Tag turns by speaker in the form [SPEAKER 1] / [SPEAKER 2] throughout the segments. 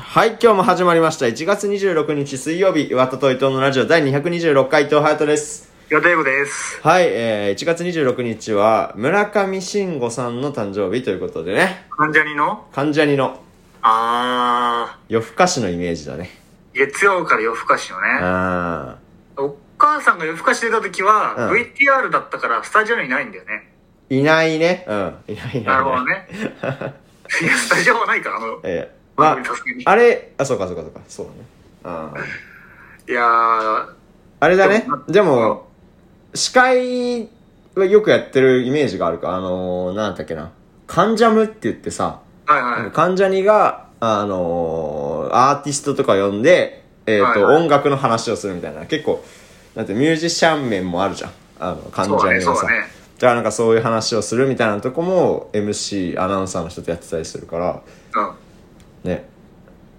[SPEAKER 1] はい、今日も始まりました。1月26日水曜日、岩田と伊藤のラジオ第226回、伊藤隼人です。
[SPEAKER 2] 予定部です。
[SPEAKER 1] はい、えー、1月26日は、村上信五さんの誕生日ということでね、
[SPEAKER 2] 関ジャニの
[SPEAKER 1] 関ジャニの
[SPEAKER 2] あ
[SPEAKER 1] 夜更かしのイメージだね。
[SPEAKER 2] ー、月曜から夜更かしのね。
[SPEAKER 1] あ
[SPEAKER 2] お母さんが夜更かし出た時は、
[SPEAKER 1] うん
[SPEAKER 2] VTR だったからスタジオにいないんだよね。
[SPEAKER 1] ー、いないね。うん、いないいないいない。
[SPEAKER 2] なるほどね。いや、スタジオはないから、あの、
[SPEAKER 1] えー、
[SPEAKER 2] 番
[SPEAKER 1] ま
[SPEAKER 2] 組さすがに
[SPEAKER 1] あ、あれ、あ、そうかそうかそうか、そうだね。あー
[SPEAKER 2] いやー、
[SPEAKER 1] あれだね
[SPEAKER 2] でも。
[SPEAKER 1] でも、司会はよくやってるイメージがあるか。あのー、なんだっけな。関ジャムって言ってさ、
[SPEAKER 2] はいはい。
[SPEAKER 1] 関ジャニが、あのーアーティストとか呼んで、えっ、と、
[SPEAKER 2] はいはい
[SPEAKER 1] 音楽の話をするみたいな。結構、なんてミュージシャン面もあるじゃん。あの、関ジ
[SPEAKER 2] そうだ
[SPEAKER 1] ャ
[SPEAKER 2] ね、
[SPEAKER 1] ニ
[SPEAKER 2] そ
[SPEAKER 1] の
[SPEAKER 2] う
[SPEAKER 1] さ。
[SPEAKER 2] だね。
[SPEAKER 1] じゃあなんかそういう話をするみたいなとこも MC アナウンサーの人とやってたりするから
[SPEAKER 2] うん。
[SPEAKER 1] ね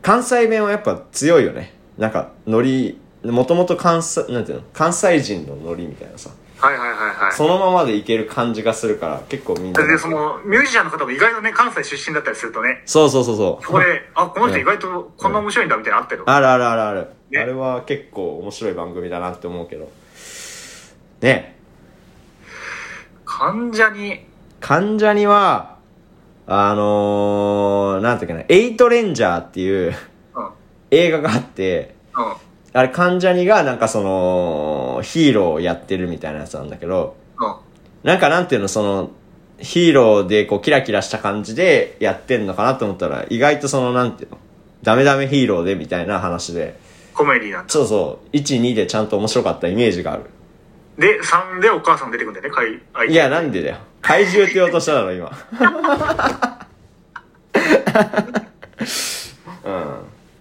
[SPEAKER 1] 関西弁はやっぱ強いよねなんかノリもともと関西なんていうの関西人のノリみたいなさ
[SPEAKER 2] はいはいはいはい。
[SPEAKER 1] そのままでいける感じがするから結構みんな
[SPEAKER 2] それで、その、ミュージシャンの方も意外とね、関西出身だったりするとね、
[SPEAKER 1] そうそうそうそう
[SPEAKER 2] そこで、あ、この人
[SPEAKER 1] うん
[SPEAKER 2] 意外とこんな面白いんだみたいなのあったよ。
[SPEAKER 1] あるあるあるある、
[SPEAKER 2] ね
[SPEAKER 1] あれは結構面白い番組だなって思うけどね
[SPEAKER 2] 関ジャニ、
[SPEAKER 1] 関ジャニはあのー、なんていうかな「エイトレンジャー」っていう
[SPEAKER 2] うん、うん。
[SPEAKER 1] 映画があってあれ関ジャニがなんかそのヒーローをやってるみたいなやつなんだけど
[SPEAKER 2] うん、
[SPEAKER 1] なんかなんていうのそのヒーローでこうキラキラした感じでやってんのかなと思ったら意外とそのなんていうのダメダメヒーローでみたいな話で
[SPEAKER 2] コメディなんだ。
[SPEAKER 1] そうそう12でちゃんと面白かったイメージがある
[SPEAKER 2] で、3でお母さん出てくんだよね、かい、あ
[SPEAKER 1] いや、なんでだよ。怪獣って言おうとしただろ、今。う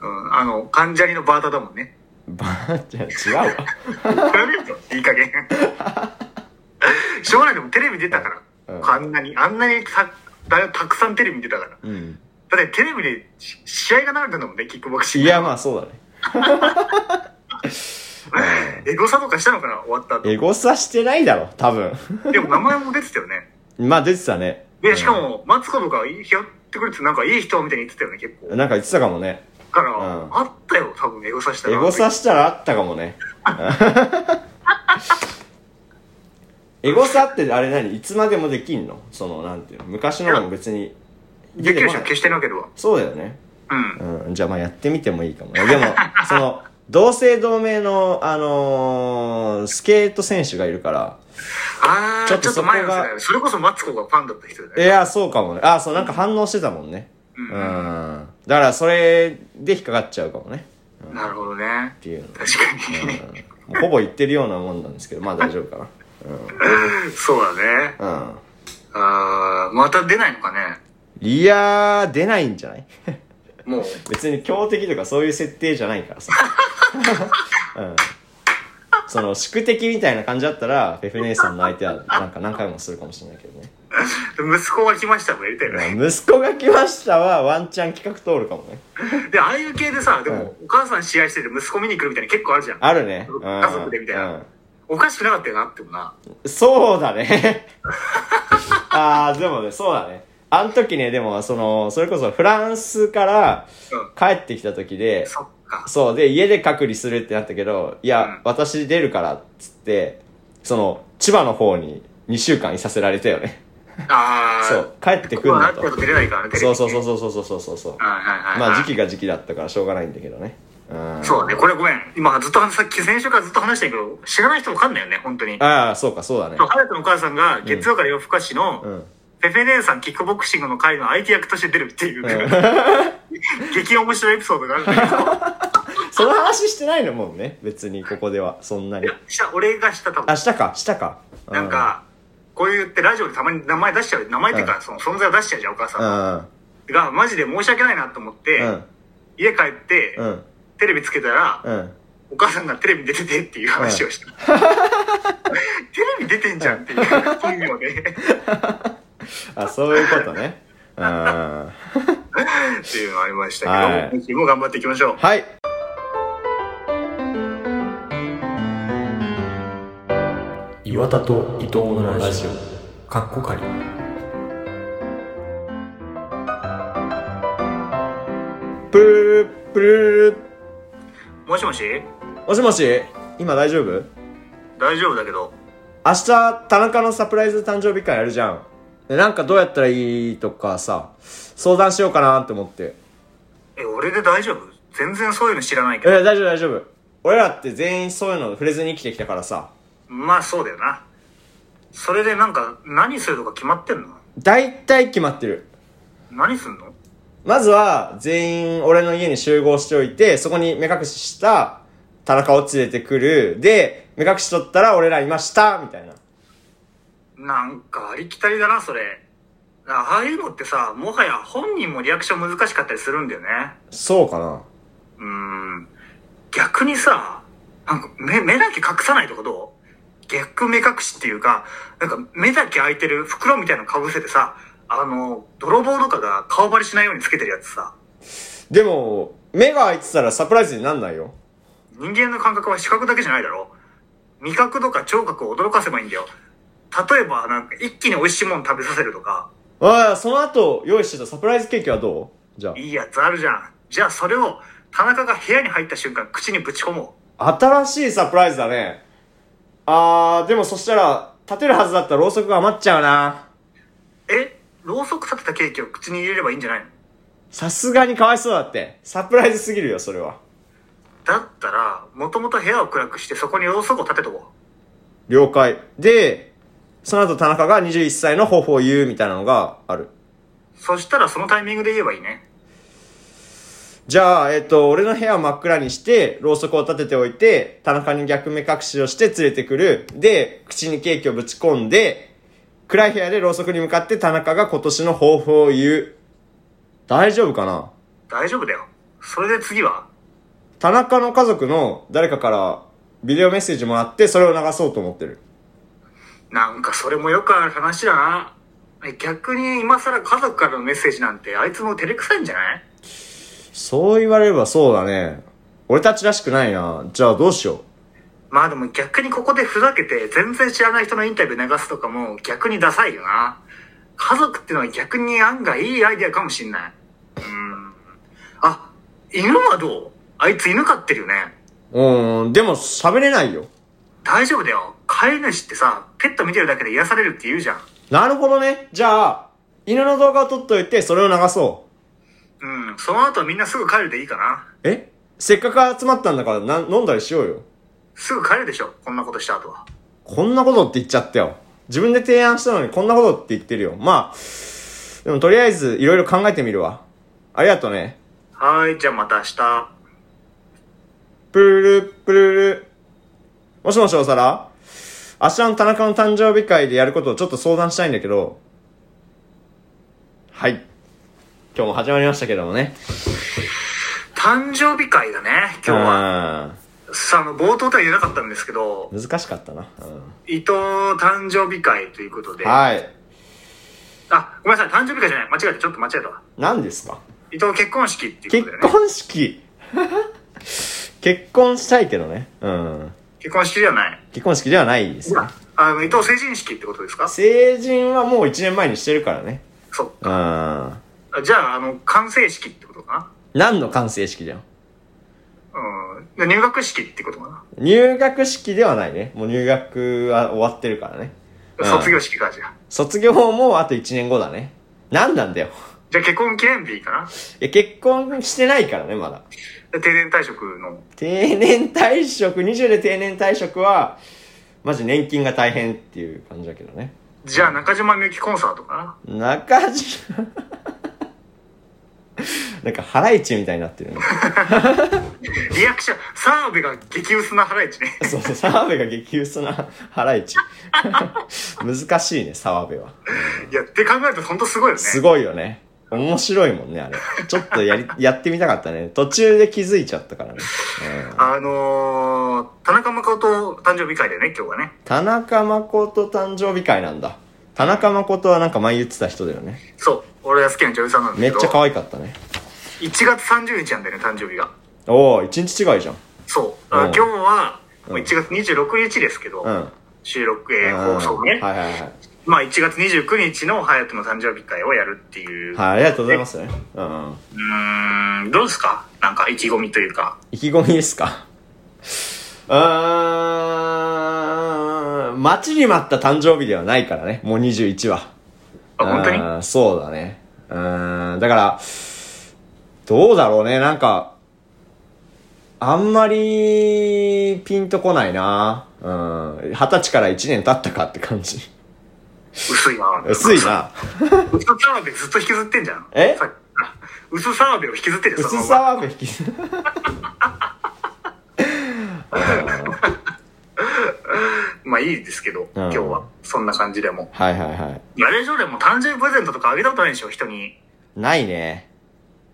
[SPEAKER 2] うん、あの、関ジャニのバーターだもんね。
[SPEAKER 1] ん。ばあちゃん、違うわ。
[SPEAKER 2] やめろいい加減。しょうがないでもテレビ出たか
[SPEAKER 1] う
[SPEAKER 2] ら。
[SPEAKER 1] ん
[SPEAKER 2] あんなに、あんなにただたくさんテレビ出たから。
[SPEAKER 1] うん。
[SPEAKER 2] だってテレビでし試合が流れてんだもんね、キックボクシン
[SPEAKER 1] い
[SPEAKER 2] グ。
[SPEAKER 1] や、まあ、そうだね。
[SPEAKER 2] エゴサとかしたのかな、終わった後。
[SPEAKER 1] エゴサしてないだろ、多分。
[SPEAKER 2] でも名前も出てたよね。
[SPEAKER 1] まあ、出てたね。
[SPEAKER 2] で、しかも、マツコとか拾ってくれて、なんかいい人みたいに言ってたよね、結
[SPEAKER 1] う
[SPEAKER 2] 構。
[SPEAKER 1] ん。
[SPEAKER 2] だ
[SPEAKER 1] なんか言ってたかもね。
[SPEAKER 2] から、
[SPEAKER 1] うん
[SPEAKER 2] あったよ、多分、エゴサした
[SPEAKER 1] エ
[SPEAKER 2] ら。
[SPEAKER 1] ゴサしたらあったかもね。エゴサってあれ何いつまでもできんのその、なんていうの昔のでも別に。
[SPEAKER 2] でき
[SPEAKER 1] 出て
[SPEAKER 2] る人は
[SPEAKER 1] こない
[SPEAKER 2] 消してなければ。
[SPEAKER 1] そうだよね。
[SPEAKER 2] うん。
[SPEAKER 1] うん、じゃあまあやってみてもいいかもね。で も、その、同姓同名の、あのースケート選手がいるから、
[SPEAKER 2] あ
[SPEAKER 1] ちょ
[SPEAKER 2] ー、
[SPEAKER 1] っ
[SPEAKER 2] ち
[SPEAKER 1] と
[SPEAKER 2] ょっ
[SPEAKER 1] そ
[SPEAKER 2] と
[SPEAKER 1] こが
[SPEAKER 2] 前の世代。それこそマツコがファンだった人だよ
[SPEAKER 1] い
[SPEAKER 2] ね。
[SPEAKER 1] や、そうかもね。あ、そう、なんか反応してたもんね。
[SPEAKER 2] う
[SPEAKER 1] うんん。だから、それで引っかかっちゃうかもね。
[SPEAKER 2] なるほどね
[SPEAKER 1] っ。ていうの。
[SPEAKER 2] 確かに。
[SPEAKER 1] うん、もうほぼ言ってるようなもんなんですけど、まあ大丈夫か
[SPEAKER 2] そうだね。
[SPEAKER 1] な。うん。
[SPEAKER 2] あーまた出ないのかね
[SPEAKER 1] いやー、出ないんじゃない
[SPEAKER 2] もう、
[SPEAKER 1] 別に強敵とかそういう設定じゃない からさ。うん。その、宿敵みたいな感じだったら、フェフ姉さんの相手は、なんか何回もするかもしれないけどね。
[SPEAKER 2] 息子が来ましたもんやりたいよね。
[SPEAKER 1] 息子が来ましたはワンチャン企画通るかもね
[SPEAKER 2] で、ああいう系でさ、でも、お母さん試合してて息子見に来るみたいな結構あるじゃん。
[SPEAKER 1] あるねうん
[SPEAKER 2] 家族でみたいな
[SPEAKER 1] うん
[SPEAKER 2] おかしくなかったよなってもな。
[SPEAKER 1] そうだね ああでもねそうだねあの時ねでもそのそれこそフランスから
[SPEAKER 2] うん。
[SPEAKER 1] 帰ってきた時で
[SPEAKER 2] そっか。
[SPEAKER 1] そうで家で隔離するってなったけどいや、
[SPEAKER 2] うん
[SPEAKER 1] 私出るからっつってその千葉の方に2週間いさせられたよね
[SPEAKER 2] ああ。
[SPEAKER 1] そう。帰ってく
[SPEAKER 2] こ
[SPEAKER 1] ん
[SPEAKER 2] う
[SPEAKER 1] だ
[SPEAKER 2] なっ
[SPEAKER 1] と
[SPEAKER 2] ちゃうと出れないからね、テレビ
[SPEAKER 1] そう
[SPEAKER 2] に
[SPEAKER 1] そうそうそうそうそうそうそう
[SPEAKER 2] はいはいはい。
[SPEAKER 1] まあ時期が時期だったからしょうがないんだけどねうん
[SPEAKER 2] そうだね。これごめん。今ずっと、さっき先週からずっと話してるけど、知らない人わかんないよね、本当に。
[SPEAKER 1] ああそうかそうだね
[SPEAKER 2] そう、隼人のお母さんが月曜から夜更かしの、
[SPEAKER 1] うん
[SPEAKER 2] ペペ姉さんキックボクシングの会の相手役として出るっていう、 激面白いエピソードがあるんだけど、
[SPEAKER 1] その話してないのもんね別にここではそんないに
[SPEAKER 2] やした俺がした多分
[SPEAKER 1] あしたかしたかう
[SPEAKER 2] なんかこういうってラジオでたまに名前出しちゃう名前っていう
[SPEAKER 1] う
[SPEAKER 2] かその存在を出しちゃうじゃんお母
[SPEAKER 1] う
[SPEAKER 2] さ
[SPEAKER 1] ん
[SPEAKER 2] んがマジで申し訳ないなと思って
[SPEAKER 1] うん
[SPEAKER 2] 家帰って
[SPEAKER 1] うん
[SPEAKER 2] テレビつけたら
[SPEAKER 1] うん
[SPEAKER 2] お母さんがテレビ出ててっていう話をした テレビ出てんじゃんっていう本名で
[SPEAKER 1] あそういうことねうんは
[SPEAKER 2] っていうのありました
[SPEAKER 1] はい
[SPEAKER 2] けど今週も頑張っていきましょう
[SPEAKER 1] い
[SPEAKER 3] 岩田と伊藤のラジオかっこかり
[SPEAKER 1] プルルルルルプルルル
[SPEAKER 2] もしもし
[SPEAKER 1] もしもし今大丈夫
[SPEAKER 2] 大丈夫だけど。
[SPEAKER 1] 明日田中のサプライズ誕生日会やるじゃんでなんかどうやったらいいとかさ相談しようかなって思って
[SPEAKER 2] え、俺で大丈夫全然そういうの知らないけ
[SPEAKER 1] え
[SPEAKER 2] ど。
[SPEAKER 1] 大丈夫大丈夫俺らって全員そういうの触れずに生きてきたからさ
[SPEAKER 2] まあそうだよな。それでなんか、何するとか決まってんの
[SPEAKER 1] 大体決まってる
[SPEAKER 2] 何すんの
[SPEAKER 1] まずは全員俺の家に集合しておいてそこに目隠しした田中を連れてくるで目隠し取ったら俺らいましたみたいな
[SPEAKER 2] なんかありきたりだな、それ。ああいうのってさ、もはや本人もリアクション難しかったりするんだよね。
[SPEAKER 1] そうかな
[SPEAKER 2] うーん。逆にさ、なんか目、目だけ隠さないとかどう逆目隠しっていうか、なんか目だけ開いてる袋みたいなの被せてさ、あの、泥棒とかが顔バレしないようにつけてるやつさ、
[SPEAKER 1] でも目が開いてたらサプライズになんないよ
[SPEAKER 2] 人間の感覚は視覚だけじゃないだろ味覚とか聴覚を驚かせばいいんだよ。例えば、なんか一気に美味しいもの食べさせるとか、
[SPEAKER 1] ああその後用意してたサプライズケーキはどうじゃ
[SPEAKER 2] いいやつあるじゃん。じゃあそれを田中が部屋に入った瞬間口にぶち込も
[SPEAKER 1] あ新しいサプライズだねあーでもそしたら立てるはずだったろうそくが余っちゃうな
[SPEAKER 2] う。えろうそく立てたケーキを口に入れればいいんじゃないの
[SPEAKER 1] さすがにかわいそうだってサプライズすぎるよそれは
[SPEAKER 2] だったら、もともと部屋を暗くしてそこにろうそくを立てとこ
[SPEAKER 1] 了解でその後田中が21歳の抱負を言うみたいなのがある
[SPEAKER 2] う。そしたらそのタイミングで言えばいいね。
[SPEAKER 1] じゃあえっ、と俺の部屋を真っ暗にしてろうそくを立てておいて田中に逆目隠しをして連れてくるで口にケーキをぶち込んで暗い部屋でろうそくに向かって田中が今年の抱負を言う大丈夫かな
[SPEAKER 2] 大丈夫だよ。それで次は
[SPEAKER 1] 田中の家族の誰かからビデオメッセージもらってそれを流そうと思ってる
[SPEAKER 2] なんかそれもよくある話だな。逆に今更家族からのメッセージなんてあいつも照れくさいんじゃない
[SPEAKER 1] そう言われればそうだね俺たちらしくないなじゃあどうしよう
[SPEAKER 2] まあでも逆にここでふざけて全然知らない人のインタビュー流すとかも逆にダサいよな。家族ってのは逆に案外いいアイデアかもしんない。うーん。あ、犬はどうあいつ犬飼ってるよね。
[SPEAKER 1] うーんでも喋れないよ
[SPEAKER 2] 大丈夫だよ。飼い主ってさ、ペット見てるだけで癒されるって言うじゃん。
[SPEAKER 1] なるほどねじゃあ犬の動画を撮っといてそれを流そう
[SPEAKER 2] うん。その後みんなすぐ帰るでいいかな。
[SPEAKER 1] えせっかく集まったんだからなん飲んだりしようよ
[SPEAKER 2] すぐ帰るでしょ。こんなことした後は。
[SPEAKER 1] こんなことって言っちゃったよ自分で提案したのにこんなことって言ってるよまあでもとりあえずいろいろ考えてみるわありがとうね
[SPEAKER 2] はーい。じゃあまた明日。
[SPEAKER 1] プルルルプルルルもしもしおさら明日の田中の誕生日会でやることをちょっと相談したいんだけどはい今日も始まりましたけどもね
[SPEAKER 2] 誕生日会だね、今日は。
[SPEAKER 1] は
[SPEAKER 2] さあ、あの、冒頭とは言えなかったんですけど、
[SPEAKER 1] 難しかったな、う
[SPEAKER 2] 伊藤誕生日会ということで。
[SPEAKER 1] ん、はい
[SPEAKER 2] あ、ごめんなさい、誕生日会じゃない。間違えた、ちょっと間違えたわ。
[SPEAKER 1] 何ですか
[SPEAKER 2] 伊藤結婚式ってい
[SPEAKER 1] 結
[SPEAKER 2] うことでね。
[SPEAKER 1] 婚 式結婚したいけどねうん
[SPEAKER 2] 結婚式じゃない。
[SPEAKER 1] 結婚式ではないですね
[SPEAKER 2] あの、伊藤成人式ってことですか
[SPEAKER 1] 成人はもう1年前にしてるからね
[SPEAKER 2] そっ
[SPEAKER 1] う
[SPEAKER 2] か。
[SPEAKER 1] ん
[SPEAKER 2] じゃあ、あの、完成式ってことか
[SPEAKER 1] 何の完成式だよ
[SPEAKER 2] なうん。で入学式ってことかな、
[SPEAKER 1] 入学式ではないねもう入学は終わってるからねうん
[SPEAKER 2] 卒業式か、じゃあ。
[SPEAKER 1] 卒業もあと1年後だね何なんだよ
[SPEAKER 2] じゃあ、結婚記念日かない
[SPEAKER 1] や結婚してないからねまだ
[SPEAKER 2] で定年退職の。
[SPEAKER 1] 定年退職20で定年退職はマジ年金が大変っていう感じだけどね
[SPEAKER 2] じゃあ、中島みゆきコンサートかな
[SPEAKER 1] 中島 なんかハライチみたいになってるね
[SPEAKER 2] リアクション、澤部が激薄なハライチね。
[SPEAKER 1] そうそう澤部が激薄な ハライチ難しいね澤部はい
[SPEAKER 2] や、って考えると本当すごいよね。
[SPEAKER 1] すごいよね面白いもんねあれちょっとやりやってみたかったね途中で気づいちゃったからね、うん
[SPEAKER 2] あのー、田中誠誕生日会だよね、今日はね。
[SPEAKER 1] 田中誠誕生日会なんだ田中誠はなんか前言ってた人だよね
[SPEAKER 2] そう、俺が好きな女優さんなんだ
[SPEAKER 1] め
[SPEAKER 2] け
[SPEAKER 1] っ
[SPEAKER 2] ど。
[SPEAKER 1] ちゃ可愛かったね
[SPEAKER 2] 1月30日なんだよね、誕生日が。
[SPEAKER 1] おお一日違いじゃん
[SPEAKER 2] そう。だから
[SPEAKER 1] うん
[SPEAKER 2] 今日は、もう
[SPEAKER 1] うん
[SPEAKER 2] 1月26日ですけど、
[SPEAKER 1] うん
[SPEAKER 2] 収録、えー
[SPEAKER 1] うん
[SPEAKER 2] 放送ね。
[SPEAKER 1] はいはいはい
[SPEAKER 2] まあ1月29日の隼人の誕生日会をやるっていう。
[SPEAKER 1] はい、ありがとうございますね。うん。
[SPEAKER 2] うーん、どうですかなんか意気込みというか。
[SPEAKER 1] 意気込みですか うーん、待ちに待った誕生日ではないからね、もう21は。
[SPEAKER 2] あ本当に
[SPEAKER 1] うんそうだね。うーん、だから、どうだろうね、なんか、あんまり、ピンとこないな。うん、二十歳から1年経ったかって感じ。
[SPEAKER 2] 薄いな。
[SPEAKER 1] 薄 い。な。
[SPEAKER 2] 薄澤部ずっと引きずってんじゃん。
[SPEAKER 1] え
[SPEAKER 2] さっきから薄澤部を引きずってるよその
[SPEAKER 1] 薄
[SPEAKER 2] まま
[SPEAKER 1] 沢部引きず
[SPEAKER 2] まあいいですけど、今日は。そんな感じでも。
[SPEAKER 1] はいはいはい。
[SPEAKER 2] あれ以上でも誕生日プレゼントとかあげたことないでしょ、人に。
[SPEAKER 1] ないね。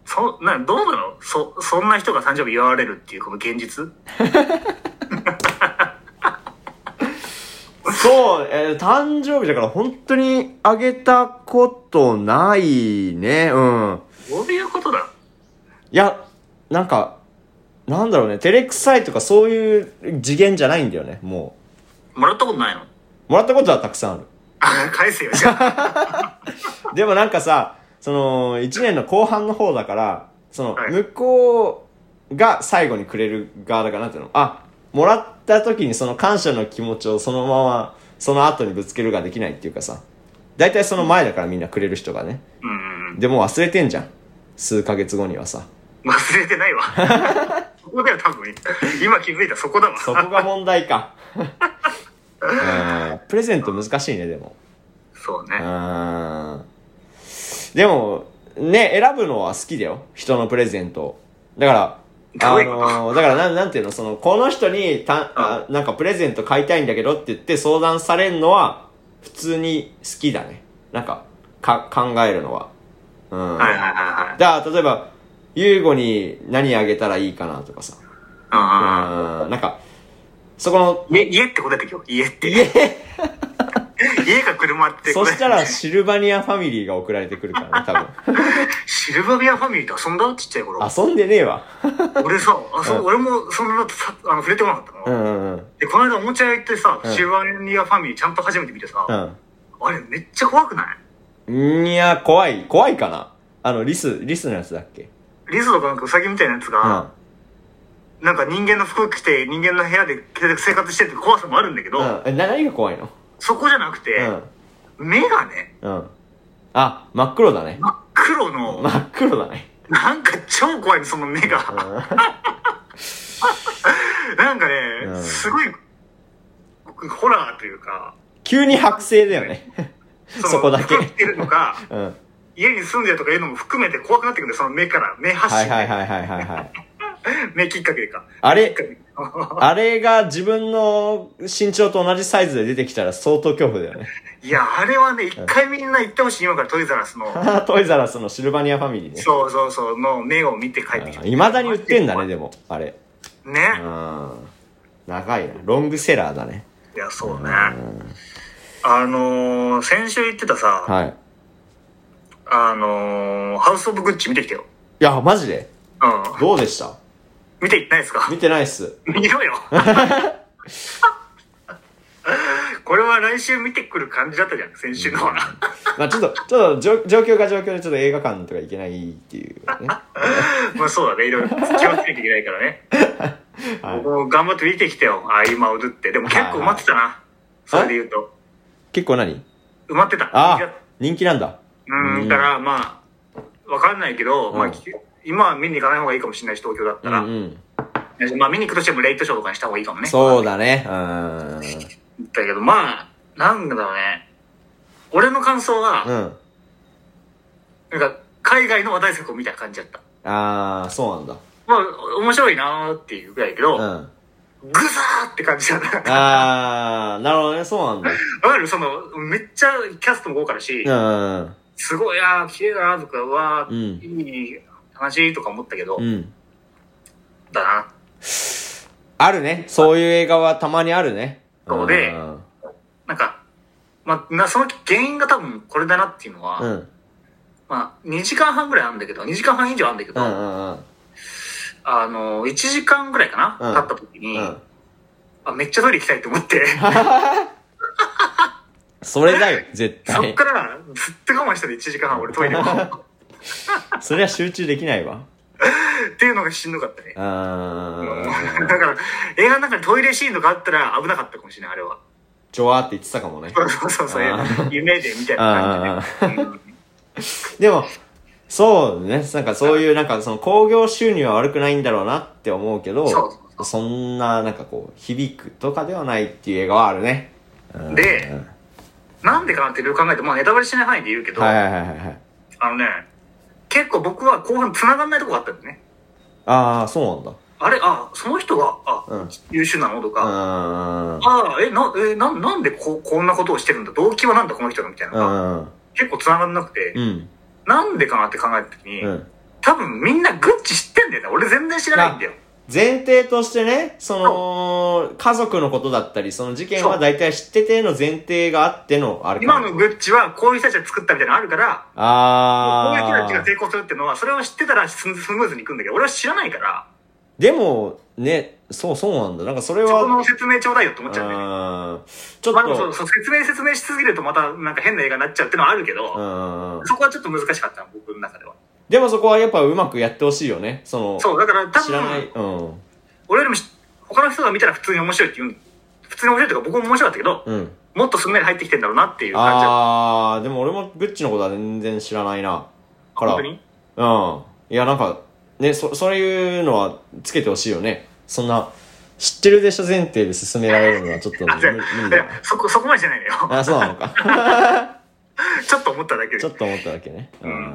[SPEAKER 2] そ、な、どうなのそ、そんな人が誕生日祝われるっていうこの現実
[SPEAKER 1] そう、えー誕生日だから本当にあげたことないね、うん。
[SPEAKER 2] どういうことだ
[SPEAKER 1] いや、なんか、なんだろうね、照れくさいとかそういう次元じゃないんだよね、も
[SPEAKER 2] もらったことないの
[SPEAKER 1] う。もらったことはたくさんある。
[SPEAKER 2] あ返せよ、じ ゃあ。
[SPEAKER 1] でもなんかさ、その、1年の後半の方だから、その
[SPEAKER 2] は、い
[SPEAKER 1] 向こうが最後にくれる側だからなんていうのあ、もらった時にその感謝の気持ちをそのまま、その後にぶつけるができないっていうかさ、大体その前だからみんなくれる人がね。
[SPEAKER 2] うん。
[SPEAKER 1] でも忘れてんじゃん。数ヶ月後にはさ。
[SPEAKER 2] 忘れてないわ。 そこだよ、多分。今気づいた、そこだわ。
[SPEAKER 1] そこが問題か。うんプレゼント難しいね、でも。
[SPEAKER 2] そう
[SPEAKER 1] う
[SPEAKER 2] ね。
[SPEAKER 1] んでも、ね、選ぶのは好きだよ。人のプレゼントを。だから、
[SPEAKER 2] どう
[SPEAKER 1] あ
[SPEAKER 2] いうこと
[SPEAKER 1] のーだからなん、なんていうの、その、この人にた、あなんかプレゼント買いたいんだけどって言って相談されるのは、普通に好きだね。なんか、か、考えるのは。うん。
[SPEAKER 2] はいはいはい
[SPEAKER 1] だから、例えば、ゆうごに何あげたらいいかなとかさ。
[SPEAKER 2] はい。
[SPEAKER 1] うん。なんか、そこの、
[SPEAKER 2] うんうんうん。家、家って答えて今日。家って。 家か車 って答えて。
[SPEAKER 1] そしたらシルバニアファミリーが送られてくるからね、 多分。
[SPEAKER 2] シルバビアファミリーと遊んだちっちゃい頃。
[SPEAKER 1] 遊んでねえわ。
[SPEAKER 2] 俺さ、あそう俺もそんなさあの触れてこなかったの。
[SPEAKER 1] うんうんうん。
[SPEAKER 2] で、この間おもちゃ屋行ってさ、
[SPEAKER 1] うん
[SPEAKER 2] シルバニアファミリーちゃんと初めて見てさ、あれめっちゃ怖くない
[SPEAKER 1] うん。いや、怖い。怖いかな。あの、リス、リスのやつだっけ
[SPEAKER 2] リスとかなんかウサギみたいなやつ
[SPEAKER 1] うん。
[SPEAKER 2] が、なんか人間の服着て人間の部屋で生活してるって怖さもあるんだけど、
[SPEAKER 1] うん。え、な何が怖いの
[SPEAKER 2] そこじゃなくて、
[SPEAKER 1] う
[SPEAKER 2] 目がね、
[SPEAKER 1] ん。うん。あ、真っ黒だね。
[SPEAKER 2] 真っ黒の、
[SPEAKER 1] 真っ黒だね。
[SPEAKER 2] なんか超怖いのその目
[SPEAKER 1] うん。
[SPEAKER 2] が。なんかね、
[SPEAKER 1] うん
[SPEAKER 2] すごい、ホラーというか、
[SPEAKER 1] 急に剥製だよね。
[SPEAKER 2] の
[SPEAKER 1] そこだけ
[SPEAKER 2] 服着てるのか、
[SPEAKER 1] うん。
[SPEAKER 2] 家に住んでるとかいうのも含めて怖くなってくるんだよ、その目から。目発
[SPEAKER 1] は
[SPEAKER 2] 信、
[SPEAKER 1] いはいはいはいはいはい。
[SPEAKER 2] 目きっかけでか。
[SPEAKER 1] あ
[SPEAKER 2] きっ
[SPEAKER 1] れ
[SPEAKER 2] か、けで
[SPEAKER 1] あれが自分の身長と同じサイズで出てきたら相当恐怖だよね。
[SPEAKER 2] いや、あれはね、一回みんな行ってほしい、今からトイザらスの、
[SPEAKER 1] トイザらスのシルバニアファミリーね。
[SPEAKER 2] そうそうそう、の目を見て帰ってきた。
[SPEAKER 1] いまだに売ってんだね、でも、あれ。う
[SPEAKER 2] ね。
[SPEAKER 1] ん。長いな。ロングセラーだね。
[SPEAKER 2] いや、そう
[SPEAKER 1] う
[SPEAKER 2] ね。
[SPEAKER 1] ん
[SPEAKER 2] あのー、先週言ってたさ、
[SPEAKER 1] はい。い
[SPEAKER 2] あのー、ハウス・オブ・グッチ見てきたよ。
[SPEAKER 1] や、マジで
[SPEAKER 2] うん。
[SPEAKER 1] どうでした
[SPEAKER 2] 見ていないですか
[SPEAKER 1] 見てないっす。
[SPEAKER 2] 見 ろよ。これは来週見てくる感じだったじゃん、先週のは。
[SPEAKER 1] まあちょっと、ちょっと状、状況が状況でちょっと映画館とか行けないっていうね。
[SPEAKER 2] まあそうだね、いろいろ気をつけなきゃいけないからね。
[SPEAKER 1] はい。
[SPEAKER 2] もう頑張って見てきたよ、あ今踊って。でも結構埋まってたな、それで言うと。
[SPEAKER 1] 結構何
[SPEAKER 2] 埋まってた。
[SPEAKER 1] ああ、人気なんだ。
[SPEAKER 2] うん、だからまあ、わかんないけど、
[SPEAKER 1] うん
[SPEAKER 2] まあ、き今は見に行かない方がいいかもしれないし、東京だった
[SPEAKER 1] う
[SPEAKER 2] ら。
[SPEAKER 1] んうん。
[SPEAKER 2] まあ見に行くとしてもレイトショーとかにした方がいいかもね。
[SPEAKER 1] そうだね。うん。
[SPEAKER 2] だけど、まあ、なんだろうね。俺の感想は、
[SPEAKER 1] うん。
[SPEAKER 2] なんか、海外の話題作を見た感じだった。
[SPEAKER 1] ああ、そうなんだ。
[SPEAKER 2] まあ、面白いなーっていうぐらいだけど、
[SPEAKER 1] うん。
[SPEAKER 2] グザーって感じだった。わ
[SPEAKER 1] ああ、なるほどね。そうなんだ。
[SPEAKER 2] かるその、めっちゃキャストも豪華だし、
[SPEAKER 1] うん
[SPEAKER 2] すごい、あー、綺麗だなとか、うわ
[SPEAKER 1] うん
[SPEAKER 2] ー、いい話とか思ったけど、
[SPEAKER 1] うん。うん。
[SPEAKER 2] だな。
[SPEAKER 1] あるね。そういう映画はたまにあるね。
[SPEAKER 2] そうで
[SPEAKER 1] ん
[SPEAKER 2] なんか、まあ、な、その原因が多分これだなっていうのは、
[SPEAKER 1] うん。
[SPEAKER 2] まあ、2時間半ぐらいあるんだけど、2時間半以上あるんだけ
[SPEAKER 1] う
[SPEAKER 2] ど、
[SPEAKER 1] んうんうん。
[SPEAKER 2] あの、1時間ぐらいかな、
[SPEAKER 1] うん
[SPEAKER 2] 経った時に、
[SPEAKER 1] うん。
[SPEAKER 2] あ、めっちゃトイレ行きたいと思って、
[SPEAKER 1] それだよ、絶
[SPEAKER 2] そっ
[SPEAKER 1] 対
[SPEAKER 2] か。らずっと我慢したで1時間半俺トイレもっ
[SPEAKER 1] それは集中できないわ。
[SPEAKER 2] ていうのがしんどかったね。だ
[SPEAKER 1] あ
[SPEAKER 2] か
[SPEAKER 1] ー。
[SPEAKER 2] ら映画の中にトイレシーンとかあったら危なかったかもしれない、あれは。
[SPEAKER 1] ジョワーって言ってたかもね。
[SPEAKER 2] そうそうそうそう
[SPEAKER 1] あー、
[SPEAKER 2] 夢でみたいな感じで。うん
[SPEAKER 1] でも、そうね。なんかそういう、なんかその興行収入は悪くないんだろうなって思うけど、
[SPEAKER 2] そうそうそう
[SPEAKER 1] そんな、なんかこう、響くとかではないっていう映画はあるね。うん
[SPEAKER 2] で
[SPEAKER 1] うん
[SPEAKER 2] なんでかなっていろいろ考えて、まあネタバレしない範囲で言うけど、
[SPEAKER 1] はいはいはいはいはい。
[SPEAKER 2] あのね、結構僕は後半繋がんないとこがあったんだよね。
[SPEAKER 1] ああ、そうなんだ。
[SPEAKER 2] あれ、あ、その人が、あ、
[SPEAKER 1] うん
[SPEAKER 2] 優秀なのと
[SPEAKER 1] う
[SPEAKER 2] か、
[SPEAKER 1] ん
[SPEAKER 2] あえ、な、え、な、なんでこうこんなことをしてるんだ動機はなんだこの人がみたいな
[SPEAKER 1] う
[SPEAKER 2] のが、
[SPEAKER 1] んうん。
[SPEAKER 2] 結構繋がんなくて、
[SPEAKER 1] うん。
[SPEAKER 2] なんでかなって考えた時に、
[SPEAKER 1] うん。
[SPEAKER 2] 多分みんなグッチ知ってんだよね。俺全然知らないんだよ。
[SPEAKER 1] 前提としてね、その、家族のことだったり、その事件は大体知ってての前提があっての、あれ
[SPEAKER 2] 今
[SPEAKER 1] か
[SPEAKER 2] の
[SPEAKER 1] な。
[SPEAKER 2] グッチはこういう人たちが作ったみたいなのあるから、
[SPEAKER 1] あ
[SPEAKER 2] こういう人たちが
[SPEAKER 1] あ
[SPEAKER 2] 成。功するっていうのは、それを知ってたらスムスムーズにいくんだけど、俺は知らないから、
[SPEAKER 1] でも、ね、そうそうなんだ。なんかそれ
[SPEAKER 2] そ
[SPEAKER 1] は、
[SPEAKER 2] この説明ちょうだいよって思っちゃうんだよね。
[SPEAKER 1] うんちょ
[SPEAKER 2] まあ
[SPEAKER 1] っ
[SPEAKER 2] でもそう
[SPEAKER 1] と、
[SPEAKER 2] そう説明説明しすぎるとまたなんか変な映画になっちゃうってのはあるけ
[SPEAKER 1] う
[SPEAKER 2] ど、
[SPEAKER 1] ん。
[SPEAKER 2] そこはちょっと難しかったな僕の中では。
[SPEAKER 1] でもそこはやっぱうまくやってほしいよね。その、
[SPEAKER 2] そう、だから多
[SPEAKER 1] 知らない。
[SPEAKER 2] 分、
[SPEAKER 1] うん。
[SPEAKER 2] 俺よりもし他の人が見たら普通に面白いって言うん普通に面白いというか僕も面白かったけど、
[SPEAKER 1] うん。
[SPEAKER 2] もっとすんなり入ってきてんだろうなっていう感じだっ
[SPEAKER 1] あー、でも俺もグッチのことは全然知らないな。
[SPEAKER 2] た
[SPEAKER 1] から、
[SPEAKER 2] 本
[SPEAKER 1] う
[SPEAKER 2] 当
[SPEAKER 1] ん。い
[SPEAKER 2] に
[SPEAKER 1] や、なんか、ね、そ、そういうのはつけてほしいよね。そんな、知ってるでしょ前提で進められるのはちょっと無
[SPEAKER 2] あ、じゃあ
[SPEAKER 1] 理無理だ
[SPEAKER 2] いやそこ、そこまでじゃないのよ。
[SPEAKER 1] な。あ、そうなの か。
[SPEAKER 2] ちょっと思っただけで。
[SPEAKER 1] ちょっ
[SPEAKER 2] っ
[SPEAKER 1] と思っただけね。う
[SPEAKER 2] うん
[SPEAKER 1] ん。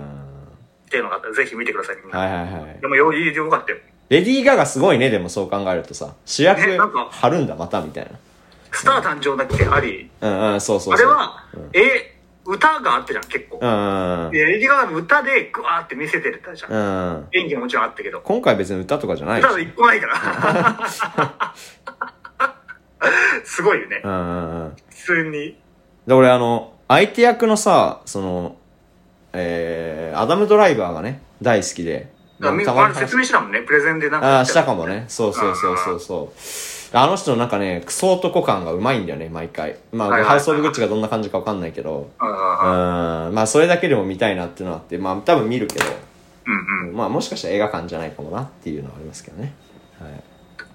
[SPEAKER 2] ていうのがあったら、ぜひ見てください、みんな
[SPEAKER 1] はいはいはい
[SPEAKER 2] で。もよ、よよかったよ。
[SPEAKER 1] レディー・ガガすごいね、でもそう考えるとさ。主役
[SPEAKER 2] ねなんか
[SPEAKER 1] 張るんだ、また、みたいな。
[SPEAKER 2] スター誕生だっけあり。
[SPEAKER 1] うんうん、そうそうそう。
[SPEAKER 2] あれは、え、歌があったじゃん、結構。
[SPEAKER 1] うん
[SPEAKER 2] で、レディー・ガガの歌で、ぐわーって見せてたじゃん。
[SPEAKER 1] うん。うん。
[SPEAKER 2] 演技ももちろんあったけど。
[SPEAKER 1] 今回別に歌とかじゃない
[SPEAKER 2] ただ一
[SPEAKER 1] し。
[SPEAKER 2] 個ないから。 すごいよね
[SPEAKER 1] う。んうんうん。
[SPEAKER 2] 普通に。
[SPEAKER 1] で、俺あの、相手役のさ、その、えー、アダム・ドライバーがね、大好きで。
[SPEAKER 2] だ
[SPEAKER 1] なんか
[SPEAKER 2] からあれ
[SPEAKER 1] 話
[SPEAKER 2] 説明したもんね、プレゼンでなんか。
[SPEAKER 1] あーしたかも。ね。そうそうそうそうそう。あの人のなんかね、クソ男感がうまいんだよね、毎回。ま
[SPEAKER 2] はい
[SPEAKER 1] あ、
[SPEAKER 2] はい
[SPEAKER 1] ハウス・オブ・グッチがどんな感じかわかんないけど。
[SPEAKER 2] うんうん
[SPEAKER 1] うん、
[SPEAKER 2] うん
[SPEAKER 1] まあ、それだけでも見たいなっていうのはあって、まあ、多分見るけど、
[SPEAKER 2] うんうん。
[SPEAKER 1] まあ、もしかしたら映画館じゃないかもなっていうのはありますけどね。はい。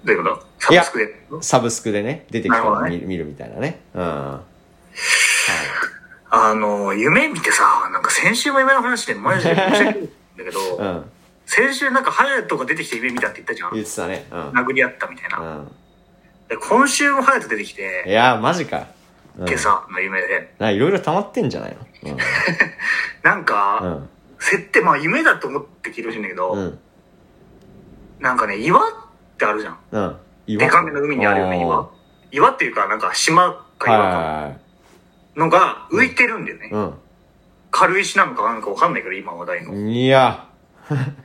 [SPEAKER 2] どういうことサブスクで。
[SPEAKER 1] サブスクでね、出てきたら
[SPEAKER 2] なるほど
[SPEAKER 1] 見
[SPEAKER 2] ね
[SPEAKER 1] る,、見るみたいなね。うん。はい
[SPEAKER 2] あの、夢見てさ、なんか先週も夢の話で、マジで申し訳ないんだけど、
[SPEAKER 1] うん。
[SPEAKER 2] 先週なんかハヤトが出てきて夢見たって言ったじゃ
[SPEAKER 1] 言
[SPEAKER 2] ん。
[SPEAKER 1] ってたね。うん。
[SPEAKER 2] 殴り合ったみたいな。
[SPEAKER 1] う
[SPEAKER 2] で今週もハヤト出てき
[SPEAKER 1] ん。い
[SPEAKER 2] て、
[SPEAKER 1] やー、マジか。うん、
[SPEAKER 2] 今朝の夢で、
[SPEAKER 1] な、いろいろ溜まってんじゃないの
[SPEAKER 2] なん
[SPEAKER 1] う
[SPEAKER 2] か、
[SPEAKER 1] ん。
[SPEAKER 2] 設定、まあ夢だと思って聞いてほしいんだけど、
[SPEAKER 1] うん。うん。
[SPEAKER 2] なんかね、岩ってあるじゃん。
[SPEAKER 1] うん。
[SPEAKER 2] デカめの海にあるよね、
[SPEAKER 1] あー
[SPEAKER 2] 岩。岩っていうか、なんか島か岩か
[SPEAKER 1] はいはいはい。
[SPEAKER 2] のが浮いてるんだよね。軽石なのかなんかわかんないけど、今話題
[SPEAKER 1] う
[SPEAKER 2] の。
[SPEAKER 1] ん。いや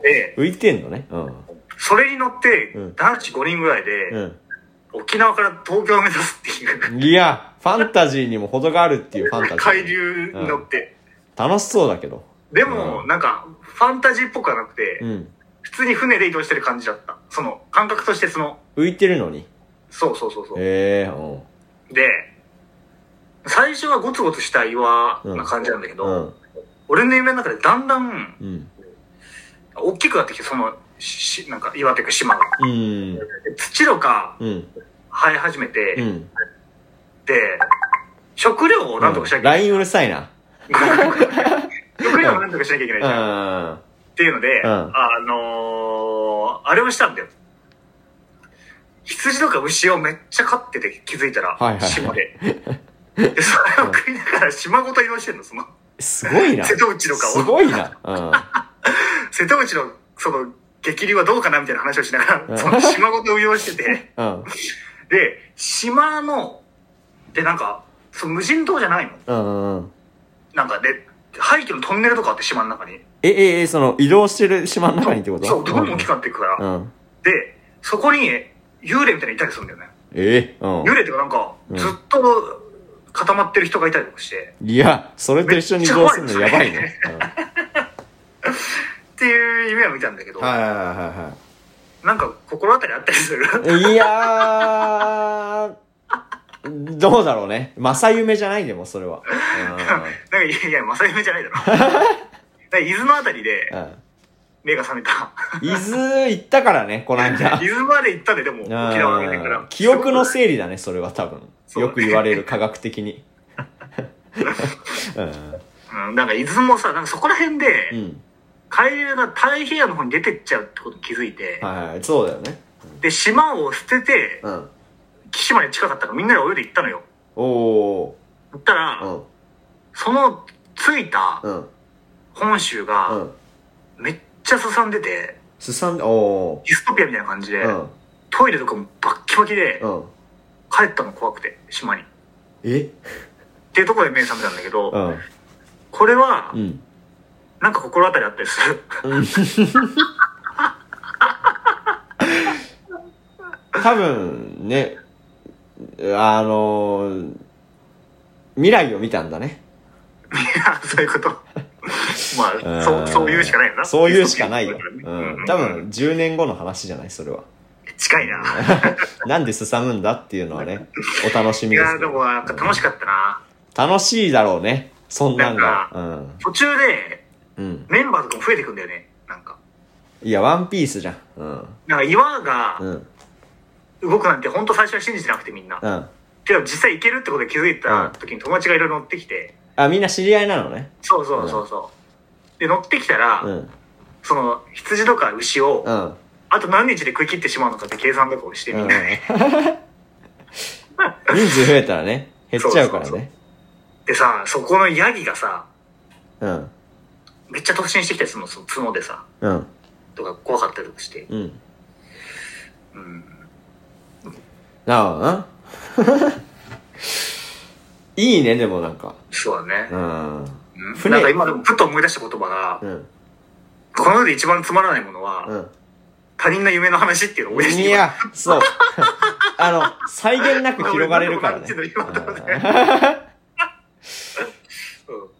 [SPEAKER 2] で、
[SPEAKER 1] ー、浮いてんのね。うん。
[SPEAKER 2] それに乗って
[SPEAKER 1] うん、
[SPEAKER 2] 男子5人ぐらいで、
[SPEAKER 1] う
[SPEAKER 2] 沖縄から東京を目指すっていう、
[SPEAKER 1] ん。いやー、ファンタジーにも程があるっていうファンタジー。
[SPEAKER 2] 海流に乗って。
[SPEAKER 1] 楽しそうだけど。
[SPEAKER 2] でも、なんか、ファンタジーっぽくはなくて
[SPEAKER 1] う、ん。
[SPEAKER 2] 普通に船で移動してる感じだった。その、感覚としてその、
[SPEAKER 1] 浮いてるのに。
[SPEAKER 2] そうそうそうそう。
[SPEAKER 1] ええー、うん。
[SPEAKER 2] で、最初はゴツゴツした岩な感じなんだけ
[SPEAKER 1] う
[SPEAKER 2] ど、
[SPEAKER 1] ん。
[SPEAKER 2] 俺の夢の中でだんだん
[SPEAKER 1] うん。
[SPEAKER 2] 大きくなってきて、その、し、なんか岩というか島が。
[SPEAKER 1] うん。
[SPEAKER 2] で土とか
[SPEAKER 1] うん。
[SPEAKER 2] 生え始めて、
[SPEAKER 1] うん。
[SPEAKER 2] で、食料をなんとかしなきゃ
[SPEAKER 1] ラ
[SPEAKER 2] い
[SPEAKER 1] インうるさいな。
[SPEAKER 2] けない。食料をなんとかしなきゃいけないじゃん。
[SPEAKER 1] う
[SPEAKER 2] っていうので、
[SPEAKER 1] うん
[SPEAKER 2] あのー、あれをしたんだよ。羊とか牛をめっちゃ飼ってて気づいたら、
[SPEAKER 1] はいはい
[SPEAKER 2] 島で。で、それを食いながら島ごと移動してんの、その、
[SPEAKER 1] ん。すごいな。
[SPEAKER 2] 瀬戸内の
[SPEAKER 1] す
[SPEAKER 2] 顔。
[SPEAKER 1] ごいな。うん。
[SPEAKER 2] 瀬戸内の、その、激流はどうかなみたいな話をしなが
[SPEAKER 1] うん
[SPEAKER 2] ら、その島ごと移動してて、
[SPEAKER 1] うん。
[SPEAKER 2] で、島の、で、なんか、その無人島じゃない
[SPEAKER 1] う
[SPEAKER 2] の
[SPEAKER 1] んうん。
[SPEAKER 2] なんかで、廃墟のトンネルとかあって島の中に。
[SPEAKER 1] え、え、え、その、移動してる島の中にってこと
[SPEAKER 2] そう、どこにも大きくなっていくから。
[SPEAKER 1] うん。
[SPEAKER 2] で、そこに幽霊みたいなのいたりするんだよね。
[SPEAKER 1] ええ、うん
[SPEAKER 2] 幽。霊っていうかなんか、
[SPEAKER 1] うん
[SPEAKER 2] ずっと固まってる人がいたりとかして、
[SPEAKER 1] いや、それと一緒に移動するのやばいね。
[SPEAKER 2] っていう夢を見たんだけど、
[SPEAKER 1] うんはいはいは
[SPEAKER 2] なんか心当たりあったりする
[SPEAKER 1] いはい。いやー、どうだろうね。正夢じゃないでも、それは。
[SPEAKER 2] なんか、いやいや、正夢じゃない だろ。なんか伊豆のあたりで
[SPEAKER 1] うん。うん。
[SPEAKER 2] 目が覚めた。
[SPEAKER 1] 伊豆行ったからね、この間。
[SPEAKER 2] 伊豆まで行ったで、でも、沖縄までから
[SPEAKER 1] うん。記憶の整理だね、それは多分。
[SPEAKER 2] そう
[SPEAKER 1] よく言われる、科学的に。
[SPEAKER 2] うん、なんか伊豆もさ、なんかそこら辺
[SPEAKER 1] う
[SPEAKER 2] で、
[SPEAKER 1] ん。
[SPEAKER 2] 海流が太平洋の方に出てっちゃうってことに気づいて、
[SPEAKER 1] はいはい、そうだよね。
[SPEAKER 2] で、島を捨てて、
[SPEAKER 1] うん。
[SPEAKER 2] 岸まで近かったからみんなで泳いで行ったのよ。
[SPEAKER 1] おー。
[SPEAKER 2] 行ったら、
[SPEAKER 1] うん。
[SPEAKER 2] その着いた
[SPEAKER 1] うん。
[SPEAKER 2] 本州
[SPEAKER 1] う
[SPEAKER 2] が、
[SPEAKER 1] ん。
[SPEAKER 2] めっちゃすさんでて、
[SPEAKER 1] すさんで、お
[SPEAKER 2] ディストピアみたいな感じで、
[SPEAKER 1] ー。うん。
[SPEAKER 2] トイレとかもバッキバキで、
[SPEAKER 1] うん。
[SPEAKER 2] 帰ったの怖くて、島に。っ
[SPEAKER 1] え
[SPEAKER 2] ていうところで目覚めたんだけど、
[SPEAKER 1] うん。
[SPEAKER 2] これは
[SPEAKER 1] う、ん。
[SPEAKER 2] なんか心当たりあったりする。
[SPEAKER 1] 多分、ね、あのー、未来を見たんだね。
[SPEAKER 2] いや、そういうこと。まあ、そう、
[SPEAKER 1] ん
[SPEAKER 2] そういうしかないよな。
[SPEAKER 1] そういうしかないよ。
[SPEAKER 2] ディストピ
[SPEAKER 1] う
[SPEAKER 2] ア
[SPEAKER 1] ん。
[SPEAKER 2] だか
[SPEAKER 1] 多
[SPEAKER 2] らね
[SPEAKER 1] 分、10年後の話じゃない、それは。
[SPEAKER 2] 近いな。
[SPEAKER 1] なんで進むんだっていうのは ね、お楽し
[SPEAKER 2] い
[SPEAKER 1] みです
[SPEAKER 2] や、
[SPEAKER 1] け
[SPEAKER 2] で
[SPEAKER 1] ど。
[SPEAKER 2] もなんか楽しかったな。
[SPEAKER 1] 楽しいだろうね。そんなん
[SPEAKER 2] な
[SPEAKER 1] が。
[SPEAKER 2] ん途中で、
[SPEAKER 1] うん。うん。
[SPEAKER 2] メンバーとかも増えていくんだよね。なんか。
[SPEAKER 1] いや、ワンピースじゃん。うん。
[SPEAKER 2] なんか岩が
[SPEAKER 1] うん。
[SPEAKER 2] 動くなんて本当最初は信じてなくてみんな。
[SPEAKER 1] うん。
[SPEAKER 2] けど実際行けるってことで気づいた時に友達がいろいろ乗ってきて、
[SPEAKER 1] あ、みんな知り合いなのね。
[SPEAKER 2] そうそうそうそう。で、乗ってきたら、
[SPEAKER 1] うん。
[SPEAKER 2] その羊とか牛を、
[SPEAKER 1] うん。うん。
[SPEAKER 2] あと何日で食い切ってしまうのかって計算とかをしてみんな で、
[SPEAKER 1] 人数増えたらね、減っちゃうから
[SPEAKER 2] そうそう
[SPEAKER 1] ね。
[SPEAKER 2] でさ、そこのヤギがさ、
[SPEAKER 1] うん。
[SPEAKER 2] めっちゃ突進してきたりするの、その角でさ、
[SPEAKER 1] うん。
[SPEAKER 2] とか怖かったりとかして。
[SPEAKER 1] うん。
[SPEAKER 2] うん。
[SPEAKER 1] なるほどな。 いいね、でもなんか。
[SPEAKER 2] そうだ
[SPEAKER 1] う
[SPEAKER 2] ね。
[SPEAKER 1] ん。
[SPEAKER 2] うん、
[SPEAKER 1] 船
[SPEAKER 2] なんか今でもふと思い出した言葉が
[SPEAKER 1] う、ん。
[SPEAKER 2] この世で一番つまらないものは、
[SPEAKER 1] うん。
[SPEAKER 2] 他人の夢の話っていうのを思い出して
[SPEAKER 1] いや、そう。 あの、際限なく広がれるからね。
[SPEAKER 2] 俺なんかもうなんていうの
[SPEAKER 1] うん
[SPEAKER 2] 今うん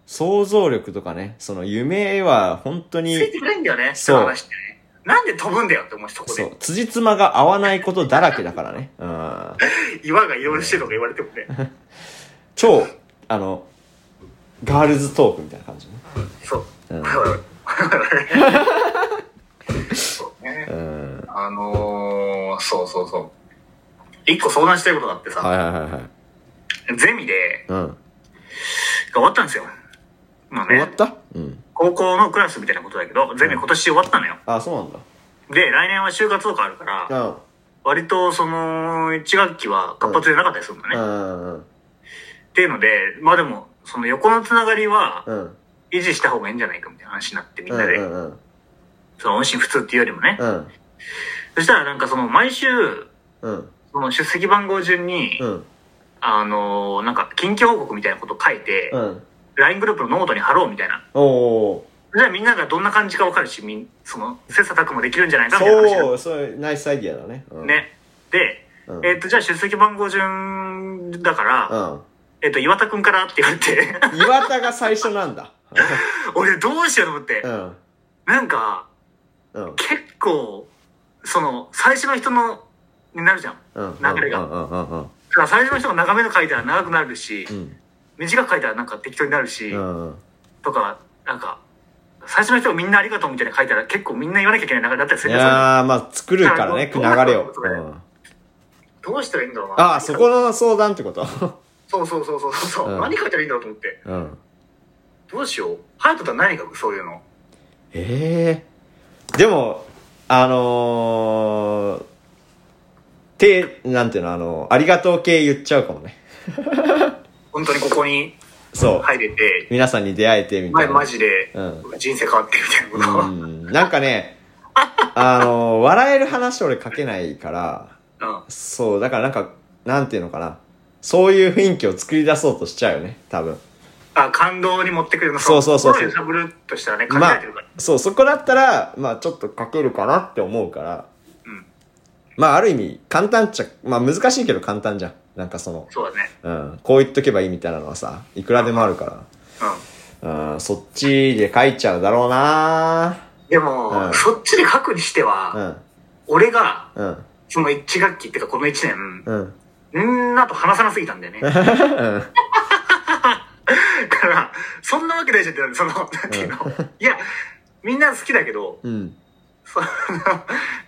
[SPEAKER 1] 想像力とかね、その夢は本当
[SPEAKER 2] つい
[SPEAKER 1] に、
[SPEAKER 2] てないんだよね、
[SPEAKER 1] そう
[SPEAKER 2] その話ってね。なんで飛ぶんだよって思うそこ
[SPEAKER 1] そ
[SPEAKER 2] で
[SPEAKER 1] う。、辻褄が合わないことだらけだからね。うん。
[SPEAKER 2] 岩が移動してとか言われてもね。
[SPEAKER 1] 超、あの、ガールズトークみたいな感じね。
[SPEAKER 2] そう。
[SPEAKER 1] うん
[SPEAKER 2] はいはいはい。 そうね。
[SPEAKER 1] うん。
[SPEAKER 2] あのー、そうそうそう。一個相談したいことがあってさ、
[SPEAKER 1] はいはいはいはい。
[SPEAKER 2] ゼミで、
[SPEAKER 1] うん。
[SPEAKER 2] が終わったんですよ。まあ
[SPEAKER 1] 終わ
[SPEAKER 2] ね
[SPEAKER 1] っ、たうん。
[SPEAKER 2] 高校のクラスみたいなことだけど、ゼミ今年終わったのよ。
[SPEAKER 1] あ、そうなんだ。
[SPEAKER 2] で、来年は就活とかあるから、
[SPEAKER 1] うん。
[SPEAKER 2] 割とその、1学期は活発でなかったりするんだね。
[SPEAKER 1] う
[SPEAKER 2] っ
[SPEAKER 1] んうん
[SPEAKER 2] ていうので、まあでも、その横のつながりは
[SPEAKER 1] うんうん
[SPEAKER 2] 維持した方がいいんじゃないかみたいな話になってみ
[SPEAKER 1] うんんう
[SPEAKER 2] なんで、
[SPEAKER 1] うん
[SPEAKER 2] その音信不通っていうよりもね。
[SPEAKER 1] うん
[SPEAKER 2] そしたらなんかその毎週、
[SPEAKER 1] うん
[SPEAKER 2] その出席番号順に、
[SPEAKER 1] うん
[SPEAKER 2] あのーなんか、近況報告みたいなこと書いて、
[SPEAKER 1] うん。
[SPEAKER 2] LINE グループのノートに貼ろうみたいな。
[SPEAKER 1] おー。
[SPEAKER 2] じゃあみんながどんな感じかわかるし、みん、その、切磋琢磨できるんじゃないかみたいな話
[SPEAKER 1] そう、そう、ナイスアイディアだね。うん。
[SPEAKER 2] ね。で、
[SPEAKER 1] うん。
[SPEAKER 2] えっ、と、じゃあ出席番号順だから、
[SPEAKER 1] うん。
[SPEAKER 2] えっ、と、岩田くんからって言われて、
[SPEAKER 1] 岩田が最初なんだ。
[SPEAKER 2] 俺どうしようと思って、
[SPEAKER 1] うん。
[SPEAKER 2] なんか、
[SPEAKER 1] うん。
[SPEAKER 2] 結構、その、最初の人の、になるじゃん。
[SPEAKER 1] うん。
[SPEAKER 2] 流れが
[SPEAKER 1] うんうんうん
[SPEAKER 2] だから最初の人が長めの書いたら長くなるし、
[SPEAKER 1] うん。
[SPEAKER 2] 短く書いたらなんか適当になるし、
[SPEAKER 1] うん。うん。
[SPEAKER 2] とか、なんか、最初の人がみんなありがとうみたいな書いたら結構みんな言わなきゃいけない流れだったりす
[SPEAKER 1] い
[SPEAKER 2] るじゃん。
[SPEAKER 1] やー、まあ、作るからね、
[SPEAKER 2] あ
[SPEAKER 1] 流
[SPEAKER 2] の
[SPEAKER 1] れを。
[SPEAKER 2] そうれ
[SPEAKER 1] ん。
[SPEAKER 2] どうしたらいいんだろうな。
[SPEAKER 1] ああ、そこの相談ってこと
[SPEAKER 2] そうそうそうそうそう。
[SPEAKER 1] うん
[SPEAKER 2] 何書いたらいいんだろうと思って。
[SPEAKER 1] うん。
[SPEAKER 2] どうしよう。ハヤトとは何書くそういうの。
[SPEAKER 1] ええでも、あのー、て、なんていうの、あの、ありがとう系言っちゃうかもね。
[SPEAKER 2] 本当にここに
[SPEAKER 1] そう。
[SPEAKER 2] 入れて、
[SPEAKER 1] 皆さんに出会えてみたい
[SPEAKER 2] 前
[SPEAKER 1] な。
[SPEAKER 2] マジで
[SPEAKER 1] う
[SPEAKER 2] 人生変わってみたいな
[SPEAKER 1] う
[SPEAKER 2] こ
[SPEAKER 1] ん。なんかね、あの、笑える話俺書けないから、
[SPEAKER 2] と。うん。
[SPEAKER 1] そう、だからなんか、なんていうのかな。そういう雰囲気を作り出そうとしちゃうよね、多分。
[SPEAKER 2] あ、感動に持ってくるの。
[SPEAKER 1] そうそうそうそう
[SPEAKER 2] 心を揺さぶるとしたらね、考
[SPEAKER 1] ま
[SPEAKER 2] え
[SPEAKER 1] あ
[SPEAKER 2] てるから。、
[SPEAKER 1] そう、そこだったら、まあちょっと書けるかなって思うから、
[SPEAKER 2] うん。
[SPEAKER 1] まあある意味、簡単っちゃ、まあ難しいけど簡単じゃん。なんかその、
[SPEAKER 2] そうだね。
[SPEAKER 1] うん、こう言っとけばいいみたいなのはさ、いくらでもあるか
[SPEAKER 2] う。
[SPEAKER 1] ら、うん、そっちで書いちゃうだろうなん
[SPEAKER 2] で
[SPEAKER 1] う
[SPEAKER 2] も、
[SPEAKER 1] ん
[SPEAKER 2] そっちで書くにしては、
[SPEAKER 1] うん、
[SPEAKER 2] 俺が、
[SPEAKER 1] うん、
[SPEAKER 2] その1学期っていうかこの1年、
[SPEAKER 1] うん、
[SPEAKER 2] みんなと話さなすぎたんだ よね。だから、そんなわけないじゃんってなる、その、なんていうの。いや、みんな好きだけど、
[SPEAKER 1] うん。
[SPEAKER 2] その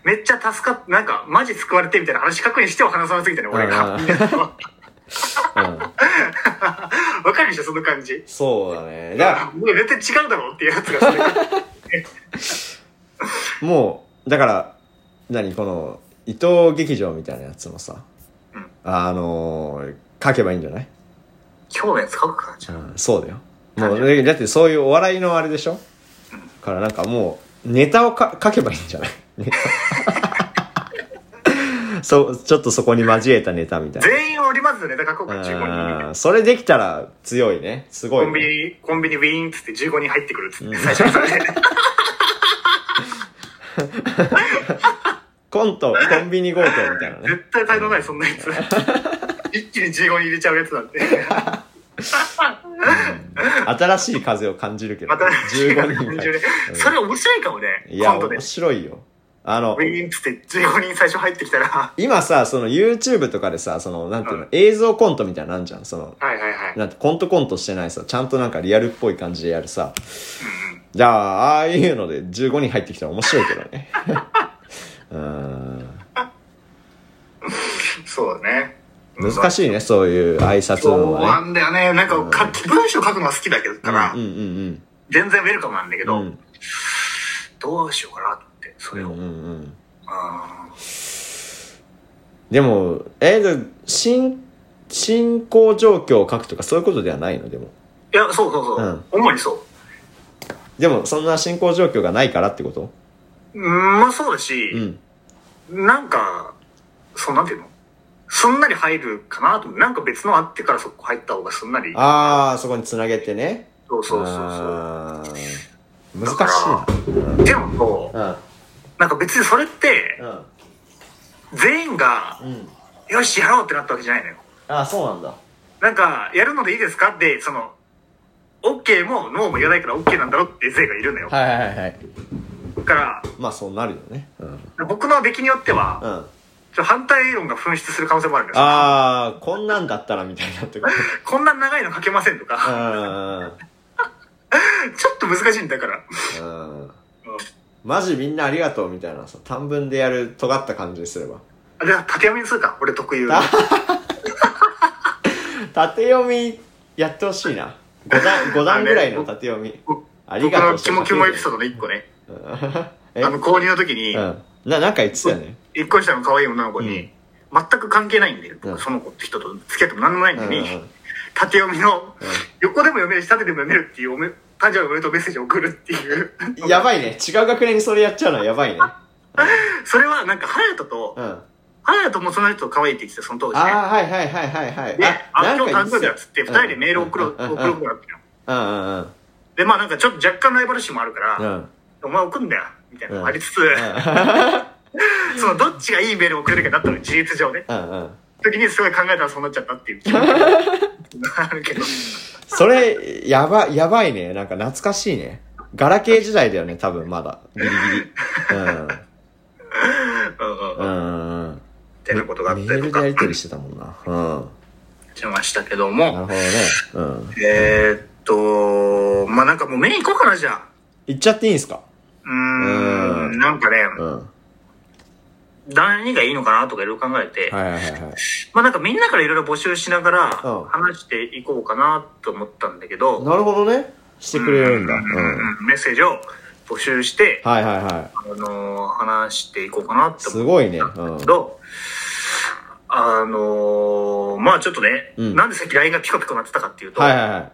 [SPEAKER 2] めっちゃ助かっなんか、マジ救われてみたいな話確認しても話さなすぎたね、俺が。
[SPEAKER 1] う
[SPEAKER 2] わ
[SPEAKER 1] んうん。
[SPEAKER 2] かるでしょ、その感じ。
[SPEAKER 1] そうだね。だか
[SPEAKER 2] もう絶対違うだろうっていうやつがそれ。
[SPEAKER 1] ら、もう、だから、何この、伊藤劇場みたいなやつもさ
[SPEAKER 2] うん、
[SPEAKER 1] あのー、書けばいいんじゃない
[SPEAKER 2] 今日のやつ書くか、じゃあ
[SPEAKER 1] うん、そうだよ。も
[SPEAKER 2] は
[SPEAKER 1] う、
[SPEAKER 2] い
[SPEAKER 1] だだってそういうお笑いのあれでしょからなんかもう、ネタをか書けばいいんじゃない ネタそう、ちょっとそこに交えたネタみたいな。
[SPEAKER 2] 全員を織り交ぜてネタ書こうか、15人。
[SPEAKER 1] うんそれできたら強いね。すご
[SPEAKER 2] コ
[SPEAKER 1] い、
[SPEAKER 2] ンビ
[SPEAKER 1] ね。
[SPEAKER 2] ニ、コンビニウィーンっつって15人入ってくるっつって、最初にそれで。
[SPEAKER 1] コント、コンビニ強盗みたいなね。
[SPEAKER 2] 絶対才能ない、そんなや つ。一気に15人入れちゃうやつなんて。
[SPEAKER 1] 新しい風を感じるけど、
[SPEAKER 2] また、
[SPEAKER 1] 15人が
[SPEAKER 2] 20
[SPEAKER 1] うん
[SPEAKER 2] それ面白いかもね、
[SPEAKER 1] い
[SPEAKER 2] コ
[SPEAKER 1] や
[SPEAKER 2] ントで
[SPEAKER 1] 面。白いよあの
[SPEAKER 2] ウィーンっつって15人最初入ってきたら、は
[SPEAKER 1] 今さその YouTube とかでさそのなんていうの、
[SPEAKER 2] うん
[SPEAKER 1] 映像コントみたいなのあんじゃんその
[SPEAKER 2] いはいはい。
[SPEAKER 1] なんてコントコントしてないさちゃんとなんかリアルっぽい感じでやるさじゃあああいうので15人入ってきたら面白いけどね うーん
[SPEAKER 2] そうだね。
[SPEAKER 1] 難しいねそういう挨拶
[SPEAKER 2] そう
[SPEAKER 1] の
[SPEAKER 2] な
[SPEAKER 1] はね
[SPEAKER 2] んだよね。なんか、か文章書くのは好きだけど、から
[SPEAKER 1] うん、うん
[SPEAKER 2] 全然ウェルカムなんだけ
[SPEAKER 1] うんう
[SPEAKER 2] ど、
[SPEAKER 1] ん
[SPEAKER 2] どうしようかなって、それを。
[SPEAKER 1] うんうん
[SPEAKER 2] あ
[SPEAKER 1] でもえで進進行状況を書くとかそういうことではないのでも。
[SPEAKER 2] ーいや、そうそうそううん主にそ
[SPEAKER 1] でもそんな進行状況がないからってこと
[SPEAKER 2] う。うんまあそうだ
[SPEAKER 1] う
[SPEAKER 2] し、
[SPEAKER 1] ん
[SPEAKER 2] なんか、そうなんていうのすんなり入るかなと思う。なんか別のあってからそこ入った方がすんなり。
[SPEAKER 1] ああそこにつなげてね
[SPEAKER 2] そうそうそうそう。
[SPEAKER 1] あー
[SPEAKER 2] だ
[SPEAKER 1] 難
[SPEAKER 2] から
[SPEAKER 1] し
[SPEAKER 2] でもこ
[SPEAKER 1] いな
[SPEAKER 2] う、なんか別にそれって
[SPEAKER 1] う、ん
[SPEAKER 2] 全員が、
[SPEAKER 1] うんうん
[SPEAKER 2] よし、やろうってなったわけじゃないのよ。
[SPEAKER 1] ああそうなんだ
[SPEAKER 2] なんか、やるのでいいですかって、その、OK も NO も言わないから OK なんだろっていう勢がいるのよ。
[SPEAKER 1] はいはいはいはい
[SPEAKER 2] だか
[SPEAKER 1] まあそうなるよねうん、うん、
[SPEAKER 2] ら、僕の出来によっては、
[SPEAKER 1] あ
[SPEAKER 2] ちょ反対論が噴出する可能性もあるんですよ。
[SPEAKER 1] あーこんなんだったらみたいなってこと
[SPEAKER 2] こんな長いの書けませんと
[SPEAKER 1] う
[SPEAKER 2] か、
[SPEAKER 1] ん
[SPEAKER 2] ちょっと難しいんだから。
[SPEAKER 1] うんうんマジみんなありがとうみたいなさ短文でやる尖った感じにす れば
[SPEAKER 2] あじゃあ、縦読みにするか、俺特有の。
[SPEAKER 1] あ縦読みやってほしいな5段五段ぐらいの縦読み
[SPEAKER 2] 僕
[SPEAKER 1] あり
[SPEAKER 2] 僕
[SPEAKER 1] がとう
[SPEAKER 2] のキモキモエピソードの1個ね、
[SPEAKER 1] ードえ
[SPEAKER 2] あの、購入の時に
[SPEAKER 1] う、んななんか言ってたよね
[SPEAKER 2] 1個下の可愛い女の子
[SPEAKER 1] うん
[SPEAKER 2] に、全く関係ないんで、
[SPEAKER 1] うん
[SPEAKER 2] 僕その子って人と付き合っても何もないの
[SPEAKER 1] うん
[SPEAKER 2] に
[SPEAKER 1] うんうん、
[SPEAKER 2] 縦読み
[SPEAKER 1] う
[SPEAKER 2] の
[SPEAKER 1] ん、
[SPEAKER 2] 横でも読めるし、縦でも読めるっていうおめ、誕生日おめでとうメッセージを送るっていう。
[SPEAKER 1] やばいね。違う学年にそれやっちゃうのはやばいね。
[SPEAKER 2] それはなんか、隼人と
[SPEAKER 1] う、ん。あ
[SPEAKER 2] 隼人もその人可愛いって言ってた、その
[SPEAKER 1] あ
[SPEAKER 2] 当時ね。
[SPEAKER 1] ー、はいはいはいはいはい。
[SPEAKER 2] で、あ、今日
[SPEAKER 1] なん
[SPEAKER 2] 誕
[SPEAKER 1] か言
[SPEAKER 2] 生日
[SPEAKER 1] て
[SPEAKER 2] だっつって、二人でメールを送ろう、
[SPEAKER 1] うん
[SPEAKER 2] 送
[SPEAKER 1] うん
[SPEAKER 2] ろうってなったのよ。
[SPEAKER 1] たうんうんうん。
[SPEAKER 2] で、まあなんかちょっと若干ライバル心もあるか
[SPEAKER 1] う
[SPEAKER 2] ら、
[SPEAKER 1] ん。
[SPEAKER 2] お前送んだよ、みたいなのもありつつ、そのどっちがいいメールを送れるかだったのよ、事実上ね。
[SPEAKER 1] うんうん。
[SPEAKER 2] 時にすごい考えたらそうなっちゃったっていう 気分があるけど。
[SPEAKER 1] それ、やば、やばいね。なんか懐かしいね。ガラケー時代だよね、多分まだ。ギリギリ。うん。
[SPEAKER 2] うんう
[SPEAKER 1] う
[SPEAKER 2] んうん。っ
[SPEAKER 1] んうん。
[SPEAKER 2] てなことがあっ
[SPEAKER 1] メ
[SPEAKER 2] たり
[SPEAKER 1] ー
[SPEAKER 2] と
[SPEAKER 1] ルでや
[SPEAKER 2] か
[SPEAKER 1] りとりしてたもんな。うん。
[SPEAKER 2] しましたけど
[SPEAKER 1] なるほど
[SPEAKER 2] も。
[SPEAKER 1] ね。うん。
[SPEAKER 2] えーっと、まあなんかもうメイン行こうかな、じゃあ。
[SPEAKER 1] 行っちゃっていいんすか
[SPEAKER 2] うー
[SPEAKER 1] うん
[SPEAKER 2] ん、なんかね、
[SPEAKER 1] うん。は
[SPEAKER 2] 何がいいのかなとかいろいろ考えて
[SPEAKER 1] い、はいはいはい。
[SPEAKER 2] まあなんかみんなからいろいろ募集しながら
[SPEAKER 1] うん
[SPEAKER 2] 話していこうかなと思ったんだけど、
[SPEAKER 1] なるほどね。してくれるんだ。う。
[SPEAKER 2] うんんメッセージを募集して、
[SPEAKER 1] はいはいは
[SPEAKER 2] あのー話していこうかなって
[SPEAKER 1] い。す
[SPEAKER 2] 思っ
[SPEAKER 1] ごいね。
[SPEAKER 2] た
[SPEAKER 1] うん
[SPEAKER 2] だ
[SPEAKER 1] ん
[SPEAKER 2] け。ど、あのーまあちょっとね、
[SPEAKER 1] うん
[SPEAKER 2] なんでさっき LINE がピコピコなってたかっていうと、
[SPEAKER 1] はいはいはい。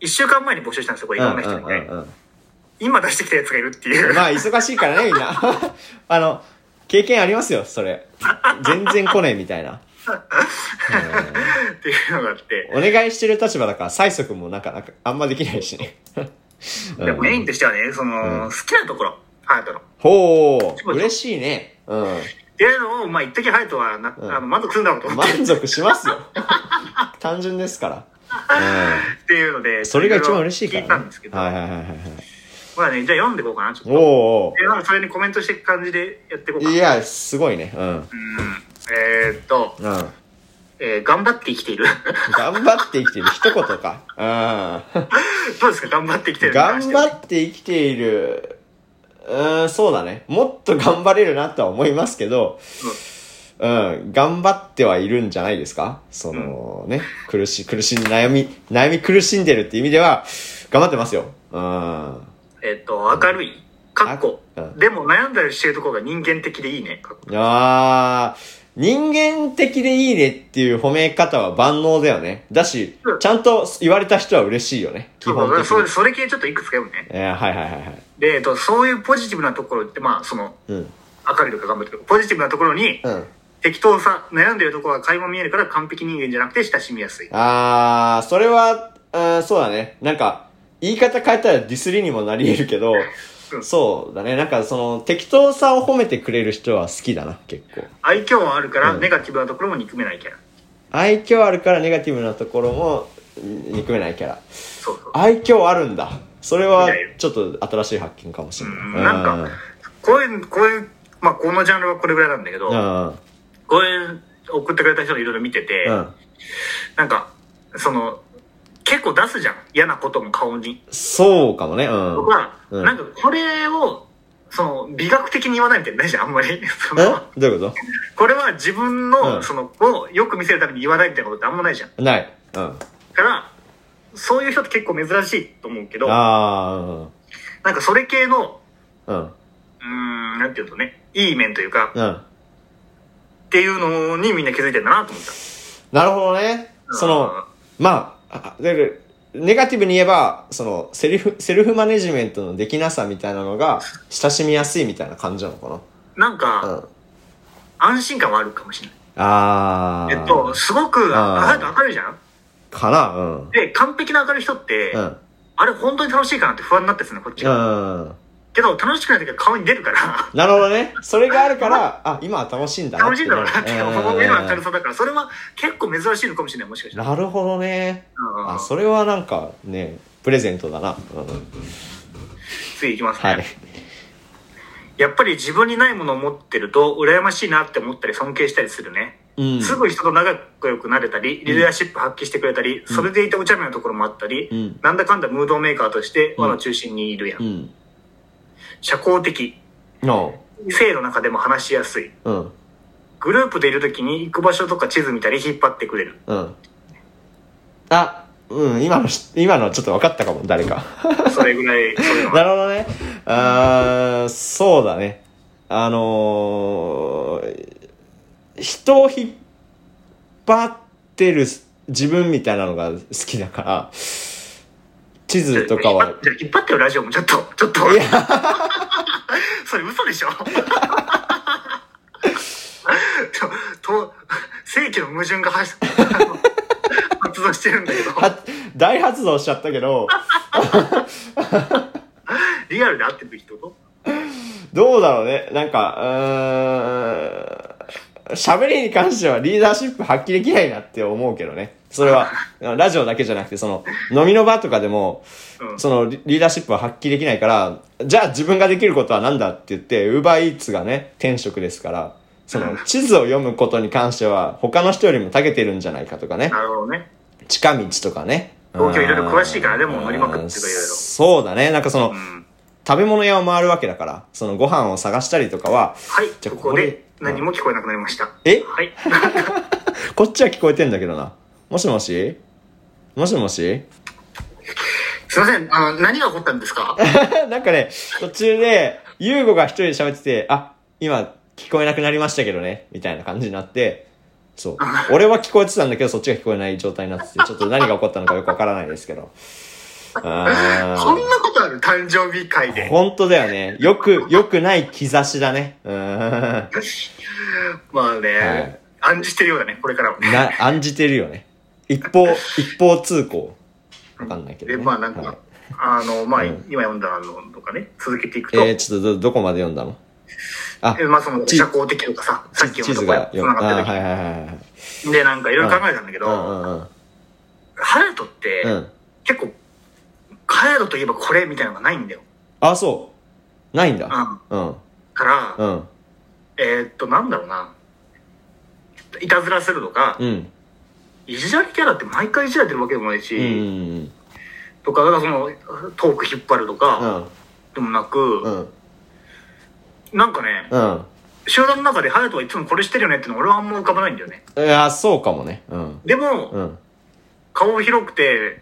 [SPEAKER 2] 一週間前に募集したんですよ、これいろんな人にね。
[SPEAKER 1] うんうんうん
[SPEAKER 2] 今出してきたやつがいるって いう。
[SPEAKER 1] まあ忙しいからねみんな あの経験ありますよそれ全然来ねえみたいな、
[SPEAKER 2] っていうのがあって。
[SPEAKER 1] うんお願いしてる立場だから催促もなんかなんかあんまできないしね、 う
[SPEAKER 2] でもメイン
[SPEAKER 1] ん、
[SPEAKER 2] としてはね、その、好きなところ、ハヤトの。っ
[SPEAKER 1] ほう嬉しいねうん
[SPEAKER 2] ていうのを、まあ一時ハヤトはな、
[SPEAKER 1] うん
[SPEAKER 2] あの満足するんだろうと思って、
[SPEAKER 1] 満足します よ単純ですから、
[SPEAKER 2] っていうの
[SPEAKER 1] う
[SPEAKER 2] で、
[SPEAKER 1] ん、それが一番嬉しいから、ね、
[SPEAKER 2] 聞いたんですけど、
[SPEAKER 1] はいはいはいはいはい
[SPEAKER 2] まあね、じゃあ読んでいこうかな、ちょっと。
[SPEAKER 1] おーお
[SPEAKER 2] でなんかそれにコメントしていく感じでやっていこうか
[SPEAKER 1] ー
[SPEAKER 2] な。
[SPEAKER 1] いやすごいねうん
[SPEAKER 2] うんえーっと、
[SPEAKER 1] うん
[SPEAKER 2] ええー頑張って生きている。
[SPEAKER 1] 頑張って生きている。一言か。ああ。
[SPEAKER 2] どうですか頑張って生きているに関
[SPEAKER 1] 頑
[SPEAKER 2] して
[SPEAKER 1] 張って生きている。うーん、そうだね。もっと頑張れるなとは思いますけど、うん、頑張ってはいるんじゃないですかそのね、苦しい、苦しい、悩み、悩み苦しんでるって意味では、頑張ってますよ。うん。
[SPEAKER 2] えっと、明るい。かっこ
[SPEAKER 1] あうん。
[SPEAKER 2] でも悩んだりしてるところが人間的でいいね。かっこ
[SPEAKER 1] あー、人間的でいいねっていう褒め方は万能だよね。だし
[SPEAKER 2] う、ん
[SPEAKER 1] ちゃんと言われた人は嬉しいよね。基本的に。
[SPEAKER 2] そうそれ系ちょっといくつか読むね。
[SPEAKER 1] えーはいはいはいはい。
[SPEAKER 2] で、えっと、そういうポジティブなところって、まあ、その、
[SPEAKER 1] うん。
[SPEAKER 2] 明るいとか頑張ってる。ポジティブなところに、
[SPEAKER 1] うん。
[SPEAKER 2] 適当さ、悩んでるところが垣間見えるから完璧人間じゃなくて親しみやすい。
[SPEAKER 1] あー、それは、うん、そうだね。なんか、言い方変えたらディスりにもなり得るけど、
[SPEAKER 2] うん
[SPEAKER 1] そうだね。なんかその、適当さを褒めてくれる人は好きだな、結構。
[SPEAKER 2] 愛嬌はあるから、
[SPEAKER 1] うん
[SPEAKER 2] ネガティブなところも憎めないキャラ。
[SPEAKER 1] 愛嬌あるからネガティブなところも、憎めないキャラ。
[SPEAKER 2] そうそう。
[SPEAKER 1] 愛嬌あるんだ。それはい
[SPEAKER 2] やいや、
[SPEAKER 1] ちょっと新しい発見かもしれない。
[SPEAKER 2] うんなんかこういう、こういう、まあ、このジャンルはこれぐらいなんだけど、
[SPEAKER 1] うん。
[SPEAKER 2] こういう、送ってくれた人のいろいろ見てて、
[SPEAKER 1] うん。
[SPEAKER 2] なんか、その、結構出すじゃん。嫌なことも顔に。
[SPEAKER 1] そうかもね。うん。
[SPEAKER 2] 僕は、
[SPEAKER 1] うん
[SPEAKER 2] なんかこれを、その、美学的に言わないみたいなのないじゃん、あん まり。そ
[SPEAKER 1] え
[SPEAKER 2] の
[SPEAKER 1] どういうこ
[SPEAKER 2] これは自分の、
[SPEAKER 1] うん
[SPEAKER 2] その、をよく見せるために言わないみたいなことってあんまないじゃん。
[SPEAKER 1] とない。うん。
[SPEAKER 2] だから、そういう人って結構珍しいと思うけど、な
[SPEAKER 1] あ
[SPEAKER 2] んかそれ系の、
[SPEAKER 1] あ、うん。
[SPEAKER 2] うーん、なんていうとね、いい面というか、
[SPEAKER 1] うん。うん。
[SPEAKER 2] っていうのにみんな気づいてんだなと思った。
[SPEAKER 1] なるほどね。その、まあ、あだからネガティブに言えば、その、セルフ、セルフマネジメントのできなさみたいなのが、親しみやすいみたいな感じなのか
[SPEAKER 2] なん
[SPEAKER 1] な。う
[SPEAKER 2] か、
[SPEAKER 1] ん。
[SPEAKER 2] 安心感はあるかもしれない。
[SPEAKER 1] ああ。
[SPEAKER 2] えっと、、すごく、
[SPEAKER 1] あー
[SPEAKER 2] あ、明るいじゃん
[SPEAKER 1] かなうん。
[SPEAKER 2] で、完璧な明るい人って、
[SPEAKER 1] うん。
[SPEAKER 2] あれ本当に楽しいかなって不安になってですね、こっちが。
[SPEAKER 1] うん。
[SPEAKER 2] けど、楽しくない時は顔に出るから、
[SPEAKER 1] なるほどね。それがあるから、あ、今は楽しいんだなっ
[SPEAKER 2] 楽していん
[SPEAKER 1] な
[SPEAKER 2] だ
[SPEAKER 1] る。
[SPEAKER 2] ろうなって思える明るさだから、それは結構珍しいのかもしれない、もしかしたら。
[SPEAKER 1] なるほどね。
[SPEAKER 2] うん
[SPEAKER 1] あ、それはなんかね、プレゼントだな。うん。
[SPEAKER 2] 次いきますね。
[SPEAKER 1] はい。
[SPEAKER 2] やっぱり自分にないものを持ってると、羨ましいなって思ったり、尊敬したりするね。
[SPEAKER 1] うん。
[SPEAKER 2] すぐ人と長く良くなれたり、リーダーシップ発揮してくれたり、それでいてお茶目なところもあったり、
[SPEAKER 1] うん
[SPEAKER 2] なんだかんだムードメーカーとして
[SPEAKER 1] うん
[SPEAKER 2] 輪の中心にいるやん。
[SPEAKER 1] うん。
[SPEAKER 2] 社交的、
[SPEAKER 1] の、
[SPEAKER 2] 性の中でも話しやすい。
[SPEAKER 1] うん。
[SPEAKER 2] グループでいる時に行く場所とか地図見たり引っ張ってくれる。
[SPEAKER 1] うん。あ、うん、今のし、今のちょっと分かったかも、誰か。
[SPEAKER 2] それぐらい、そういうのが
[SPEAKER 1] なるほどね。あー、そうだね。あのー、人を引っ張ってる自分みたいなのが好きだから、地図とかは、
[SPEAKER 2] じゃあ引っ張ってよ、ラジオも。ちょっと、ちょっと
[SPEAKER 1] いや。
[SPEAKER 2] それ嘘でしょ と、と、正規の矛盾が発 発動してるんだけど、
[SPEAKER 1] は大発動しちゃったけど、
[SPEAKER 2] リアルで会ってる時ってこと
[SPEAKER 1] どうだろうね。なんか、うーん、喋りに関してはリーダーシップ発揮できないなって思うけどね。それは、 ラジオだけじゃなくて、その、飲みの場とかでも、
[SPEAKER 2] うん
[SPEAKER 1] そのリ、リーダーシップは発揮できないから、じゃあ自分ができることは何だって言って、ウーバーイーツがね、転職ですから、その、地図を読むことに関しては、他の人よりも長けてるんじゃないかとかね。
[SPEAKER 2] なるほどね。
[SPEAKER 1] 近道とかね。
[SPEAKER 2] 東京いろいろ詳しいからねもう乗りまくってる
[SPEAKER 1] うん
[SPEAKER 2] いろいろ
[SPEAKER 1] そうだね。なんかその、
[SPEAKER 2] うん。
[SPEAKER 1] 食べ物屋を回るわけだから、そのご飯を探したりとかは、
[SPEAKER 2] はい、
[SPEAKER 1] じゃあ
[SPEAKER 2] ここで何も聞こえなくなりました。
[SPEAKER 1] え
[SPEAKER 2] はい。
[SPEAKER 1] こっちは聞こえてんだけどな。もしもしもしもし
[SPEAKER 2] すいません、あの、何が起こったんですか
[SPEAKER 1] なんかね、途中で、ゆうごが一人で喋ってて、あ、今、聞こえなくなりましたけどね、みたいな感じになって、 そう。俺は聞こえてたんだけど、そっちが聞こえない状態になってて、ちょっと何が起こったのかよくわからないです けど。あ
[SPEAKER 2] こ
[SPEAKER 1] ー
[SPEAKER 2] んなことある誕生日会で。
[SPEAKER 1] 本当だよね。よく、よくない兆しだね。うーん。
[SPEAKER 2] まあ
[SPEAKER 1] はい
[SPEAKER 2] ね、暗示してるようだね、これからもね。
[SPEAKER 1] な、暗示てるよね。一方、一方通行。わかんないけど、ね。
[SPEAKER 2] で、まあなんか、
[SPEAKER 1] はい
[SPEAKER 2] あの、まあ、
[SPEAKER 1] うん
[SPEAKER 2] 今読んだのとかね、続けていくと、
[SPEAKER 1] えー、ちょっとど、どこまで読んだのあ
[SPEAKER 2] え、まあその、
[SPEAKER 1] 地
[SPEAKER 2] 社交的とかさ、さっき
[SPEAKER 1] 地
[SPEAKER 2] 読
[SPEAKER 1] 図
[SPEAKER 2] んだ
[SPEAKER 1] が
[SPEAKER 2] とこ
[SPEAKER 1] 読
[SPEAKER 2] 繋
[SPEAKER 1] む。あ
[SPEAKER 2] が
[SPEAKER 1] ー
[SPEAKER 2] って
[SPEAKER 1] は
[SPEAKER 2] る
[SPEAKER 1] いはいはいはい。
[SPEAKER 2] 時で、なんかいろいろ考えたんだけ
[SPEAKER 1] うんう
[SPEAKER 2] ど、
[SPEAKER 1] んうん。
[SPEAKER 2] ハヤトって、
[SPEAKER 1] うん。
[SPEAKER 2] 結構、ハヤトといえばこれみたいなのがないんだよ。
[SPEAKER 1] あ、そう。ないんだ。
[SPEAKER 2] う
[SPEAKER 1] うん。
[SPEAKER 2] から、
[SPEAKER 1] うん。
[SPEAKER 2] えーっと、なんだろうな。いたずらするとか、
[SPEAKER 1] うん。
[SPEAKER 2] いじられキャラって毎回いじられてるわけでもないし、
[SPEAKER 1] うんうん
[SPEAKER 2] とか、だからその、トーク引っ張ると
[SPEAKER 1] う
[SPEAKER 2] か、
[SPEAKER 1] ん
[SPEAKER 2] でもなく、
[SPEAKER 1] うん
[SPEAKER 2] なんかね、
[SPEAKER 1] うん
[SPEAKER 2] 集団の中で隼人はいつもこれしてるよねっての俺はあんま浮かばないんだよね。
[SPEAKER 1] いやそうかもねうん
[SPEAKER 2] でも、
[SPEAKER 1] うん
[SPEAKER 2] 顔広くて、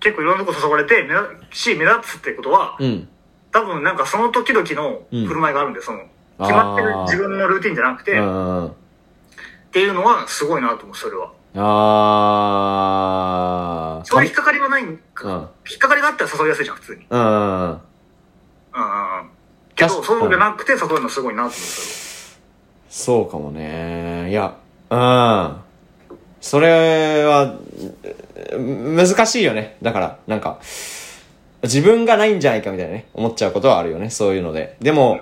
[SPEAKER 2] 結構いろんなとこ誘われて、目立し、目立つってことは、
[SPEAKER 1] うん
[SPEAKER 2] 多分なんかその時々の振る舞いがあるんで、その、決まってる
[SPEAKER 1] あー
[SPEAKER 2] 自分のルーティンじゃなくて、
[SPEAKER 1] う
[SPEAKER 2] っ
[SPEAKER 1] んうん
[SPEAKER 2] ていうのはすごいなと思う、それは。
[SPEAKER 1] あー
[SPEAKER 2] そういう引っかかりがないんか、
[SPEAKER 1] うん
[SPEAKER 2] 引っかかりがあったら誘いやすいじゃん、普通に。
[SPEAKER 1] うんうん
[SPEAKER 2] うんうんうん。け
[SPEAKER 1] 確
[SPEAKER 2] ど、
[SPEAKER 1] かに
[SPEAKER 2] そうじゃなくて誘うのすごいなと思う、そ
[SPEAKER 1] そうかもねいやうんそれはうん難しいよねだからなんか自分がないんじゃないかみたいなね思っちゃうことはあるよねそういうのででも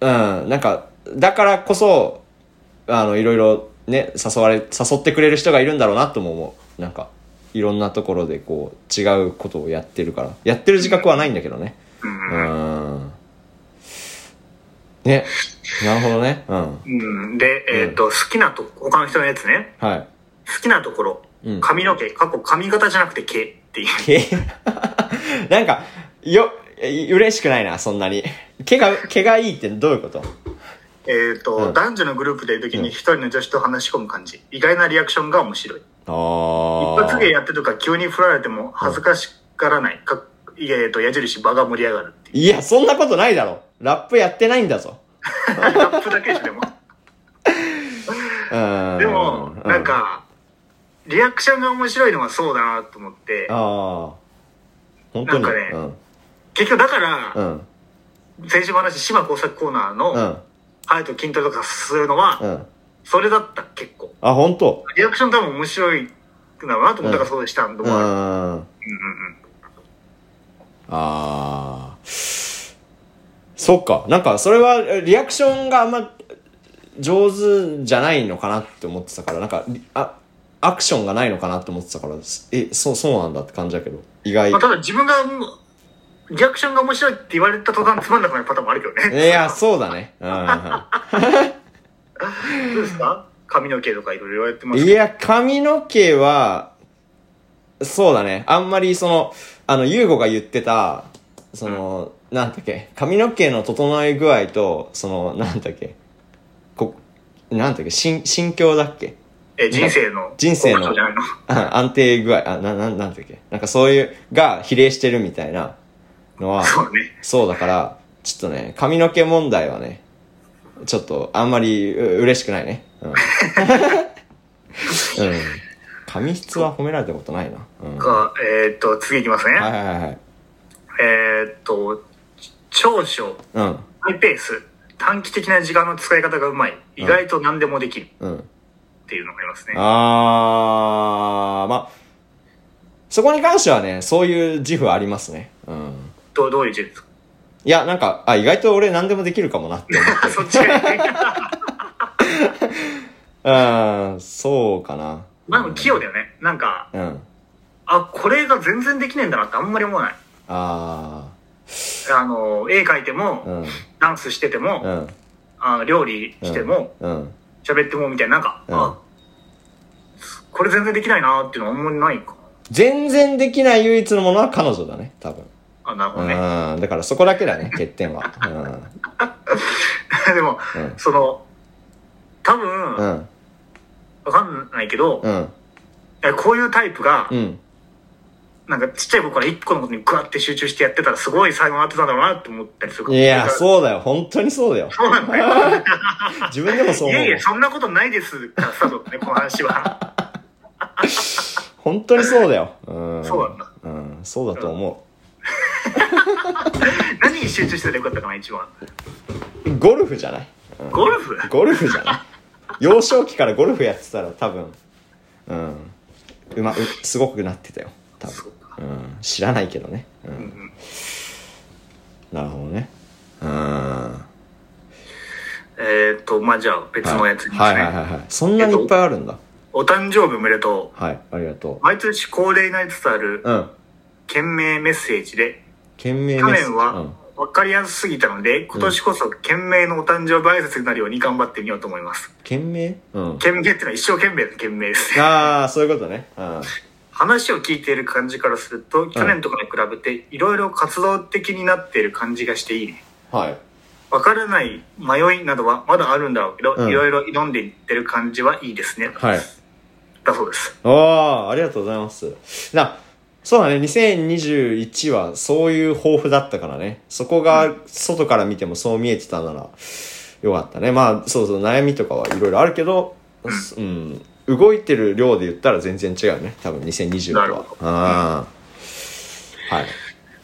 [SPEAKER 1] うんなんかだからこそあのいろいろね誘われ誘ってくれる人がいるんだろうなとも思うなんかいろんなところでこう違うことをやってるからやってる自覚はないんだけどね
[SPEAKER 2] れは。うん
[SPEAKER 1] う。んねなるほどねうん
[SPEAKER 2] うん、で、えっ、と、好きなとこ、他の人のやつね、
[SPEAKER 1] はい。
[SPEAKER 2] 好きなところ、
[SPEAKER 1] うん
[SPEAKER 2] 髪の毛、過去髪型じゃなくて毛っていう。
[SPEAKER 1] 毛 なんか、よ、え嬉しくないな、そんなに。毛が、毛がいいってどういうこと
[SPEAKER 2] えっ、と、
[SPEAKER 1] うん
[SPEAKER 2] 男女のグループでいる時に一人の女子と話し込む感じ。意外なリアクションが面白い。一
[SPEAKER 1] あ
[SPEAKER 2] 発芸やってとか急に振られても恥ずかしがらない。かいやえっ、と、矢印場が盛り上がるってい
[SPEAKER 1] いや、そんなことないだろ。ラップやってないんだぞ。
[SPEAKER 2] う。ラップだけしても。
[SPEAKER 1] うん。
[SPEAKER 2] でも、
[SPEAKER 1] う
[SPEAKER 2] なん、か、リアクションが面白いのはそうだなと思って、
[SPEAKER 1] ああ。本当に。
[SPEAKER 2] なんかね
[SPEAKER 1] うん。
[SPEAKER 2] 結局だから、
[SPEAKER 1] うん。
[SPEAKER 2] 先週も話した島工作コーナー
[SPEAKER 1] う
[SPEAKER 2] の、
[SPEAKER 1] ん。
[SPEAKER 2] ハヤト筋トレとかするのは、
[SPEAKER 1] うん。
[SPEAKER 2] それだった、結構。
[SPEAKER 1] あ、本当
[SPEAKER 2] リアクション多分面白いだろうなと思ったからそうでしたんで
[SPEAKER 1] うん。
[SPEAKER 2] もある
[SPEAKER 1] あ
[SPEAKER 2] うんうん
[SPEAKER 1] あー。そっか。なんか、それは、えリアクションがあんま、上手じゃないのかなって思ってたから、なんか、リあ、アクションがないのかなって思ってたから、すえ、そう、そうなんだって感じだけど、意
[SPEAKER 2] う
[SPEAKER 1] 外
[SPEAKER 2] ん。まあ、。ただ自分が、リアクションが面白いって言われた途端つまんなくなるパターンもあるけど
[SPEAKER 1] い
[SPEAKER 2] ね。
[SPEAKER 1] や、そうだね。う
[SPEAKER 2] どうですか髪の毛とかいろいろやってま
[SPEAKER 1] ん。
[SPEAKER 2] す
[SPEAKER 1] い
[SPEAKER 2] けど。
[SPEAKER 1] や、髪の毛は、そうだね。あんまり、その、あの、ゆうごが言ってた、その、なんだっけ、髪の毛の整え具合と、その、なんだっけ、こ、なんだっけ、心、心境だっけ
[SPEAKER 2] え人生の。
[SPEAKER 1] 人生の
[SPEAKER 2] じゃないの。
[SPEAKER 1] あ安定具合、あ、な、な、なんていうっけなんかそういう、が比例してるみたいなの は、
[SPEAKER 2] そうね。
[SPEAKER 1] そうだから、ちょっとね、髪の毛問題はね、ちょっとあんまりう嬉しくないね。 うん。うん、髪質は褒められたことないな。うん。は
[SPEAKER 2] かえーっと、次いきますね。
[SPEAKER 1] いはいはいはい。
[SPEAKER 2] えーっと、長所、
[SPEAKER 1] うん。
[SPEAKER 2] ハイペース、短期的な時間の使い方がうまい。意外と何でもできる
[SPEAKER 1] うん。
[SPEAKER 2] っていうのがありますね。
[SPEAKER 1] あー、まあ、そこに関してはね、そういう自負はありますね。うん。
[SPEAKER 2] どうどういう字ですか
[SPEAKER 1] いや、なんか、あ、意外と俺何でもできるかもなって思って
[SPEAKER 2] あ、 そっちがいい。
[SPEAKER 1] うん、そうかな。
[SPEAKER 2] まあでも器用だよね。なんか、
[SPEAKER 1] うん。
[SPEAKER 2] あ、これが全然できねえんだなってあんまり思わない。
[SPEAKER 1] あ
[SPEAKER 2] あの、絵描いて
[SPEAKER 1] あ、
[SPEAKER 2] も、
[SPEAKER 1] うん、
[SPEAKER 2] ダンスしてても、
[SPEAKER 1] うん、
[SPEAKER 2] あ料理しても、
[SPEAKER 1] うん。
[SPEAKER 2] 喋ってもみたいな、なんか、
[SPEAKER 1] うん
[SPEAKER 2] あ、これ全然できないなっていうのはあんまりないか
[SPEAKER 1] 全然できない唯一のものは彼女だね、多分。
[SPEAKER 2] な。あ、なるほ
[SPEAKER 1] う
[SPEAKER 2] ど
[SPEAKER 1] ん、
[SPEAKER 2] ね。
[SPEAKER 1] だからそこだけ だね、欠点は。
[SPEAKER 2] でも、
[SPEAKER 1] うん、うん、
[SPEAKER 2] その、多分、
[SPEAKER 1] う
[SPEAKER 2] わ
[SPEAKER 1] ん、
[SPEAKER 2] かんないけど、
[SPEAKER 1] うん、
[SPEAKER 2] えこういうタイプが、
[SPEAKER 1] うん。
[SPEAKER 2] なんかちっちゃい頃から一個のことにグワって集中してやってたらすごい才能あってたんだろうなって思ったりするか
[SPEAKER 1] い
[SPEAKER 2] ら
[SPEAKER 1] や、そうだよ、本当にそうだよ。
[SPEAKER 2] そうなんだよ。
[SPEAKER 1] 自分でもそう
[SPEAKER 2] い
[SPEAKER 1] 思う
[SPEAKER 2] やい
[SPEAKER 1] もん
[SPEAKER 2] や、。そんなことないですからスタートだね、この 話は。
[SPEAKER 1] 本当にそうだよ。うん。
[SPEAKER 2] そうなんだ。
[SPEAKER 1] うん、そうだと思
[SPEAKER 2] 何に集中してたらよかったかな、一番。
[SPEAKER 1] う。ゴルフじゃない
[SPEAKER 2] ゴルフ
[SPEAKER 1] ゴルフじゃない幼少期からゴルフやってたら多分、うん、うま、うすごくなってたよ。多分
[SPEAKER 2] そう。か
[SPEAKER 1] うん、知らないけどね。うん
[SPEAKER 2] うんうん
[SPEAKER 1] なるほどね。うん。は
[SPEAKER 2] えーっと、まあじゃあ
[SPEAKER 1] い
[SPEAKER 2] 別の
[SPEAKER 1] は
[SPEAKER 2] や
[SPEAKER 1] い
[SPEAKER 2] つにですね。
[SPEAKER 1] はいはい。そんなにいっぱいあるんだ。
[SPEAKER 2] お誕生日おめでと
[SPEAKER 1] はい、ありがと
[SPEAKER 2] う。毎年恒例になりつつある
[SPEAKER 1] う。うん。
[SPEAKER 2] 懸命メッセージで、
[SPEAKER 1] 懸命メ
[SPEAKER 2] 去
[SPEAKER 1] ッセージ
[SPEAKER 2] 年はわかりやすすぎたので、今年こそ懸命のお誕生日挨拶になるように頑張ってみようと思います。
[SPEAKER 1] 懸命うん。
[SPEAKER 2] 懸命っていうのは一生懸命の懸命ですね。
[SPEAKER 1] ああ、そういうことね。うん。
[SPEAKER 2] 話を聞いている感じからすると、去年とかに比べていろいろ活動的になっている感じがしていいね。
[SPEAKER 1] はい。
[SPEAKER 2] わからない迷いなどはまだあるんだろうけど、
[SPEAKER 1] うん
[SPEAKER 2] いろいろ挑んでいってる感じはいいですね。
[SPEAKER 1] はい。
[SPEAKER 2] だそうです。
[SPEAKER 1] ああ、ありがとうございます。な、そうだね、2021はそういう抱負だったからね。そこが外から見てもそう見えてたなら、よかったね。まあ、そうそう、悩みとかはいろいろあるけど、うん、動いてる量で言ったら全然違うね。多分2020とは。
[SPEAKER 2] なるほど
[SPEAKER 1] ああ。はい。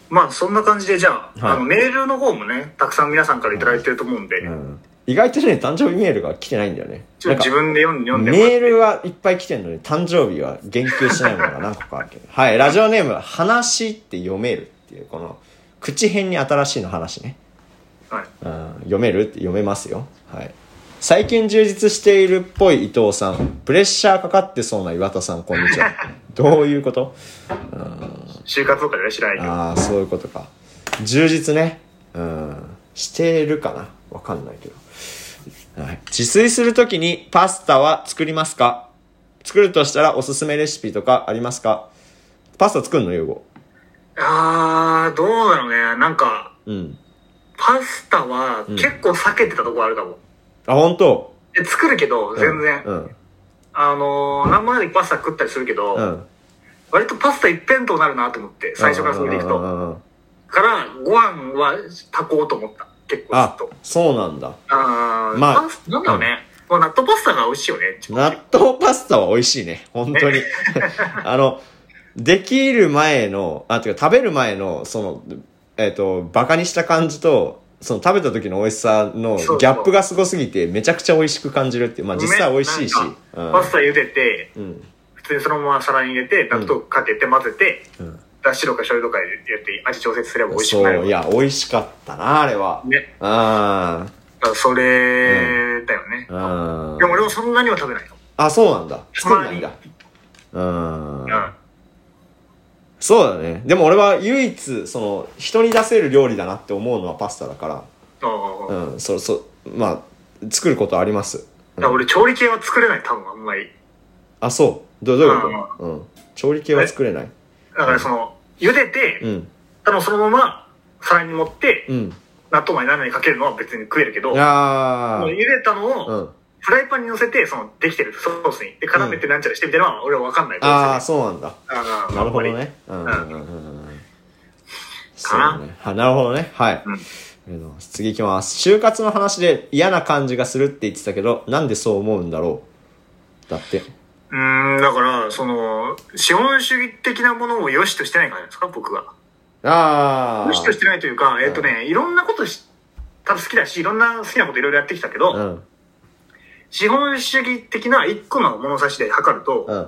[SPEAKER 2] まあそんな感じでじゃあ、
[SPEAKER 1] はい
[SPEAKER 2] あのメールの方もね、たくさん皆さんからいただいてると思うんで、
[SPEAKER 1] うん。意外とね、誕生日メールが来てないんだよね。
[SPEAKER 2] ちょっと自分で読んで読んでもらっ
[SPEAKER 1] メ
[SPEAKER 2] て
[SPEAKER 1] ールはいっぱい来てるのに、誕生日は言及しないものが何個かある けど。はい、ラジオネーム、話って読めるっていう、この、口編に新しいの話ね。
[SPEAKER 2] はい、
[SPEAKER 1] うん、読めるって読めますよ。はい。最近充実しているっぽい伊藤さん。プレッシャーかかってそうな岩田さん、こんにちは。 どういうこと
[SPEAKER 2] 就活とかでね知らないけど
[SPEAKER 1] ああ、そういうことか。充実ね。うん。してるかなわかんないけど。はい、自炊するときにパスタは作りますか作るとしたらおすすめレシピとかありますかパスタ作るの、ゆうご。
[SPEAKER 2] あーどうだろうねなんか
[SPEAKER 1] うん。
[SPEAKER 2] パスタは結構避けてたとこあるかも、
[SPEAKER 1] あ、ほんと
[SPEAKER 2] で作るけど全然、
[SPEAKER 1] うん。
[SPEAKER 2] あのー、何もないでパスタ食ったりするけど、
[SPEAKER 1] うん。
[SPEAKER 2] 割とパスタ一辺倒になるなと思って最初からそれでいく
[SPEAKER 1] うんう
[SPEAKER 2] と
[SPEAKER 1] んうんうん
[SPEAKER 2] からご飯は炊こうと思った結構ず
[SPEAKER 1] あ
[SPEAKER 2] っと、
[SPEAKER 1] そうなんだ。
[SPEAKER 2] あー
[SPEAKER 1] まあ
[SPEAKER 2] パスなんだろうね、まあ、納豆パスタが美味しいよね
[SPEAKER 1] 納豆パスタは美味しいね。本 当に。あの、できる前の、あ、てか食べる前の、その、えっ、と、バカにした感じと、その食べた時の美味しさのギ
[SPEAKER 2] そうそう
[SPEAKER 1] ャップがすごすぎて、めちゃくちゃ美味しく感じるっていう。まあ実際美味しいし。
[SPEAKER 2] なんか
[SPEAKER 1] うん
[SPEAKER 2] パスタ茹でて
[SPEAKER 1] うん。
[SPEAKER 2] 普通にそのまま皿に入れて納豆かけて混ぜて、
[SPEAKER 1] うん
[SPEAKER 2] だしとか醤油とかやって味調節すれば美味しくなる
[SPEAKER 1] そう、いや、美味しかったな、あれは。
[SPEAKER 2] ね
[SPEAKER 1] あ
[SPEAKER 2] だからそれだよね、
[SPEAKER 1] あ、うん
[SPEAKER 2] でも俺もそんなには食べないの
[SPEAKER 1] あ、そうなんだ。
[SPEAKER 2] つ
[SPEAKER 1] 作ん
[SPEAKER 2] ま
[SPEAKER 1] ないん
[SPEAKER 2] り
[SPEAKER 1] だ。うん
[SPEAKER 2] う。ん
[SPEAKER 1] そうだね。でも俺は唯一、その、人に出せる料理だなって思うのはパスタだから。
[SPEAKER 2] ああ
[SPEAKER 1] うん、そうそう、まあ、作ることあります。
[SPEAKER 2] だから俺調理系は作れない多分あんまり
[SPEAKER 1] あ、そう。どどういうことうん。調理系は作れない。
[SPEAKER 2] だからその茹でて、
[SPEAKER 1] うん。
[SPEAKER 2] 多分そのまま皿に盛って、
[SPEAKER 1] うん。
[SPEAKER 2] 納豆まで何にかけるのは別に食えるけど、
[SPEAKER 1] あ
[SPEAKER 2] もう茹でたの
[SPEAKER 1] あ。う
[SPEAKER 2] を
[SPEAKER 1] ん。
[SPEAKER 2] フライパンに乗せて、そのできてるソースにで絡めてなんちゃらしてみたいなのは俺は分かんない
[SPEAKER 1] ああ、そうなんだ。
[SPEAKER 2] あー
[SPEAKER 1] なるほど
[SPEAKER 2] あんまり
[SPEAKER 1] ね。うん。うんうんうんそう
[SPEAKER 2] かな
[SPEAKER 1] ね。はなるほどね。はい。あ
[SPEAKER 2] うん
[SPEAKER 1] りがとうございます次行きます。就活の話で嫌な感じがするって言ってたけど、なんでそう思うんだろうだって。
[SPEAKER 2] うーん、だから、その、資本主義的なものを良しとしてないからですか、僕は。
[SPEAKER 1] ああ。
[SPEAKER 2] 良しとしてないというか、えっ、とね、いろんなことし、多分好きだし、いろんな好きなこといろいろやってきたけど、
[SPEAKER 1] うん。
[SPEAKER 2] 資本主義的な一個の物差しで測ると、
[SPEAKER 1] うん。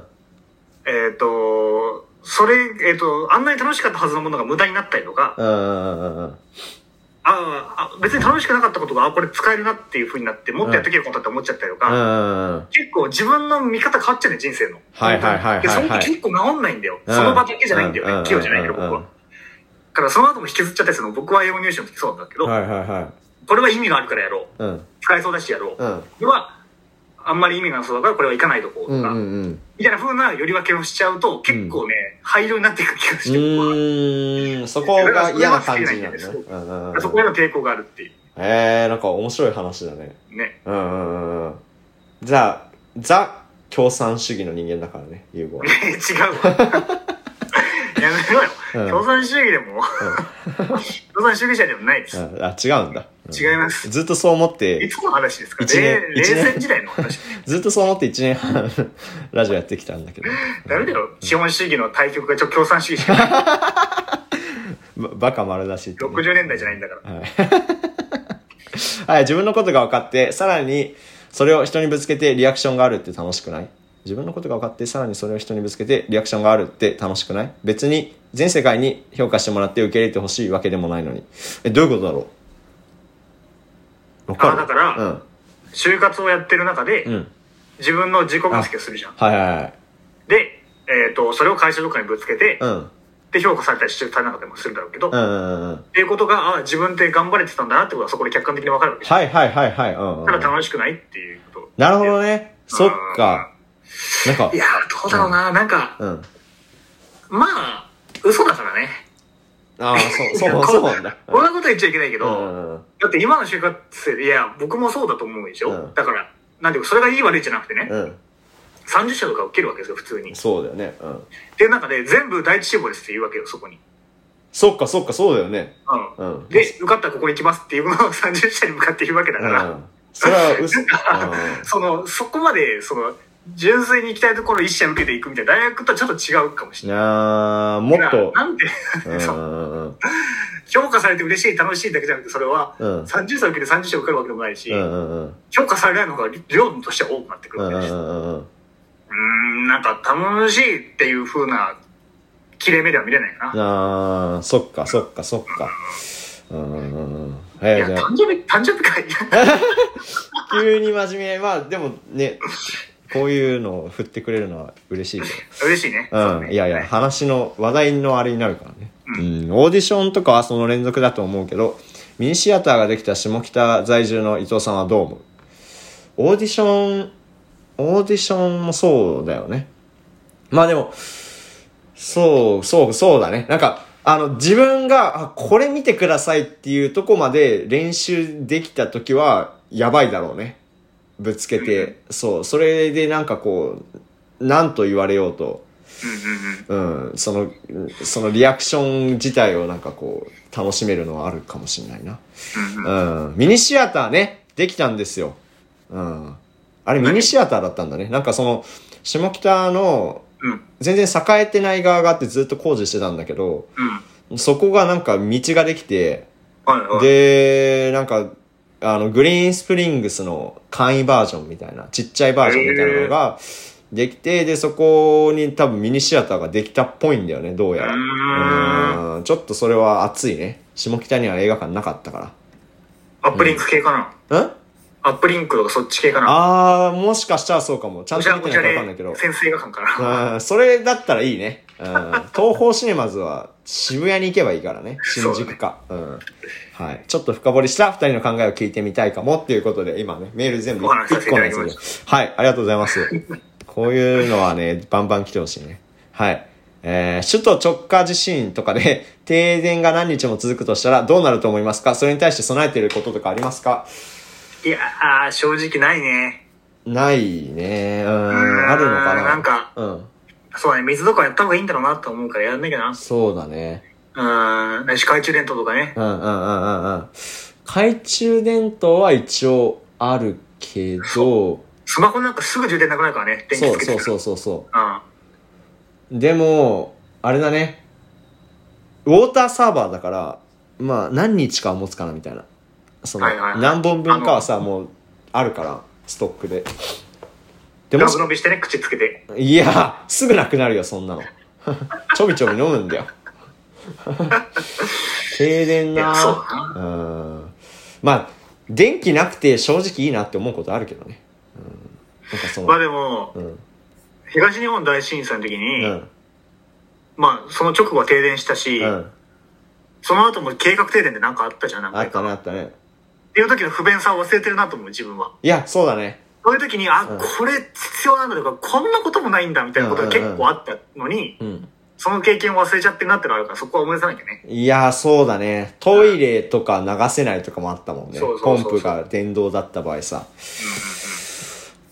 [SPEAKER 2] えっ、と、それ、えっ、と、あんなに楽しかったはずのものが無駄になったりとか、
[SPEAKER 1] うんうんうんうん。
[SPEAKER 2] あーあ、別に楽しくなかったことが、あ、これ使えるなっていうふうになって、もっとやっていけることだって思っちゃった
[SPEAKER 1] う
[SPEAKER 2] りと
[SPEAKER 1] んう
[SPEAKER 2] か、
[SPEAKER 1] んうん。
[SPEAKER 2] 結構自分の見方変わっちゃうね、人生の。
[SPEAKER 1] はいはいはいはいはい
[SPEAKER 2] で、その時結構治んないんだよ。
[SPEAKER 1] うん
[SPEAKER 2] その場だけじゃないんだよ
[SPEAKER 1] うん
[SPEAKER 2] ね。器用じゃないけど、
[SPEAKER 1] うん
[SPEAKER 2] 僕
[SPEAKER 1] うん
[SPEAKER 2] は。だからその後も引きずっちゃったりするの、僕は英語入試の時そうなんだけど、
[SPEAKER 1] はいはいはい。
[SPEAKER 2] これは意味があるからやろう。
[SPEAKER 1] うん。
[SPEAKER 2] 使えそうだしやろう。
[SPEAKER 1] うん。
[SPEAKER 2] これは、あんまり意味がなそうだからこれは行かないとこう
[SPEAKER 1] う
[SPEAKER 2] と
[SPEAKER 1] ん
[SPEAKER 2] か、
[SPEAKER 1] うんうん。
[SPEAKER 2] みたいな風な寄り分けをしちゃうと、結構ね、廃炉になっていく気がし
[SPEAKER 1] う
[SPEAKER 2] て、僕は
[SPEAKER 1] ーん、そこが嫌な感じになるね。
[SPEAKER 2] そう
[SPEAKER 1] うんうんうん
[SPEAKER 2] そこへの抵抗があるってい
[SPEAKER 1] えー、なんか面白い話だね。
[SPEAKER 2] う。ね。
[SPEAKER 1] うんうんうんうん。じゃあ、ザ共産主義の人間だからね、ユーゴは。
[SPEAKER 2] 違うわ。 やめろよ。
[SPEAKER 1] うん
[SPEAKER 2] 共産主義でも、共産主義者でもないです。
[SPEAKER 1] うんあ、違うんだ。うん
[SPEAKER 2] 違います。
[SPEAKER 1] ずっとそう思っ
[SPEAKER 2] い
[SPEAKER 1] て、
[SPEAKER 2] つの話ですか
[SPEAKER 1] 一年
[SPEAKER 2] 冷冷
[SPEAKER 1] 一年
[SPEAKER 2] 戦時代の話。
[SPEAKER 1] ずっとそう思って1年半 ラジオやってきたんだけど。
[SPEAKER 2] ダメだよ。資本主義の対局がちょ共産主義しかない。
[SPEAKER 1] ばバカ丸出しってね、
[SPEAKER 2] 60年代じゃないんだから。
[SPEAKER 1] はい。はい、 自分のことが分かって、さらにそれを人にぶつけてリアクションがあるって楽しくない自分のことが分かって、さらにそれを人にぶつけてリアクションがあるって楽しくない別に全世界に評価してもらって受け入れてほしいわけでもないのに。え、どういうことだろうわかる
[SPEAKER 2] あだから就活をやってる中で
[SPEAKER 1] うん。う、ん。
[SPEAKER 2] 自分の自己分析をするじゃん。
[SPEAKER 1] はいはいはい。
[SPEAKER 2] で、えっ、と、それを会社とかにぶつけて、
[SPEAKER 1] うん。
[SPEAKER 2] で評価されたりしてるされなかったりもするんだろうけど、
[SPEAKER 1] う
[SPEAKER 2] っ
[SPEAKER 1] んうんうんうん。
[SPEAKER 2] ていうことが、あ自分って頑張れてたんだなってことはそこで客観的に分かるわけじゃん
[SPEAKER 1] はいはいはいはい。うん、うん。
[SPEAKER 2] ただ楽しくないっていうこと。
[SPEAKER 1] なるほどね。そっか。なんか
[SPEAKER 2] い、や、どうだろうな。なんか、
[SPEAKER 1] うん。
[SPEAKER 2] まあ、嘘だからね。
[SPEAKER 1] ああ、そう、そう、そうなんだ。
[SPEAKER 2] こんなこと言っちゃいけないけ
[SPEAKER 1] う
[SPEAKER 2] ど、
[SPEAKER 1] んうん
[SPEAKER 2] だって今の就活生で、いや、僕もそうだと思うでしょ、
[SPEAKER 1] うん
[SPEAKER 2] だから、なんていうか、それがいい悪いじゃなくてね、
[SPEAKER 1] うん。うん。
[SPEAKER 2] 30社とか受けるわけですよ、普通に。っ
[SPEAKER 1] そうだよね。うん。
[SPEAKER 2] ていう中で、全部第一志望ですって言うわけよ、そこに。
[SPEAKER 1] そっかそっか、そうだよね。
[SPEAKER 2] う。
[SPEAKER 1] うんん。
[SPEAKER 2] で、受かったらここに行きますっていうのを30社に向かって言うわけだ
[SPEAKER 1] う
[SPEAKER 2] から、
[SPEAKER 1] ん。それは嘘。うん
[SPEAKER 2] その、そこまで、その、純粋に行きたいところを一社受けていくみたいな大学とはちょっと違うかもし
[SPEAKER 1] い
[SPEAKER 2] れない。
[SPEAKER 1] やー、もっと。
[SPEAKER 2] なんて、
[SPEAKER 1] うんうん
[SPEAKER 2] 評価されて嬉しい、楽しいだけじゃなくて、それは、
[SPEAKER 1] うん。うん。
[SPEAKER 2] 30歳受けて30社受かるわけでもないし、
[SPEAKER 1] うんうんうん。
[SPEAKER 2] 評価されないのが量としては多くなってくる
[SPEAKER 1] う
[SPEAKER 2] わ
[SPEAKER 1] んう
[SPEAKER 2] けだし、
[SPEAKER 1] んうんうん。
[SPEAKER 2] うーん、なんか楽しいっていう風な切れ目では見れないかな。
[SPEAKER 1] あー、そっかそっかそっか。うんうんうんうん。
[SPEAKER 2] い
[SPEAKER 1] え
[SPEAKER 2] や、
[SPEAKER 1] ー、じゃあ
[SPEAKER 2] 誕生日、誕生日会
[SPEAKER 1] 急に真面目。まあ、でもね、こういうのを振ってくれるのは嬉しいけど。
[SPEAKER 2] 嬉しいね。そう
[SPEAKER 1] うん、
[SPEAKER 2] ね
[SPEAKER 1] いやいや、。話の話題のあれになるからね。うん、オーディションとかはその連続だと思うけど、ミニシアターができた下北在住の伊藤さんはどう思うオーディション、オーディションもそうだよね。まあでも、そう、そう、そうだね。なんか、あの、自分が、あ、これ見てくださいっていうとこまで練習できた時は、やばいだろうね。ぶつけて、そう、それでなんかこう、なんと言われようと、うん、その、うんそのリアクション自体をなんかこう、楽しめるのはあるかもしれないな。うん、ミニシアターね、できたんですよ。うん。あれミニシアターだったんだね。なんかその、下北の、
[SPEAKER 2] うん、うん、
[SPEAKER 1] 全然栄えてない側があってずっと工事してたんだけど、
[SPEAKER 2] うん。
[SPEAKER 1] そこがなんか道ができて、
[SPEAKER 2] はい、はい。
[SPEAKER 1] で、なんか、あの、グリーンスプリングスの簡易バージョンみたいな、ちっちゃいバージョンみたいなのができて、で、そこに多分ミニシアターができたっぽいんだよね、どうやら。
[SPEAKER 2] うー
[SPEAKER 1] うんちょっとそれは熱いね。下北には映画館なかったか
[SPEAKER 2] アップリンク系かな、
[SPEAKER 1] ら。ん
[SPEAKER 2] アップリンクとかそっち系かな
[SPEAKER 1] あー、もしかしたらそうかも。ちゃん
[SPEAKER 2] おし
[SPEAKER 1] と
[SPEAKER 2] ゃれ、
[SPEAKER 1] 見
[SPEAKER 2] お
[SPEAKER 1] て
[SPEAKER 2] し
[SPEAKER 1] ない
[SPEAKER 2] ゃ
[SPEAKER 1] かわかんない
[SPEAKER 2] れ
[SPEAKER 1] けど。
[SPEAKER 2] 先生映画館かな
[SPEAKER 1] うん、それだったらいいね。うん、東方シネマズは渋谷に行けばいいからね。新宿か。うん。はい。ちょっと深掘りした二人の考えを聞いてみたいかもっていうことで、今ね、メール全部
[SPEAKER 2] お話しさせ
[SPEAKER 1] 一
[SPEAKER 2] てい
[SPEAKER 1] 個
[SPEAKER 2] た
[SPEAKER 1] な
[SPEAKER 2] だ
[SPEAKER 1] んで
[SPEAKER 2] き
[SPEAKER 1] す
[SPEAKER 2] ま
[SPEAKER 1] よは
[SPEAKER 2] し。
[SPEAKER 1] い。ありがとうございます。こういうのはね、バンバン来てほしいね。はい。えー、首都直下地震とかで停電が何日も続くとしたらどうなると思いますかそれに対して備えていることとかありますか
[SPEAKER 2] いやー、正直ないね。
[SPEAKER 1] ないね。うん。
[SPEAKER 2] う
[SPEAKER 1] あるのかな
[SPEAKER 2] なんか、
[SPEAKER 1] うん。
[SPEAKER 2] そうだね、水とかやった方がいいんだろうなと思うからやんなきゃな。
[SPEAKER 1] そうだね。
[SPEAKER 2] うーん、紫外中電灯とかね。
[SPEAKER 1] うんうんうんうんうん。懐中電灯は一応あるけど、
[SPEAKER 2] スマホなんかすぐ充電なくなるからね、電気
[SPEAKER 1] そ
[SPEAKER 2] つ
[SPEAKER 1] う
[SPEAKER 2] けて
[SPEAKER 1] そう
[SPEAKER 2] う。
[SPEAKER 1] そうそうそ
[SPEAKER 2] うん。
[SPEAKER 1] う。でも、あれだね。ウォーターサーバーだから、まあ何日かは持つかなみたいな。その、
[SPEAKER 2] はいはいはい
[SPEAKER 1] 何本分かはさ、もうあるから、ストックで。でも
[SPEAKER 2] ラブ、伸びしてね、口つけて。
[SPEAKER 1] いや、すぐなくなるよ、そんなの。 ちょびちょび飲むんだ よ。停電
[SPEAKER 2] いや、
[SPEAKER 1] な
[SPEAKER 2] そうだな。
[SPEAKER 1] うんまあ電気なくて正直いいなって思うことあるけどね、うん、なんかその、
[SPEAKER 2] まあでも
[SPEAKER 1] う、ん
[SPEAKER 2] 東日本大震災の時に、
[SPEAKER 1] うん
[SPEAKER 2] まあその直後は停電したし、
[SPEAKER 1] うん
[SPEAKER 2] その後も計画停電でなんかあったじゃん、なん
[SPEAKER 1] あ
[SPEAKER 2] か
[SPEAKER 1] ったねあったね
[SPEAKER 2] っていう時の不便さを忘れてるなと思う、自分は。
[SPEAKER 1] いやそうだね
[SPEAKER 2] そういう時に、あ、
[SPEAKER 1] うん
[SPEAKER 2] これ必要なんだとか、こんなこともないんだみたいなことが結構あったのに、
[SPEAKER 1] うん
[SPEAKER 2] その経験を忘れちゃってるなってのがあるから、そこは思い出さなきゃね。
[SPEAKER 1] いやそうだねトイレとか流せないとかもあったもんね
[SPEAKER 2] そうそ
[SPEAKER 1] ポ
[SPEAKER 2] うそう
[SPEAKER 1] ン
[SPEAKER 2] そう
[SPEAKER 1] プが電動だった場合さ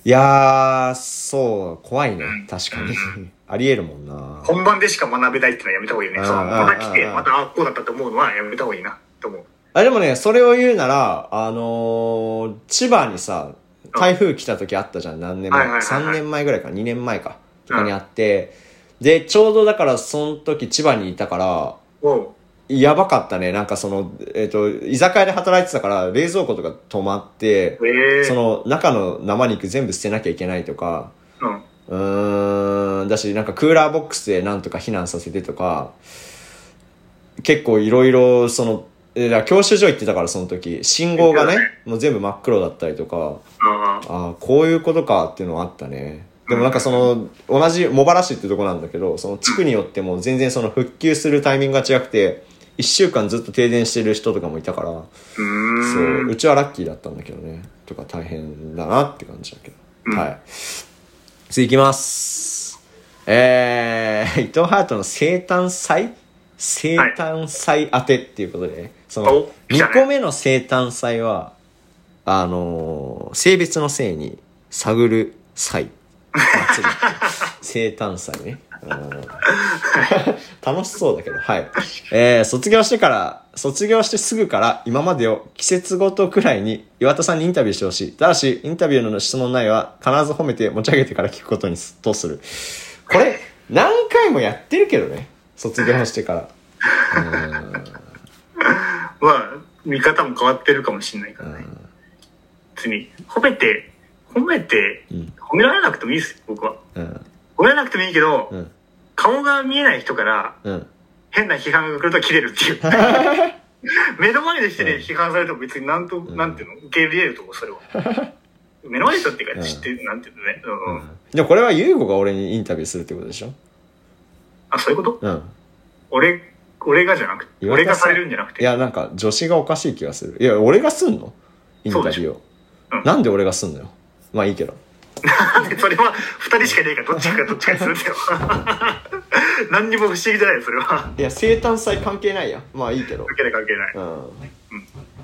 [SPEAKER 1] いやーそう怖いね確かに ありえるもんな
[SPEAKER 2] 本番でしか学べないってのはやめた方がいい
[SPEAKER 1] う
[SPEAKER 2] よね。
[SPEAKER 1] ん
[SPEAKER 2] そのまた来て、
[SPEAKER 1] うん
[SPEAKER 2] また、あ、こうだったと思うのはやめた方がいいな、と思う。
[SPEAKER 1] あでもねそれを言うならあのー千葉にさ台風来た時あったじゃん何年前、
[SPEAKER 2] はいはいはいはい
[SPEAKER 1] 3年前ぐらいか2年前かとかにあって、でちょうどだからその時千葉にいたから
[SPEAKER 2] おう。
[SPEAKER 1] やばかったねなんかそのえっ、と居酒屋で働いてたから冷蔵庫とか止まって、
[SPEAKER 2] ええ
[SPEAKER 1] その中の生肉全部捨てなきゃいけないとか
[SPEAKER 2] うん。
[SPEAKER 1] うーんだしなんかクーラーボックスでなんとか避難させてとか結構いろいろそのえーだから教習所行ってたからその時信号がね
[SPEAKER 2] そうだ
[SPEAKER 1] もう全部真っ黒だったりとか
[SPEAKER 2] ああ。
[SPEAKER 1] ああこういうことかっていうのはあったねでもなんかその、同じ茂原市ってとこなんだけど、その地区によっても全然その復旧するタイミングが違くて、1週間ずっと停電してる人とかもいたから、
[SPEAKER 2] う
[SPEAKER 1] そ
[SPEAKER 2] ー
[SPEAKER 1] う、
[SPEAKER 2] ん。
[SPEAKER 1] うちはラッキーだったんだけどね。とか大変だなって感じだけど。はい。次いきます。えー、伊 藤ハートの生誕祭生誕祭当てっていうことで、その
[SPEAKER 2] お、来たね
[SPEAKER 1] 2個目の生誕祭は、あのー性別の性に探る祭。祭り 生誕祭ね。うん楽しそうだけど、はい。えー、卒業してから、卒業してすぐから、今までを季節ごとくらいに岩田さんにインタビューしてほしい。ただし、インタビューの質問内容は必ず褒めて持ち上げてから聞くことにすとする。これ、何回もやってるけどね。卒業してから。
[SPEAKER 2] は、見方も変わってるかもしれないからね。別に、褒めて、褒めて、褒められなくてもいいですよ、僕は。
[SPEAKER 1] うん。
[SPEAKER 2] 褒められなくてもいいけど、
[SPEAKER 1] うん。
[SPEAKER 2] 顔が見えない人から
[SPEAKER 1] うん。
[SPEAKER 2] 変な批判が来ると切れるっ ていう。目の前でしてね、批判されても別になんと、なんていうの、受け入れると思う、それは。 目の前で人っていう
[SPEAKER 1] うん
[SPEAKER 2] か、知ってる、なんていうのね。うん
[SPEAKER 1] でもこれは優吾が俺にインタビューするってことでしょ
[SPEAKER 2] あ、そういうこと
[SPEAKER 1] うん。
[SPEAKER 2] 俺、俺がじゃなくて、
[SPEAKER 1] 岩
[SPEAKER 2] 俺
[SPEAKER 1] 田
[SPEAKER 2] が
[SPEAKER 1] さ
[SPEAKER 2] さ
[SPEAKER 1] ん
[SPEAKER 2] れるんじゃなく
[SPEAKER 1] い
[SPEAKER 2] て。
[SPEAKER 1] や、なんか女子がおかしい気がする。いや、俺がすんのインタビュ
[SPEAKER 2] そうでし
[SPEAKER 1] ーを。
[SPEAKER 2] うん
[SPEAKER 1] なんで俺がすんのよ。まあいいけど。
[SPEAKER 2] なんでそれは二人しかねえから、どっちかどっちかにするんだよ。 何にも不思議じゃないよ、それは。
[SPEAKER 1] いや、生誕祭関係ないや。まあいいけど。
[SPEAKER 2] 関係ない関係ない。
[SPEAKER 1] うん。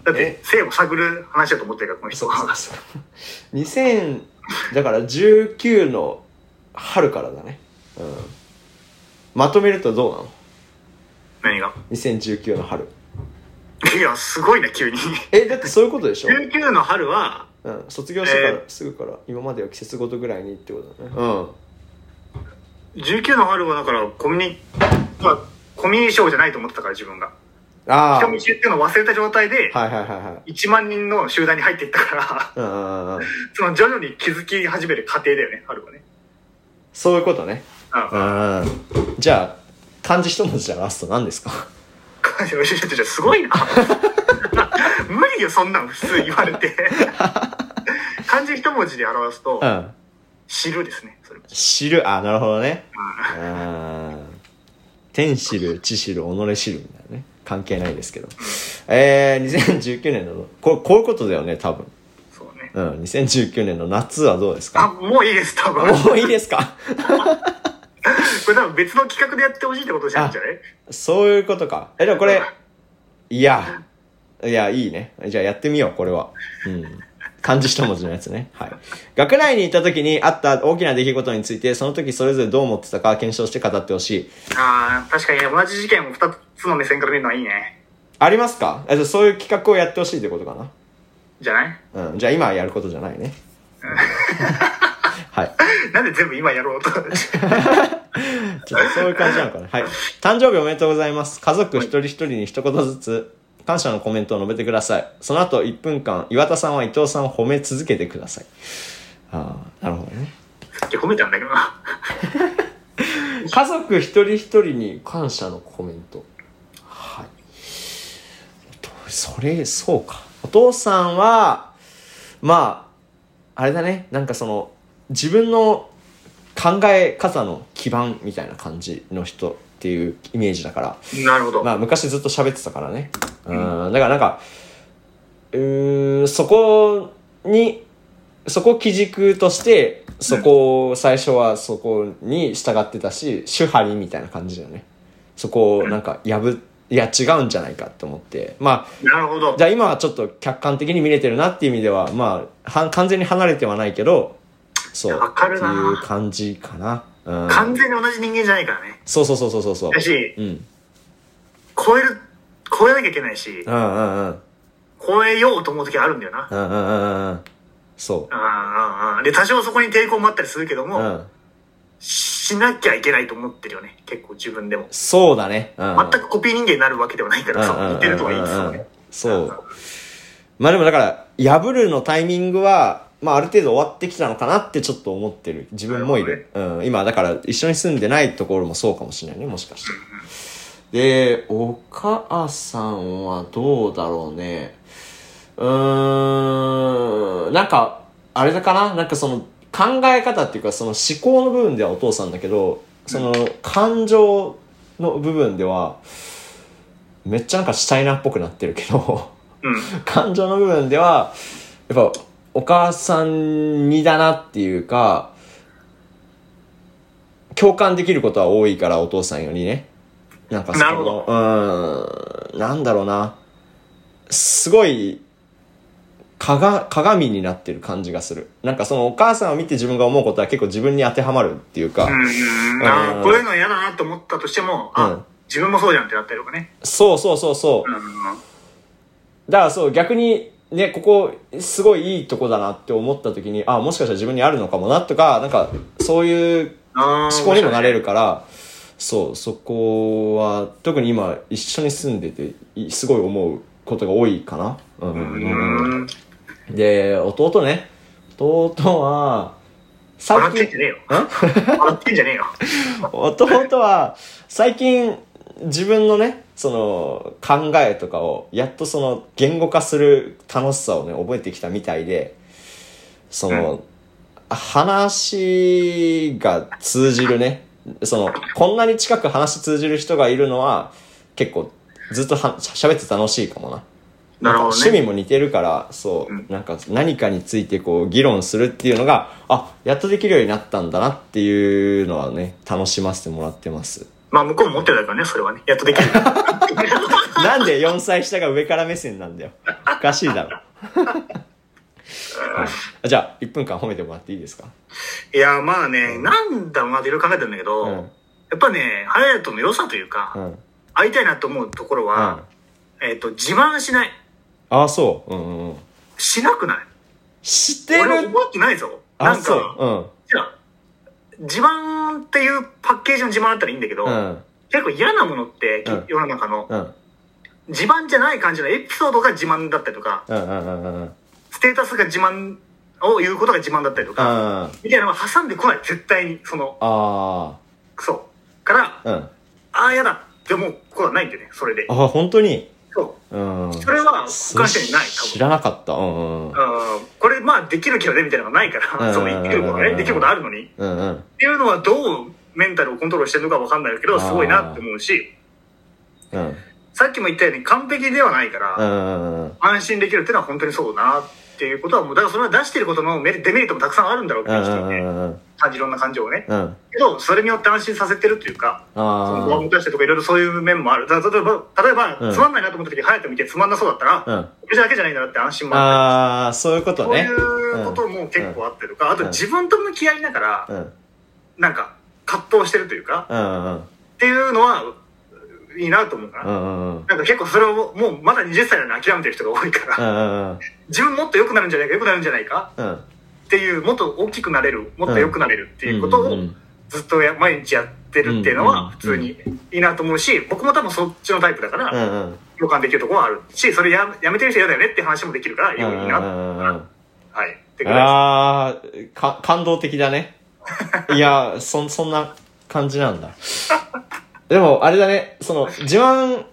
[SPEAKER 2] だって
[SPEAKER 1] え、
[SPEAKER 2] 性を探る話だと思ってるから、この人
[SPEAKER 1] そうそ
[SPEAKER 2] は
[SPEAKER 1] う。そう。2000、だから19の春からだね。うん。まとめるとどうなの
[SPEAKER 2] 何が
[SPEAKER 1] ?2019 の春。
[SPEAKER 2] いや、すごいな、急に。
[SPEAKER 1] え、だってそういうことでしょ
[SPEAKER 2] 19の春は、
[SPEAKER 1] うん。卒業してから、
[SPEAKER 2] えー
[SPEAKER 1] すぐから、今までは季節ごとぐらいにってことだね。うん。
[SPEAKER 2] 19の春はだからコミュニ、まあ、コミュニショーじゃないと思ってたから自分が。
[SPEAKER 1] ああ。
[SPEAKER 2] 人見知りっていうのを忘れた状態で、
[SPEAKER 1] はいはいはいはい。
[SPEAKER 2] 1万人の集団に入っていったから、
[SPEAKER 1] うんうんうんうん。
[SPEAKER 2] その徐々に気づき始める過程だよね、春はね。
[SPEAKER 1] そういうことね。
[SPEAKER 2] ああ、
[SPEAKER 1] うん。じゃあ、漢字一文字じゃラスト何ですか
[SPEAKER 2] 感謝の人たちはすごいな。無理よ、そんなん普通言われて。漢字一文字で表すと
[SPEAKER 1] う、ん。
[SPEAKER 2] 知るですね、それ。
[SPEAKER 1] 知る。あ、なるほどね。うん。天知る、地知る、己知るみたいなね。関係ないですけど。えー、2019年の、これ、こういうことだよね、多分。
[SPEAKER 2] そうね。
[SPEAKER 1] うん。2019年の夏はどうです
[SPEAKER 2] あ、
[SPEAKER 1] か
[SPEAKER 2] もういいです、多分。こ
[SPEAKER 1] もういいですか
[SPEAKER 2] れ多分別の企画でやってほしいってことじゃないんじゃない
[SPEAKER 1] そういうことか。え、でもこれ、いや、いや、いいね。じゃあやってみよう、これは。うん。漢字一文字のやつね。はい。学内に行った時にあった大きな出来事について、その時それぞれどう思ってたか検証して語ってほしい。
[SPEAKER 2] ああ、確かに同じ事件を2つの目線から見るのはいいね。
[SPEAKER 1] ありますかえっと、そういう企画をやってほしいってことかな。
[SPEAKER 2] じゃない
[SPEAKER 1] うん、じゃあ今やることじゃないね。はい。
[SPEAKER 2] なんで全部今やろうと。あ
[SPEAKER 1] ちょっとそういう感じなのかな。はい。誕生日おめでとうございます。家族一人一人に一言ずつ感謝のコメントを述べてください。その後1分間、岩田さんは伊藤さんを褒め続けてください。ああ、なるほどね。
[SPEAKER 2] 褒めたんだけどな。
[SPEAKER 1] 家族一人一人に感謝のコメント。はい。とそれ、そうか。お父さんは、まあ、あれだね。なんかその、自分の考え方の基盤みたいな感じの人っていうイメージだから。
[SPEAKER 2] なるほど。
[SPEAKER 1] まあ、昔ずっと喋ってたからね。うん。だからなんか、うーん、そこに、そこを基軸として、そこを、最初はそこに従ってたし、主張りみたいな感じだよね。そこをなんか破っ、いや違うんじゃないかって思って。ま
[SPEAKER 2] なるほど
[SPEAKER 1] あ、じ。ゃあ今はちょっと客観的に見れてるなっていう意味では、まあ、は完全に離れてはないけど、そう。
[SPEAKER 2] わかるな
[SPEAKER 1] っていう感じかな。うん。
[SPEAKER 2] 完全に同じ人間じゃないからね。
[SPEAKER 1] そうそうそうそうそうそう。
[SPEAKER 2] だし、
[SPEAKER 1] うん。
[SPEAKER 2] 超える、超えなきゃいけないし
[SPEAKER 1] う、んうんうん。
[SPEAKER 2] 超えようと思う時あるんだよな。
[SPEAKER 1] うんうんうんうん。そ
[SPEAKER 2] あーあーあーで、多少そこに抵抗もあったりするけど
[SPEAKER 1] う。う
[SPEAKER 2] も、
[SPEAKER 1] ん。
[SPEAKER 2] しなきゃいけないと思ってるよね。結構自分でも。
[SPEAKER 1] そうだね。うん。
[SPEAKER 2] 全くコピー人間になるわけではないから
[SPEAKER 1] うんうんうん
[SPEAKER 2] さ、似てるとはいいですよ
[SPEAKER 1] うん
[SPEAKER 2] ね。
[SPEAKER 1] そう。まあでもだから、破るのタイミングは、まあある程度終わってきたのかなってちょっと思ってる。自分もいる。うん。今だから一緒に住んでないところもそうかもしれないね、もしかして。で、お母さんはどうだろうね。うーん、なんか、あれだかななんかその、考え方っていうかその思考の部分ではお父さんだけどその感情の部分ではめっちゃなんかシュタイナーっぽくなってるけど
[SPEAKER 2] うん。
[SPEAKER 1] 感情の部分ではやっぱお母さんにだなっていうか共感できることは多いからお父さんよりねなんかその
[SPEAKER 2] なるほど
[SPEAKER 1] うーんなんだろうなすごいかが鏡になってる感じがするなんかそのお母さんを見て自分が思うことは結構自分に当てはまるっていうか、
[SPEAKER 2] うん。
[SPEAKER 1] う
[SPEAKER 2] あ
[SPEAKER 1] ん
[SPEAKER 2] ーこういうの嫌だなと思ったとしても、
[SPEAKER 1] う
[SPEAKER 2] あ
[SPEAKER 1] ん、
[SPEAKER 2] 自分もそうじゃんってなったりとかね。
[SPEAKER 1] そうそうそうそう
[SPEAKER 2] うんうんうん。
[SPEAKER 1] だからそう逆にねここすごいいいとこだなって思った時にあもしかしたら自分にあるのかもなとかなんかそういう
[SPEAKER 2] あー
[SPEAKER 1] 思考にもなれるからそうそこは特に今一緒に住んでていすごい思うことが多いかな。うん
[SPEAKER 2] う
[SPEAKER 1] うん
[SPEAKER 2] ん
[SPEAKER 1] うんうん
[SPEAKER 2] うん。
[SPEAKER 1] で弟ね弟は最
[SPEAKER 2] 笑ってん
[SPEAKER 1] 近
[SPEAKER 2] じゃねえよ。笑ってんじゃねえよ。
[SPEAKER 1] 弟は最近自分のねその考えとかをやっとその言語化する楽しさをね覚えてきたみたいでその、話が通じるねそのこんなに近く話通じる人がいるのは結構ずっとはしゃ喋って楽しいかもな。
[SPEAKER 2] なるほど
[SPEAKER 1] 趣味
[SPEAKER 2] ね。
[SPEAKER 1] も似てるからそう、
[SPEAKER 2] うん
[SPEAKER 1] なんか何かについてこう議論するっていうのがあやっとできるようになったんだなっていうのはね楽しませてもらって ます
[SPEAKER 2] まあ、向こうも持ってたからね、それはね。やっとでき る。
[SPEAKER 1] なんで4歳下が上から目線なんだよおかしいだ ろはいじゃあ1分間褒めてもらっていいですか
[SPEAKER 2] いや、まあね、なんだろうなっていろいろ考えてるんだけど、
[SPEAKER 1] うん
[SPEAKER 2] やっぱね、ハヤトの良さというか、
[SPEAKER 1] うんうん
[SPEAKER 2] 会いたいなと思うところは
[SPEAKER 1] あ、
[SPEAKER 2] えっと、自慢しない。
[SPEAKER 1] あそううんうんうん
[SPEAKER 2] しなくない
[SPEAKER 1] 知って
[SPEAKER 2] 俺
[SPEAKER 1] る
[SPEAKER 2] 思ってないぞ。な
[SPEAKER 1] あ
[SPEAKER 2] ん
[SPEAKER 1] そう
[SPEAKER 2] か、じゃあ自慢っていうパッケージの自慢だったらいいんだけど、
[SPEAKER 1] うんうん
[SPEAKER 2] 結構嫌なものって、
[SPEAKER 1] うん
[SPEAKER 2] 世の中の、
[SPEAKER 1] うん
[SPEAKER 2] 自慢じゃない感じのエピソードが自慢だったりとか、
[SPEAKER 1] うんうんうんうんうん
[SPEAKER 2] ステータスが自慢を言うことが自慢だったりとか、
[SPEAKER 1] あ
[SPEAKER 2] みたいなのは挟んでこない、絶対に。その、
[SPEAKER 1] あ
[SPEAKER 2] クソ。から、
[SPEAKER 1] ーうん
[SPEAKER 2] ああ、嫌だって思うことはないんだよね、それで。
[SPEAKER 1] あ本当に
[SPEAKER 2] そう
[SPEAKER 1] うん
[SPEAKER 2] それは
[SPEAKER 1] そ
[SPEAKER 2] 他の人にない、
[SPEAKER 1] 知
[SPEAKER 2] 多分。
[SPEAKER 1] らなかったうんうんうん
[SPEAKER 2] うんこれ、まあ、できる気はね、みたいなのがないか
[SPEAKER 1] う
[SPEAKER 2] ら、
[SPEAKER 1] ん
[SPEAKER 2] その、できること
[SPEAKER 1] う
[SPEAKER 2] ね、
[SPEAKER 1] ん
[SPEAKER 2] できることあるのに。
[SPEAKER 1] うんうん
[SPEAKER 2] っていうのはどうメンタルをコントロールしてるのかわかんないけど、
[SPEAKER 1] あー
[SPEAKER 2] すごいなって思うし、
[SPEAKER 1] うん
[SPEAKER 2] さっきも言ったように完璧ではないか
[SPEAKER 1] う
[SPEAKER 2] ら、
[SPEAKER 1] んうん
[SPEAKER 2] 安心できるっていうのは本当にそうだなっていうことは、もう、だからそれは出してることのメリデメリットもたくさんあるんだろうけ
[SPEAKER 1] うんう
[SPEAKER 2] ど、人
[SPEAKER 1] んう
[SPEAKER 2] にね、
[SPEAKER 1] んうん
[SPEAKER 2] 感じいろんな感情をね。
[SPEAKER 1] うん
[SPEAKER 2] けど、それによって安心させてるっていうか、その不安
[SPEAKER 1] あ
[SPEAKER 2] を出してとかいろいろそういう面もある。だから例えば、例えば、
[SPEAKER 1] うん
[SPEAKER 2] つまんないなと思った時、早く見てつまんなそうだったら、
[SPEAKER 1] あうん
[SPEAKER 2] 俺だけじゃないんだなって安心もあっ
[SPEAKER 1] ああそういうこ
[SPEAKER 2] て、
[SPEAKER 1] とね
[SPEAKER 2] そういうことも結構あってとか、あと
[SPEAKER 1] うん
[SPEAKER 2] 自分と向き合いながら、
[SPEAKER 1] うんうん
[SPEAKER 2] なんか、葛藤してるというか、
[SPEAKER 1] うんうん
[SPEAKER 2] っていうのは、いいなと思うか
[SPEAKER 1] う
[SPEAKER 2] な。
[SPEAKER 1] んうんうん
[SPEAKER 2] なんか結構それをもうまだ20歳なのに諦めてる人が多いか
[SPEAKER 1] う
[SPEAKER 2] ら、
[SPEAKER 1] んうんうん
[SPEAKER 2] 自分もっと良くなるんじゃないか、良くなるんじゃないか
[SPEAKER 1] うん
[SPEAKER 2] っていう、もっと大きくなれる、もっと良くなれるっていうこと
[SPEAKER 1] う
[SPEAKER 2] を
[SPEAKER 1] んうん
[SPEAKER 2] ずっとや毎日やってるっていうの
[SPEAKER 1] うん
[SPEAKER 2] は普通にいいなと思うし、僕も多分そっちのタイプだから、
[SPEAKER 1] うんうん
[SPEAKER 2] 共感できるところはあるし、それややめてる人嫌だよねって話もできるから、いい
[SPEAKER 1] うんうん
[SPEAKER 2] な。
[SPEAKER 1] うんうん
[SPEAKER 2] はい。ってぐらい
[SPEAKER 1] あーか感動的だ ねいやそんそんな感じなんだでもあれだねその自慢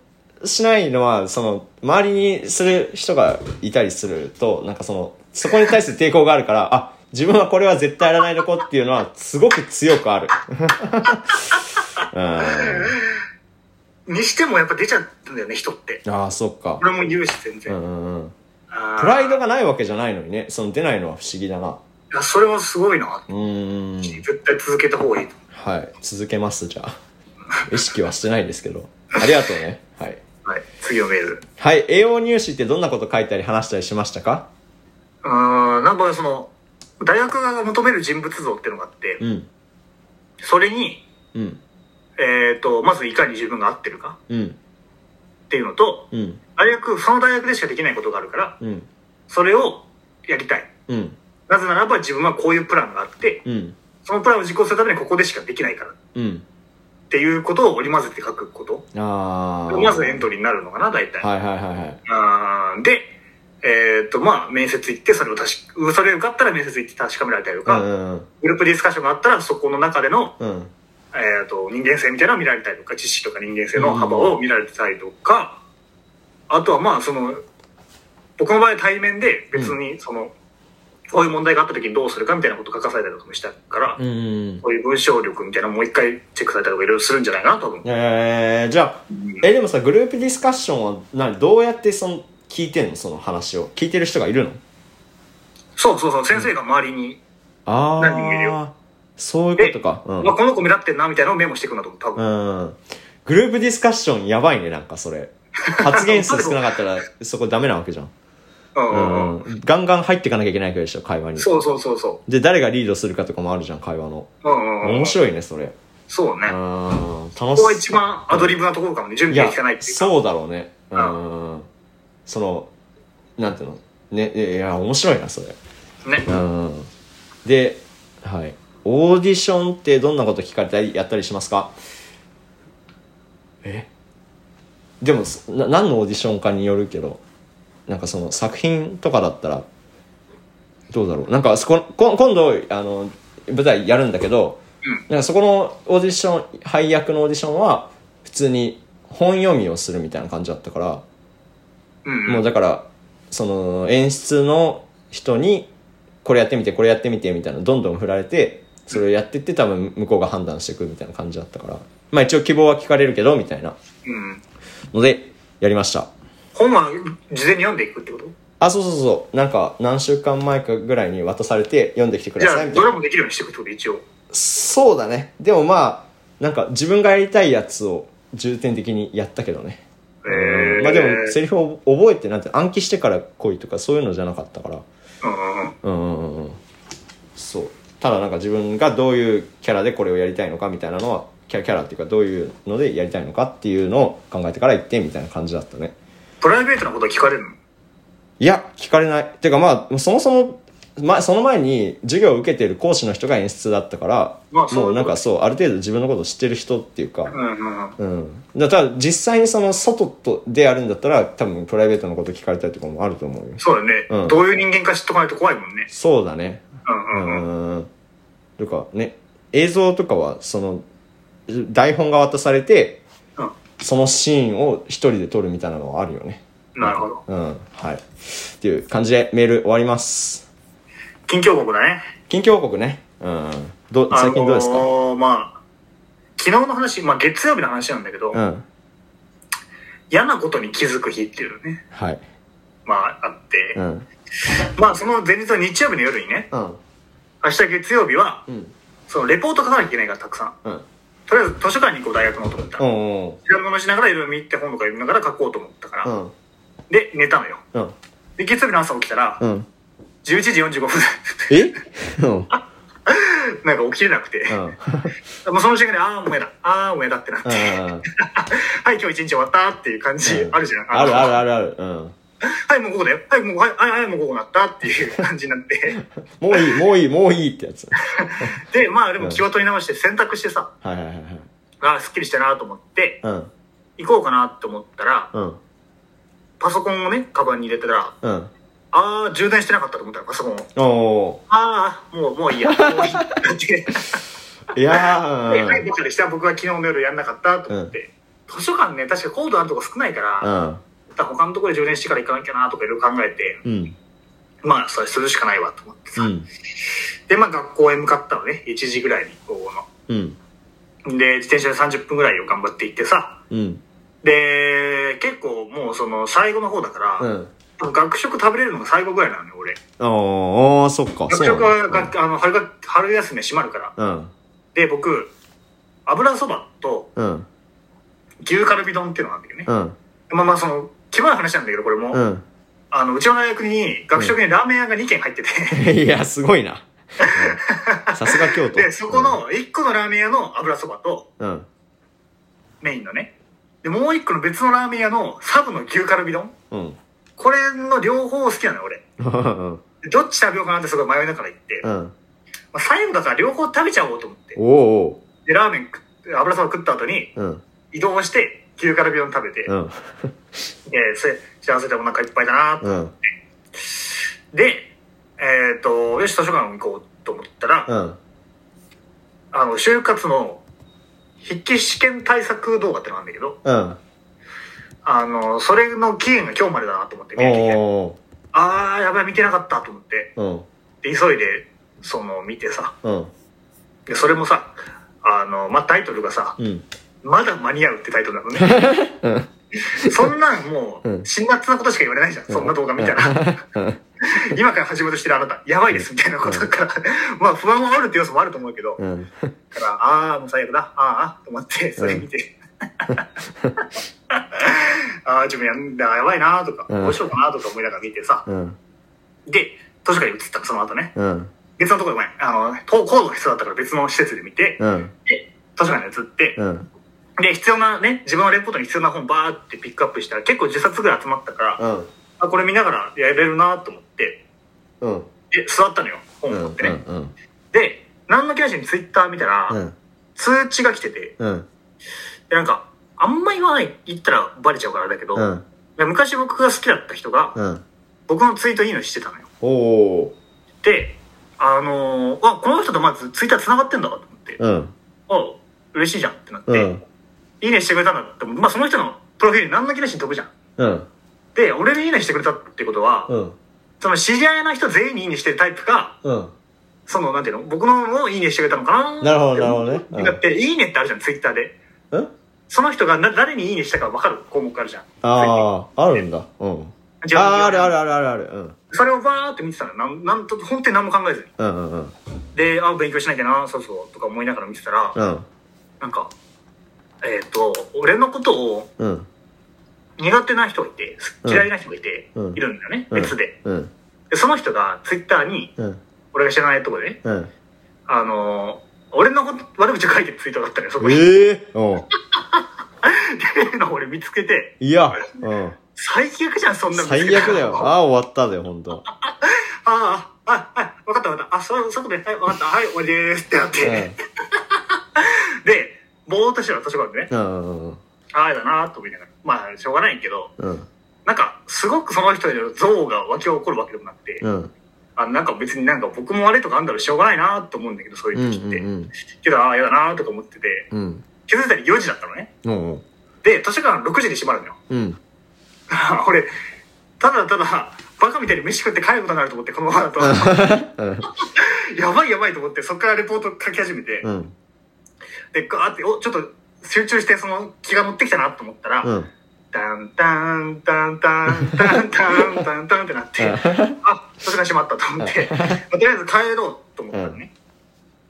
[SPEAKER 1] しないのはその周りにする人がいたりするとなんかそのそこに対する抵抗があるからあ自分はこれは絶対やらないとこっていうのはすごく強くあるうん
[SPEAKER 2] です。にしてもやっぱ出ちゃったんだよね、人って。
[SPEAKER 1] ああそっか
[SPEAKER 2] これも言うし、全
[SPEAKER 1] う
[SPEAKER 2] 然。
[SPEAKER 1] んうんうん
[SPEAKER 2] あー
[SPEAKER 1] プライドがないわけじゃないのにねその出ないのは不思議だない
[SPEAKER 2] やそれはすごいな。
[SPEAKER 1] うーん
[SPEAKER 2] 絶対続けた方がいいと。
[SPEAKER 1] はい、続けます、じゃあ。意識はしてないですけど。ありがとうね。はい。
[SPEAKER 2] はい。次のメール。
[SPEAKER 1] はい、栄養入試ってどんなこと書いたり話したりしましたか
[SPEAKER 2] うーん、なんかその、大学が求める人物像っていうのがあって、
[SPEAKER 1] うん、
[SPEAKER 2] それに、
[SPEAKER 1] うん、
[SPEAKER 2] えっ、と、まずいかに自分が合ってるか
[SPEAKER 1] うん、
[SPEAKER 2] っていうのと、
[SPEAKER 1] うん、
[SPEAKER 2] 大学、その大学でしかできないことがあるから、
[SPEAKER 1] うん、
[SPEAKER 2] それをやりたい。
[SPEAKER 1] うん、
[SPEAKER 2] なぜならば自分はこういうプランがあって、
[SPEAKER 1] うん、
[SPEAKER 2] そのプランを実行するためにここでしかできないからっ
[SPEAKER 1] うん。
[SPEAKER 2] ていうことを織り交ぜて書くこと。
[SPEAKER 1] あー。
[SPEAKER 2] まずエントリーになるのかな、大体。
[SPEAKER 1] はいはいはいはい。
[SPEAKER 2] あーで、えっ、と、まあ、面接行って、それを確か、それ受かったら面接行って確かめられたりと
[SPEAKER 1] う
[SPEAKER 2] か、
[SPEAKER 1] ん、
[SPEAKER 2] グループディスカッションがあったら、そこの中での
[SPEAKER 1] うん、
[SPEAKER 2] えー、と人間性みたいなのを見られたりとか知識とか人間性の幅を見られてたりとか、あとはまあその僕の場合対面で別にその、こういう問題があった時にどうするかみたいなこと書かされたりとかもしたから、
[SPEAKER 1] うん。
[SPEAKER 2] こういう文章力みたいなのもう一回チェックされたりとかいろいろするんじゃないかなと思う。
[SPEAKER 1] えー、じゃあ、え、でもさ、グループディスカッションは何、どうやってその、聞いてんのその話を。聞いてる人がいるの
[SPEAKER 2] そうそうそう、先生が周りに、
[SPEAKER 1] あ
[SPEAKER 2] 何人もいる
[SPEAKER 1] ー
[SPEAKER 2] よ、
[SPEAKER 1] そういうことか。
[SPEAKER 2] まあ、この子目立ってんなみたいなのをメモしていくんだと思う、多
[SPEAKER 1] う
[SPEAKER 2] 分。
[SPEAKER 1] ん。うん。グループディスカッションやばいね、なんかそれ。発言数少なかった ら、そこダメなわけじゃん。
[SPEAKER 2] うん
[SPEAKER 1] う
[SPEAKER 2] うんうん
[SPEAKER 1] ん。ガンガン入っていかなきゃいけないわけでしょ、会話に。
[SPEAKER 2] そうそうそうそ
[SPEAKER 1] で、誰がリードするかとかもあるじゃん、会話の。
[SPEAKER 2] う。うんうんうん。
[SPEAKER 1] 面白いね、それ。
[SPEAKER 2] そう
[SPEAKER 1] うん。
[SPEAKER 2] ね。
[SPEAKER 1] 楽し
[SPEAKER 2] ここが一番アドリブなところかもね、準
[SPEAKER 1] い
[SPEAKER 2] 備
[SPEAKER 1] や
[SPEAKER 2] が効かないっていうか。
[SPEAKER 1] そうだろうねう
[SPEAKER 2] うん
[SPEAKER 1] そのなんていうのねいやいや面白いなそれ
[SPEAKER 2] ね
[SPEAKER 1] う。んではいオーディションってどんなこと聞かれたりやったりしますかえでもそな何のオーディションかによるけどなんかその作品とかだったらどうだろうなんかそここ今度あの舞台やるんだけど、なんかそこのオーディション配役のオーディションは普通に本読みをするみたいな感じだったから、
[SPEAKER 2] うんう。
[SPEAKER 1] もうんだからその演出の人にこれやってみてこれやってみてみたいなのどんどん振られてそれをやってって多分向こうが判断していくみたいな感じだったからまあ一応希望は聞かれるけどみたいな
[SPEAKER 2] うん
[SPEAKER 1] のでやりました
[SPEAKER 2] 本は事前に読んでいくってこと
[SPEAKER 1] あそうそうそうなんか何週間前かぐらいに渡されて読んできてく
[SPEAKER 2] じ
[SPEAKER 1] だ
[SPEAKER 2] ゃ
[SPEAKER 1] さい
[SPEAKER 2] あ、
[SPEAKER 1] みたい
[SPEAKER 2] ど
[SPEAKER 1] な
[SPEAKER 2] れもできるようにしていくってこと一応。
[SPEAKER 1] そうだねでもまあなんか自分がやりたいやつを重点的にやったけどね
[SPEAKER 2] へー
[SPEAKER 1] まあでもセリフを覚えてなんて暗記してから来いとかそういうのじゃなかったから
[SPEAKER 2] うんうんうん。
[SPEAKER 1] うんうんうんうんそうただなんか自分がどういうキャラでこれをやりたいのかみたいなのはキャキャラっていうかどういうのでやりたいのかっていうのを考えてから行ってみたいな感じだったね
[SPEAKER 2] プライベートなことは聞かれるの
[SPEAKER 1] いや聞かれないてかまあそもそも、ま、その前に授業を受けている講師の人が演出だったから、
[SPEAKER 2] まあそう
[SPEAKER 1] もうなんかそうある程度自分のことを知ってる人っていうか、
[SPEAKER 2] うんうんうん。
[SPEAKER 1] うん、だからただ実際にその外とでやるんだったら多分プライベートのこと聞かれたりとかもあると思うよ
[SPEAKER 2] そうだね、
[SPEAKER 1] うん
[SPEAKER 2] どういう人間か知っとかないと怖いもんね。
[SPEAKER 1] そうだね
[SPEAKER 2] うんうんうん。
[SPEAKER 1] うんとかね映像とかはその台本が渡されて
[SPEAKER 2] うん
[SPEAKER 1] そのシーンを一人で撮るみたいなのはあるよね
[SPEAKER 2] なるほど。
[SPEAKER 1] うんはいっていう感じでメール終わります
[SPEAKER 2] 近況報告だね。
[SPEAKER 1] 近況報告ねうんど最近どうですか、
[SPEAKER 2] あのーまあ、昨日の話、まあ月曜日の話なんだけど、
[SPEAKER 1] うん
[SPEAKER 2] 嫌なことに気づく日っていうのね、
[SPEAKER 1] はい
[SPEAKER 2] まああって、
[SPEAKER 1] うん
[SPEAKER 2] まあその前日の日曜日の夜にね、
[SPEAKER 1] うん
[SPEAKER 2] 明日月曜日は、
[SPEAKER 1] うん
[SPEAKER 2] そのレポート書かなきゃいけないからたくさん。
[SPEAKER 1] うん
[SPEAKER 2] とりあえず図書館に行こう、大学のと思った。
[SPEAKER 1] う
[SPEAKER 2] 調
[SPEAKER 1] んうん
[SPEAKER 2] べ物しながらいろいろ見て本とか読みながら書こうと思ったから。
[SPEAKER 1] うん
[SPEAKER 2] で、寝たのよ。
[SPEAKER 1] うん
[SPEAKER 2] で、月曜日の朝起きたら、
[SPEAKER 1] うん
[SPEAKER 2] 11時45分、
[SPEAKER 1] えうん
[SPEAKER 2] なんか起きれなくて、
[SPEAKER 1] うんうん
[SPEAKER 2] もうその瞬間に、ああ、もうやだ、ああ、もうやだってなって、
[SPEAKER 1] うん
[SPEAKER 2] はい、今日一日終わったっていう感じ
[SPEAKER 1] うん
[SPEAKER 2] あるじゃん。
[SPEAKER 1] あるある
[SPEAKER 2] る。
[SPEAKER 1] あるあるうん
[SPEAKER 2] はい、もうここだよ。はい、もう、はい、はい、はいもうここなったっていう感じになって。
[SPEAKER 1] もういいもういいもういいってやつ
[SPEAKER 2] で、まあで
[SPEAKER 1] うん
[SPEAKER 2] も気を取り直して洗濯してさ、
[SPEAKER 1] はいはいはいはい
[SPEAKER 2] ああ、すっきりしたなと思って、
[SPEAKER 1] うん
[SPEAKER 2] 行こうかなと思ったら、
[SPEAKER 1] うん
[SPEAKER 2] パソコンをね、カバンに入れてたら、
[SPEAKER 1] うん
[SPEAKER 2] ああ、充電してなかったと思ったら、パソコンを。
[SPEAKER 1] おお
[SPEAKER 2] ああ、もう、もういいや。もういいやって。
[SPEAKER 1] いや
[SPEAKER 2] で はい、
[SPEAKER 1] ー、
[SPEAKER 2] 僕でした。僕は昨日の夜やんなかったと思って。図書館ね、確かコードあるとこ少ないから、
[SPEAKER 1] うん。
[SPEAKER 2] 他のところで充電してから行かなきゃなとかいろいろ考えて、
[SPEAKER 1] うん。
[SPEAKER 2] まあ、それするしかないわと思ってさ。
[SPEAKER 1] うん。
[SPEAKER 2] で、まあ、学校へ向かったのね。1時ぐらいに、午後の。
[SPEAKER 1] うん。
[SPEAKER 2] で、自転車で30分ぐらいを頑張って行ってさ。
[SPEAKER 1] うん。
[SPEAKER 2] で、結構もうその最後の方だから、
[SPEAKER 1] うん。
[SPEAKER 2] 学食食べれるのが最後ぐらいなのね、俺。
[SPEAKER 1] おー、そっか。
[SPEAKER 2] 学
[SPEAKER 1] そう
[SPEAKER 2] 食
[SPEAKER 1] な
[SPEAKER 2] は
[SPEAKER 1] んだ
[SPEAKER 2] が、あの春が春休みは閉まるから。
[SPEAKER 1] うん。
[SPEAKER 2] で、僕、油そばと
[SPEAKER 1] うん。
[SPEAKER 2] 牛カルビ丼っていうのがあるんだよね
[SPEAKER 1] う。ん。
[SPEAKER 2] まあまあ、その、気まい話なんだけど、これも。
[SPEAKER 1] うん。
[SPEAKER 2] あの、うちの大学に、学食にラーメン屋が2軒入って て、
[SPEAKER 1] いや、すごいな。うんさすが京都。
[SPEAKER 2] で、そこの1個のラーメン屋の油そばと、
[SPEAKER 1] うん。うん。
[SPEAKER 2] メインのね。で、もう1個の別のラーメン屋のサブの牛カルビ丼。
[SPEAKER 1] うん。
[SPEAKER 2] これの両方好きなのよ、俺。
[SPEAKER 1] うん。
[SPEAKER 2] でどっち食べようかなってすごい迷いながら行って、
[SPEAKER 1] う
[SPEAKER 2] ま
[SPEAKER 1] ん。
[SPEAKER 2] あ、最後だから両方食べちゃおうと思って
[SPEAKER 1] おー。お
[SPEAKER 2] で、ラーメン食って、油そば食った後に
[SPEAKER 1] ー。うん。
[SPEAKER 2] 移動して、牛カルビ丼食べて、
[SPEAKER 1] うん。
[SPEAKER 2] えーそれ幸せでお腹いっぱいだなと
[SPEAKER 1] うん。
[SPEAKER 2] で、えっ、と、よし、図書館行こうと思ったら、
[SPEAKER 1] うん。
[SPEAKER 2] あの、就活の筆記試験対策動画ってのがあるんだけど、
[SPEAKER 1] うん。
[SPEAKER 2] あの、それの期限が今日までだなと思って見てて、
[SPEAKER 1] おー。
[SPEAKER 2] あー、やばい、見てなかったと思って、
[SPEAKER 1] うん。
[SPEAKER 2] で急いでその見てさ
[SPEAKER 1] うん。
[SPEAKER 2] でそれもさあの、まあ、タイトルがさ
[SPEAKER 1] うん。
[SPEAKER 2] 「まだ間に合う」ってタイトルなのねそんなんも
[SPEAKER 1] う
[SPEAKER 2] うん辛辣なことしか言われないじゃん、そんな動画見たら今から始めようとしてるあなたやばいですみたいなことだからまあ不安はあるって要素もあると思うけど、
[SPEAKER 1] うん。
[SPEAKER 2] だからああもう最悪だあーあーと思ってそれ見て、 ああ自分やんだやばいなーとか、
[SPEAKER 1] うん
[SPEAKER 2] どうしようかなーとか思いながら見てさ
[SPEAKER 1] うん。
[SPEAKER 2] で図書館に移ったのその後ね
[SPEAKER 1] うん。
[SPEAKER 2] 別のところでごめんあのと高度が必要だったから別の施設で見て、
[SPEAKER 1] うん。
[SPEAKER 2] で図書館に移って、
[SPEAKER 1] うん。
[SPEAKER 2] で必要なね自分のレポートに必要な本バーってピックアップしたら結構10冊ぐらい集まったから、
[SPEAKER 1] うん。
[SPEAKER 2] あこれ見ながらやれるなーと思って
[SPEAKER 1] うん。
[SPEAKER 2] で座ったのよ本
[SPEAKER 1] う
[SPEAKER 2] を持
[SPEAKER 1] ん。
[SPEAKER 2] ってね、
[SPEAKER 1] うん。
[SPEAKER 2] で何の気なしにツイッター見たら、
[SPEAKER 1] うん。
[SPEAKER 2] 通知が来てて
[SPEAKER 1] うん。
[SPEAKER 2] でなんか、あんま言わない、言ったらバレちゃうからだけど、
[SPEAKER 1] うん。
[SPEAKER 2] で昔僕が好きだった人が、
[SPEAKER 1] うん。
[SPEAKER 2] 僕のツイートいいのしてたのよ。
[SPEAKER 1] おー。
[SPEAKER 2] で、あのー、あ、この人とまずツイッター繋がってんだと思って、
[SPEAKER 1] うん。
[SPEAKER 2] あ、嬉しいじゃんってなって、
[SPEAKER 1] うん。
[SPEAKER 2] いいねしてくれたんだって、まあその人のプロフィールに何の気なしに飛ぶじゃん。
[SPEAKER 1] うん。
[SPEAKER 2] で、俺にいいねしてくれたってことは、
[SPEAKER 1] うん。
[SPEAKER 2] その知り合いの人全員にいいねしてるタイプが、
[SPEAKER 1] うん。
[SPEAKER 2] その、なんていうの、僕のをいいねしてくれたのかな
[SPEAKER 1] なるほどなるほどねうん
[SPEAKER 2] だって、いいねってあるじゃん、ツイッターで。
[SPEAKER 1] うん
[SPEAKER 2] その人がな誰にいいねしたか分かる項目あるじゃん。
[SPEAKER 1] ああ、あるんだ。うん。
[SPEAKER 2] 自分
[SPEAKER 1] ああ、あるあ
[SPEAKER 2] る。
[SPEAKER 1] るあるあるある。うん。
[SPEAKER 2] それをバーって見てたのよなんなんと本当に何も考えずに
[SPEAKER 1] うんうんうん。
[SPEAKER 2] であ勉強しなきゃなそうそうとか思いながら見てたら
[SPEAKER 1] うん。
[SPEAKER 2] なんかえっ、と俺のことを
[SPEAKER 1] うん。
[SPEAKER 2] 苦手な人がいて
[SPEAKER 1] うん
[SPEAKER 2] 嫌いな人がいて、
[SPEAKER 1] うん
[SPEAKER 2] いるんだよね、
[SPEAKER 1] うん
[SPEAKER 2] 別で
[SPEAKER 1] うん。
[SPEAKER 2] でその人がツイッターに
[SPEAKER 1] うん。
[SPEAKER 2] 俺が知らないとこでね
[SPEAKER 1] うん。
[SPEAKER 2] あのー俺のこと悪口を書いてるツイートがあったのよそこに。
[SPEAKER 1] ええうん。
[SPEAKER 2] っていうのを俺見つけて、
[SPEAKER 1] いや、うん。
[SPEAKER 2] 最悪じゃん、そんなの見つけ
[SPEAKER 1] 最
[SPEAKER 2] たら
[SPEAKER 1] 悪だよ。
[SPEAKER 2] あ
[SPEAKER 1] ああ、終わったで、ほんと。
[SPEAKER 2] あ、ああ、はい、わかったわかった。あ、そう、そういうことね。はい、わかった。はい、終わりです。ってなっ
[SPEAKER 1] う
[SPEAKER 2] て。
[SPEAKER 1] ん。
[SPEAKER 2] で、ぼーっとしてたら図書館でね、
[SPEAKER 1] うんうんうん。
[SPEAKER 2] ああだなーと思いながら、まあ、しょうがないけど、
[SPEAKER 1] うん。
[SPEAKER 2] なんか、すごくその人への憎悪が湧き起こるわけでもなくて、
[SPEAKER 1] うん。
[SPEAKER 2] あなんか別になんか僕も悪いとかあんだろうしょうがないなーと思うんだけど、そう
[SPEAKER 1] う
[SPEAKER 2] い
[SPEAKER 1] ん
[SPEAKER 2] う時って。
[SPEAKER 1] うん
[SPEAKER 2] けど、ああ、やだなーとか思ってて、
[SPEAKER 1] うん。
[SPEAKER 2] 気づいたら4時だったのね。
[SPEAKER 1] うん。うん。
[SPEAKER 2] で、図書館6時に閉まるのよ。
[SPEAKER 1] うん。
[SPEAKER 2] 俺、ただただ、バカみたいに飯食って帰ることになると思って、このままだと。
[SPEAKER 1] うん。
[SPEAKER 2] やばいやばいと思って、そっからレポート書き始めて、
[SPEAKER 1] うん。
[SPEAKER 2] で、ガーって、お、ちょっと集中して、その気が乗ってきたなと思ったら、
[SPEAKER 1] うん。
[SPEAKER 2] タンタンタンタンタンタンタンタンってなって、 あ、それが閉まったと思って、とりあえず帰ろうと思ったのね。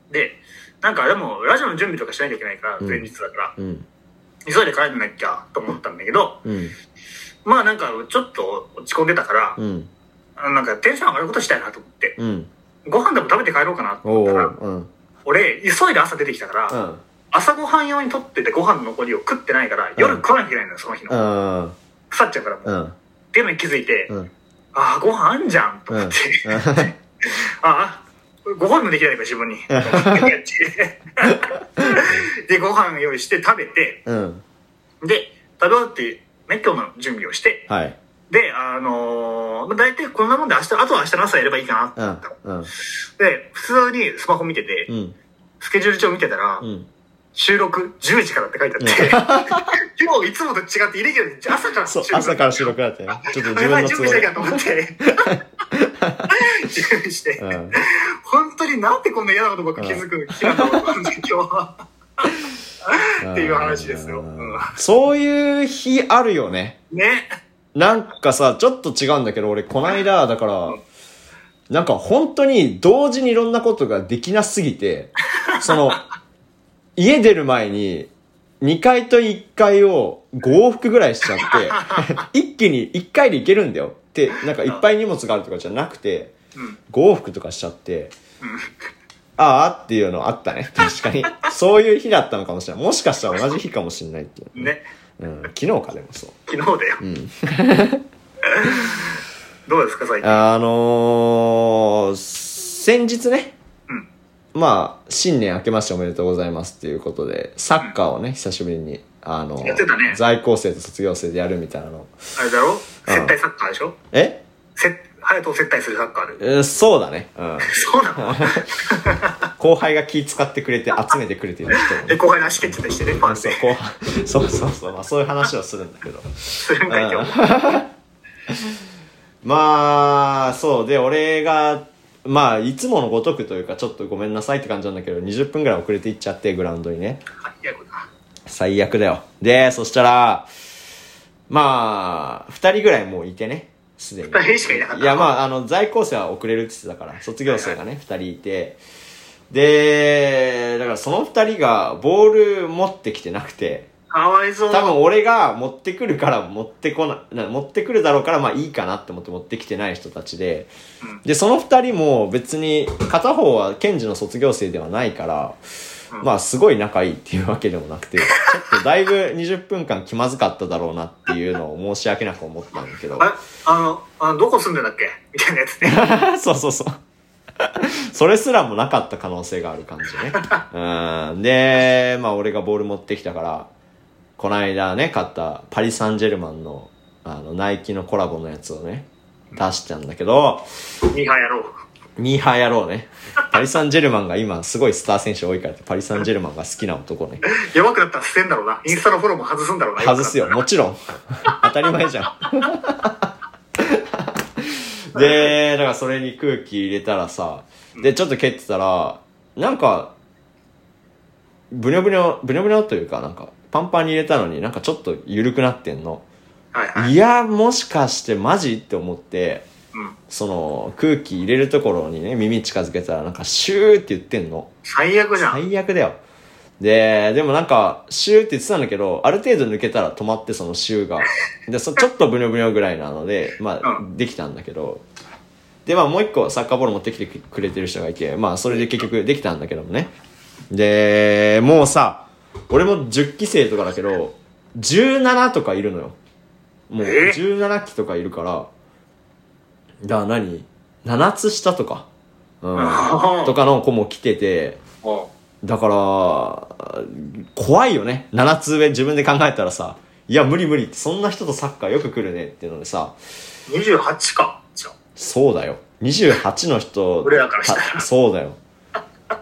[SPEAKER 2] で、なんかでも、ラジオの準備とかしなきゃいけないから、
[SPEAKER 1] うん
[SPEAKER 2] 前日だから、
[SPEAKER 1] うん。
[SPEAKER 2] 急いで帰んなきゃと思ったんだけど、
[SPEAKER 1] うん。
[SPEAKER 2] まあなんかちょっと落ち込んでたから、
[SPEAKER 1] うん。
[SPEAKER 2] あなんかテンション上がることしたいなと思って、
[SPEAKER 1] うん。
[SPEAKER 2] ご飯でも食べて帰ろうかなと
[SPEAKER 1] お
[SPEAKER 2] 思っ
[SPEAKER 1] お
[SPEAKER 2] たら、。
[SPEAKER 1] うん。
[SPEAKER 2] 俺、急いで朝出てきたから、
[SPEAKER 1] うん。
[SPEAKER 2] 朝ごはん用に取っててご飯の残りを食ってないから、夜食わなきゃいけないのよ、その日
[SPEAKER 1] う
[SPEAKER 2] の。
[SPEAKER 1] ん。
[SPEAKER 2] 腐っちゃうからもう。
[SPEAKER 1] うん。
[SPEAKER 2] っていうのに気づいて、
[SPEAKER 1] うん
[SPEAKER 2] ああご飯あんじゃんと思って、 ああご飯もできないから自分に でご飯用意して食べて
[SPEAKER 1] うん。
[SPEAKER 2] で食べ終わってね今日の準備をして
[SPEAKER 1] はい。
[SPEAKER 2] であのーまあ、大体こんなもんで明日あとは明日の朝やればいいかなと
[SPEAKER 1] う
[SPEAKER 2] 思
[SPEAKER 1] ん
[SPEAKER 2] ったの。
[SPEAKER 1] うん。
[SPEAKER 2] で普通にスマホ見てて、
[SPEAKER 1] うん。
[SPEAKER 2] スケジュール帳見てたら、
[SPEAKER 1] うん。
[SPEAKER 2] 収録10時からって書いてあって、 今日いつもと違ってイレギュラーで朝から収
[SPEAKER 1] そう
[SPEAKER 2] 録、
[SPEAKER 1] 朝から収録だったよね。ちょっと自
[SPEAKER 2] やば
[SPEAKER 1] 分
[SPEAKER 2] い
[SPEAKER 1] の
[SPEAKER 2] 準
[SPEAKER 1] 都
[SPEAKER 2] 備し
[SPEAKER 1] 合で。
[SPEAKER 2] なきゃと思って。 準備して、
[SPEAKER 1] うん。
[SPEAKER 2] 本当になんでこんな嫌なことばっか気づくの気なんだろうと思って今日は。 っていう話ですようん
[SPEAKER 1] そういう日あるよね。
[SPEAKER 2] ね。
[SPEAKER 1] なんかさ、ちょっと違うんだけど、俺、こないだ、だから、なんか本当に同時にいろんなことができなすぎて、その、家出る前に、2階と1階を5往復ぐらいしちゃって、一気に1回で行けるんだよって、なんかいっぱい荷物があるとかじゃなくて、
[SPEAKER 2] うん。
[SPEAKER 1] 5往復とかしちゃって、ああっていうのあったね。確かに。そういう日だったのかもしれない。もしかしたら同じ日かもしれないっていう。
[SPEAKER 2] ね。
[SPEAKER 1] うん、昨日かでもそう。
[SPEAKER 2] 昨日だよ。 どうですか、最近。
[SPEAKER 1] あのー、先日ね、
[SPEAKER 2] うん
[SPEAKER 1] まあ、新年明けましておめでとうございますっていうことで、サッカーをね、久しぶりに、あのー
[SPEAKER 2] やってたね
[SPEAKER 1] 在校生と卒業生でやるみたいなの。
[SPEAKER 2] あれだろ接待サッカーでしょ
[SPEAKER 1] え
[SPEAKER 2] せ、隼人を接待するサッカーで。
[SPEAKER 1] えーそうだね。うん。
[SPEAKER 2] そうなの
[SPEAKER 1] 後輩が気使ってくれて、集めてくれてる人もね
[SPEAKER 2] で、後輩の足蹴っちゃったりしてね、パン
[SPEAKER 1] そ
[SPEAKER 2] で
[SPEAKER 1] う。後輩そうそうそう、まあ、そういう話をするんだけど。
[SPEAKER 2] するんかい、今日。
[SPEAKER 1] まあ、そう。で、俺が、まあ、いつものごとくというか、ちょっとごめんなさいって感じなんだけど、20分ぐらい遅れて行っちゃって、グラウンドにね。
[SPEAKER 2] 最悪だ。
[SPEAKER 1] 最悪だよ。で、そしたら、まあ、二人ぐらいもういてね、すでに。
[SPEAKER 2] 二人しかいなかった
[SPEAKER 1] や、まあ、あの、在校生は遅れるって言ってたから、卒業生がね、二人いて。で、だからその二人がボール持ってきてなくて、
[SPEAKER 2] かわいそう。
[SPEAKER 1] 多分俺が持ってくるから持ってこな、な持ってくるだろうからまあいいかなって思って持ってきてない人たちで、
[SPEAKER 2] うん
[SPEAKER 1] で、その二人も別に片方はケンジの卒業生ではないから、
[SPEAKER 2] うん
[SPEAKER 1] まあすごい仲いいっていうわけでもなくて、ちょっとだいぶ20分間気まずかっただろうなっていうのを申し訳なく思ったんだけど、
[SPEAKER 2] ああの、あの、どこ住んでんだっけみたいなやつ ね。
[SPEAKER 1] そうそうそう。それすらもなかった可能性がある感じね。うん。で、まあ俺がボール持ってきたから、この間ね、買ったパリ・サンジェルマンの、あの、ナイキのコラボのやつをね、出したんだけど、
[SPEAKER 2] ミハやろう。
[SPEAKER 1] ミーハーやろうね。パリ・サンジェルマンが今すごいスター選手多いからって、パリ・サンジェルマンが好きな男ね。
[SPEAKER 2] 弱くなったら捨てんだろうな。インスタのフォローも外すんだろうな。
[SPEAKER 1] 外すよ。もちろ ん。当たり前じゃん。で、だからそれに空気入れたらさ、で、ちょっと蹴ってたら、なんか、ブニョブニョ、ブニョブニョというか、なんか、パンパンに入れたのになんかちょっと緩くなってんの。
[SPEAKER 2] はいはい。
[SPEAKER 1] いや、もしかしてマジって思って、
[SPEAKER 2] うん。
[SPEAKER 1] その空気入れるところにね、耳近づけたらなんかシューって言ってんの。
[SPEAKER 2] 最悪じゃん。
[SPEAKER 1] 最悪だよ。で、でもなんか、シューって言ってたんだけど、ある程度抜けたら止まって、そのシューが。で、 そちょっとブニョブニョぐらいなので、まあ、
[SPEAKER 2] う
[SPEAKER 1] できたんだけど。で、まあ、もう一個サッカーボール持ってきてくれてる人がいて、まあ、それで結局できたんだけどもね。で、もうさ、俺も10期生とかだけど、17とかいるのよ。もう、
[SPEAKER 2] え
[SPEAKER 1] 17期とかいるから、だから何 ?7 つ下とか。うん。 とかの子も来てて、
[SPEAKER 2] おう
[SPEAKER 1] だから、怖いよね。7つ上自分で考えたらさ、いや、無理無理って、そんな人とサッカーよく来るねっていうのでさ、
[SPEAKER 2] 28か。じゃあ
[SPEAKER 1] そうだよ。28の人。
[SPEAKER 2] 俺らからしたら
[SPEAKER 1] たそうだよ。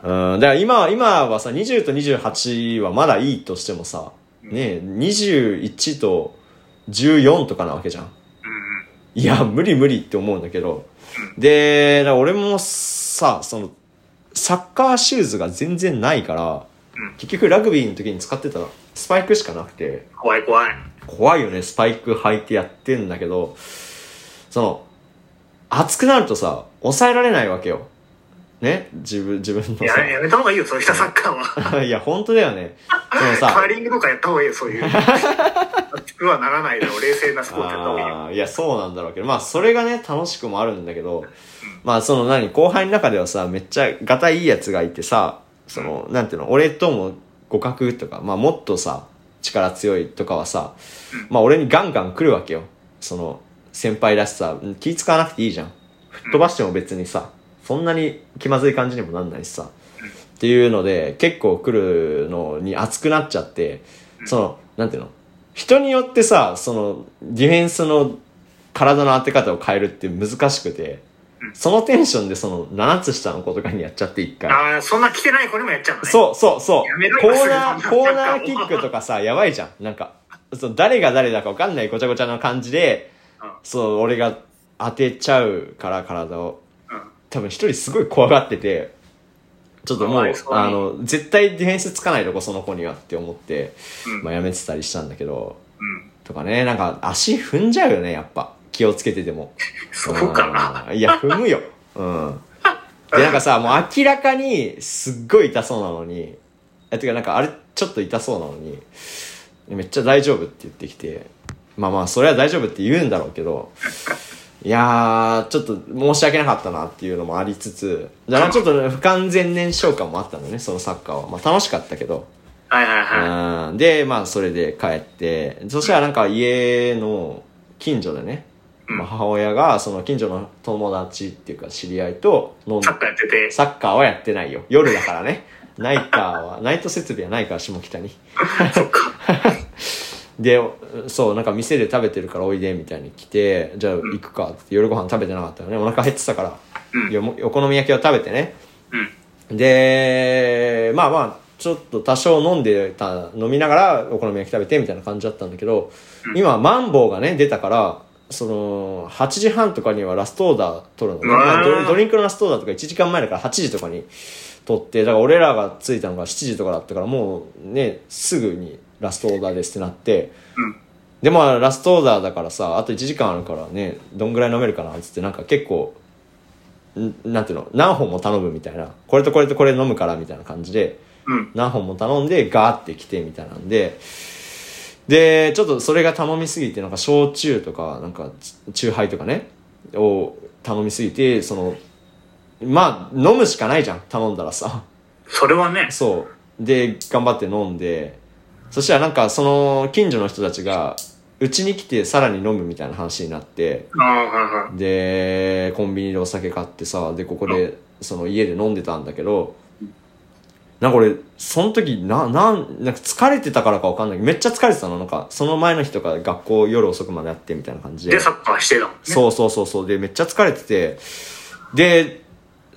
[SPEAKER 1] うん、だから今、今はさ、20と28はまだいいとしてもさ、ねえ、21と14とかなわけじゃん。
[SPEAKER 2] うん
[SPEAKER 1] いや、無理無理って思うんだけど。で、だから俺もさ、その、サッカーシューズが全然ないから
[SPEAKER 2] うん、
[SPEAKER 1] 結局ラグビーの時に使ってたスパイクしかなくて、
[SPEAKER 2] うん。怖い怖い。
[SPEAKER 1] 怖いよね、スパイク履いてやってんだけど、その、熱くなるとさ、抑えられないわけよ。ね自分、自分
[SPEAKER 2] い
[SPEAKER 1] の
[SPEAKER 2] や、やめた方がいいよ、そういったサッカー は。
[SPEAKER 1] さ。いや、本当だよね。その
[SPEAKER 2] カ
[SPEAKER 1] さ
[SPEAKER 2] ー、リングとかやった方がいいよ、そういう。熱くはならないだろう、冷静なスポーツやった方がいいよ。
[SPEAKER 1] あーいや、そうなんだろうけど、まあ、それがね、楽しくもあるんだけど、まあ、その何、後輩の中ではさ、めっちゃガタいいやつがいてさ、その、なんていうの、俺とも互角とか、まあ、もっとさ、力強いとかはさ、まあ、俺にガンガン来るわけよ。その、先輩らしさ、気使わなくていいじゃん。吹っ飛ばしても別にさ、そんなに気まずい感じにもなんないしさ。っていうので、結構来るのに熱くなっちゃって、その、なんていうの人によってさ、その、ディフェンスの体の当て方を変えるって難しくて、そのテンションでその7つ下の子とかにやっちゃって一回。
[SPEAKER 2] ああ、そんな来てない子にもやっちゃうのね。
[SPEAKER 1] そうそうそ
[SPEAKER 2] やめろ
[SPEAKER 1] う。
[SPEAKER 2] よ
[SPEAKER 1] コーナ
[SPEAKER 2] そ
[SPEAKER 1] ー、
[SPEAKER 2] れ
[SPEAKER 1] コーナーキックとかさ、やばいじゃん。なんか、そう誰が誰だかわかんないごちゃごちゃな感じで
[SPEAKER 2] うん、
[SPEAKER 1] そう、俺が当てちゃうから体を。
[SPEAKER 2] うん。
[SPEAKER 1] 多分一人すごい怖がってて、ちょっとも
[SPEAKER 2] かわ
[SPEAKER 1] う
[SPEAKER 2] い、そうに
[SPEAKER 1] あの、絶対ディフェンスつかないとこその子にはって思って、
[SPEAKER 2] うん
[SPEAKER 1] まあやめてたりしたんだけど、
[SPEAKER 2] うん。
[SPEAKER 1] とかね、なんか足踏んじゃうよね、やっぱ。気をつけてても。
[SPEAKER 2] そうかな。
[SPEAKER 1] うんいや、踏むよ。うん。で、なんかさ、もう明らかに、すっごい痛そうなのに、え、てかなんかあれ、ちょっと痛そうなのに、めっちゃ大丈夫って言ってきて、まあまあ、それは大丈夫って言うんだろうけど、いやー、ちょっと申し訳なかったなっていうのもありつつ、だからちょっとね不完全燃焼感もあったんだね、そのサッカーは。まあ楽しかったけど、
[SPEAKER 2] はいはいは
[SPEAKER 1] うんで、まあ、それで帰って、そしたらなんか家の近所でね、
[SPEAKER 2] うん
[SPEAKER 1] まあ、母親がその近所の友達っていうか知り合いと飲ん
[SPEAKER 2] い。
[SPEAKER 1] で
[SPEAKER 2] サッ、カーやってて。
[SPEAKER 1] サッカーはやってないよ。夜だからね。 ナイターは、ナイト設備はないから、下北に。
[SPEAKER 2] そっか。
[SPEAKER 1] で、そう、なんか店で食べてるからおいで、みたいに来て、じゃあ行くかって、夜ご飯食べてなかったよね。お腹減ってたから、
[SPEAKER 2] うん
[SPEAKER 1] よもお好み焼きを食べてね。
[SPEAKER 2] うん。
[SPEAKER 1] で、まあまあ、ちょっと多少飲んでた、飲みながらお好み焼き食べてみたいな感じだったんだけど、今、マンボウがね、出たから、その、8時半とかにはラストオーダー取るのね。
[SPEAKER 2] うわー
[SPEAKER 1] まあドドリンクのラストオーダーとか1時間前だから8時とかに取って、だから俺らが着いたのが7時とかだったから、もうね、すぐにラストオーダーですってなって、
[SPEAKER 2] うん
[SPEAKER 1] で、まあラストオーダーだからさ、あと1時間あるからね、どんぐらい飲めるかなっつって、なんか結構、んなんていうの、何本も頼むみたいな、これとこれとこれ飲むからみたいな感じで、
[SPEAKER 2] うん。
[SPEAKER 1] 何本も頼んでガーって来てみたいなんででちょっとそれが頼みすぎてなんか焼酎とかなんかチチューハイとかねを頼みすぎてそのまあ飲むしかないじゃん頼んだらさ
[SPEAKER 2] それはね、
[SPEAKER 1] そうで頑張って飲んでそしたらなんかその近所の人たちがうちに来てさらに飲むみたいな話になって
[SPEAKER 2] ああ、はいは
[SPEAKER 1] でコンビニでお酒買ってさでここでその家で飲んでたんだけどなんか俺その時ななんなんか疲れてたからかわかんないけどめっちゃ疲れてたのなんかその前の日とか学校夜遅くまでやってみたいな感じ
[SPEAKER 2] い。で、サッカーしてたもんね。
[SPEAKER 1] そうそうそうそうでめっちゃ疲れててで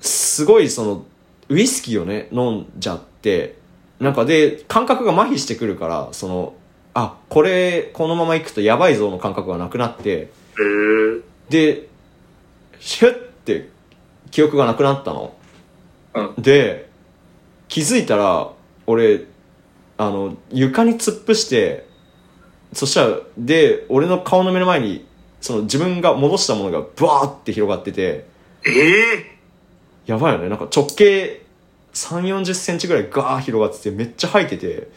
[SPEAKER 1] すごいそのウイスキーをね飲んじゃってなんかで感覚が麻痺してくるからそのあこれこのままいくとやばいぞの感覚がなくなって
[SPEAKER 2] へー
[SPEAKER 1] でシュッて記憶がなくなったの、
[SPEAKER 2] う
[SPEAKER 1] で気づいたら俺あの床に突っ伏してそしたらで俺の顔の目の前にその自分が戻したものがブワーって広がってて
[SPEAKER 2] ええ
[SPEAKER 1] やばいよねなんか直径3 4 0センチぐらいガー広がっててめっちゃ吐いてて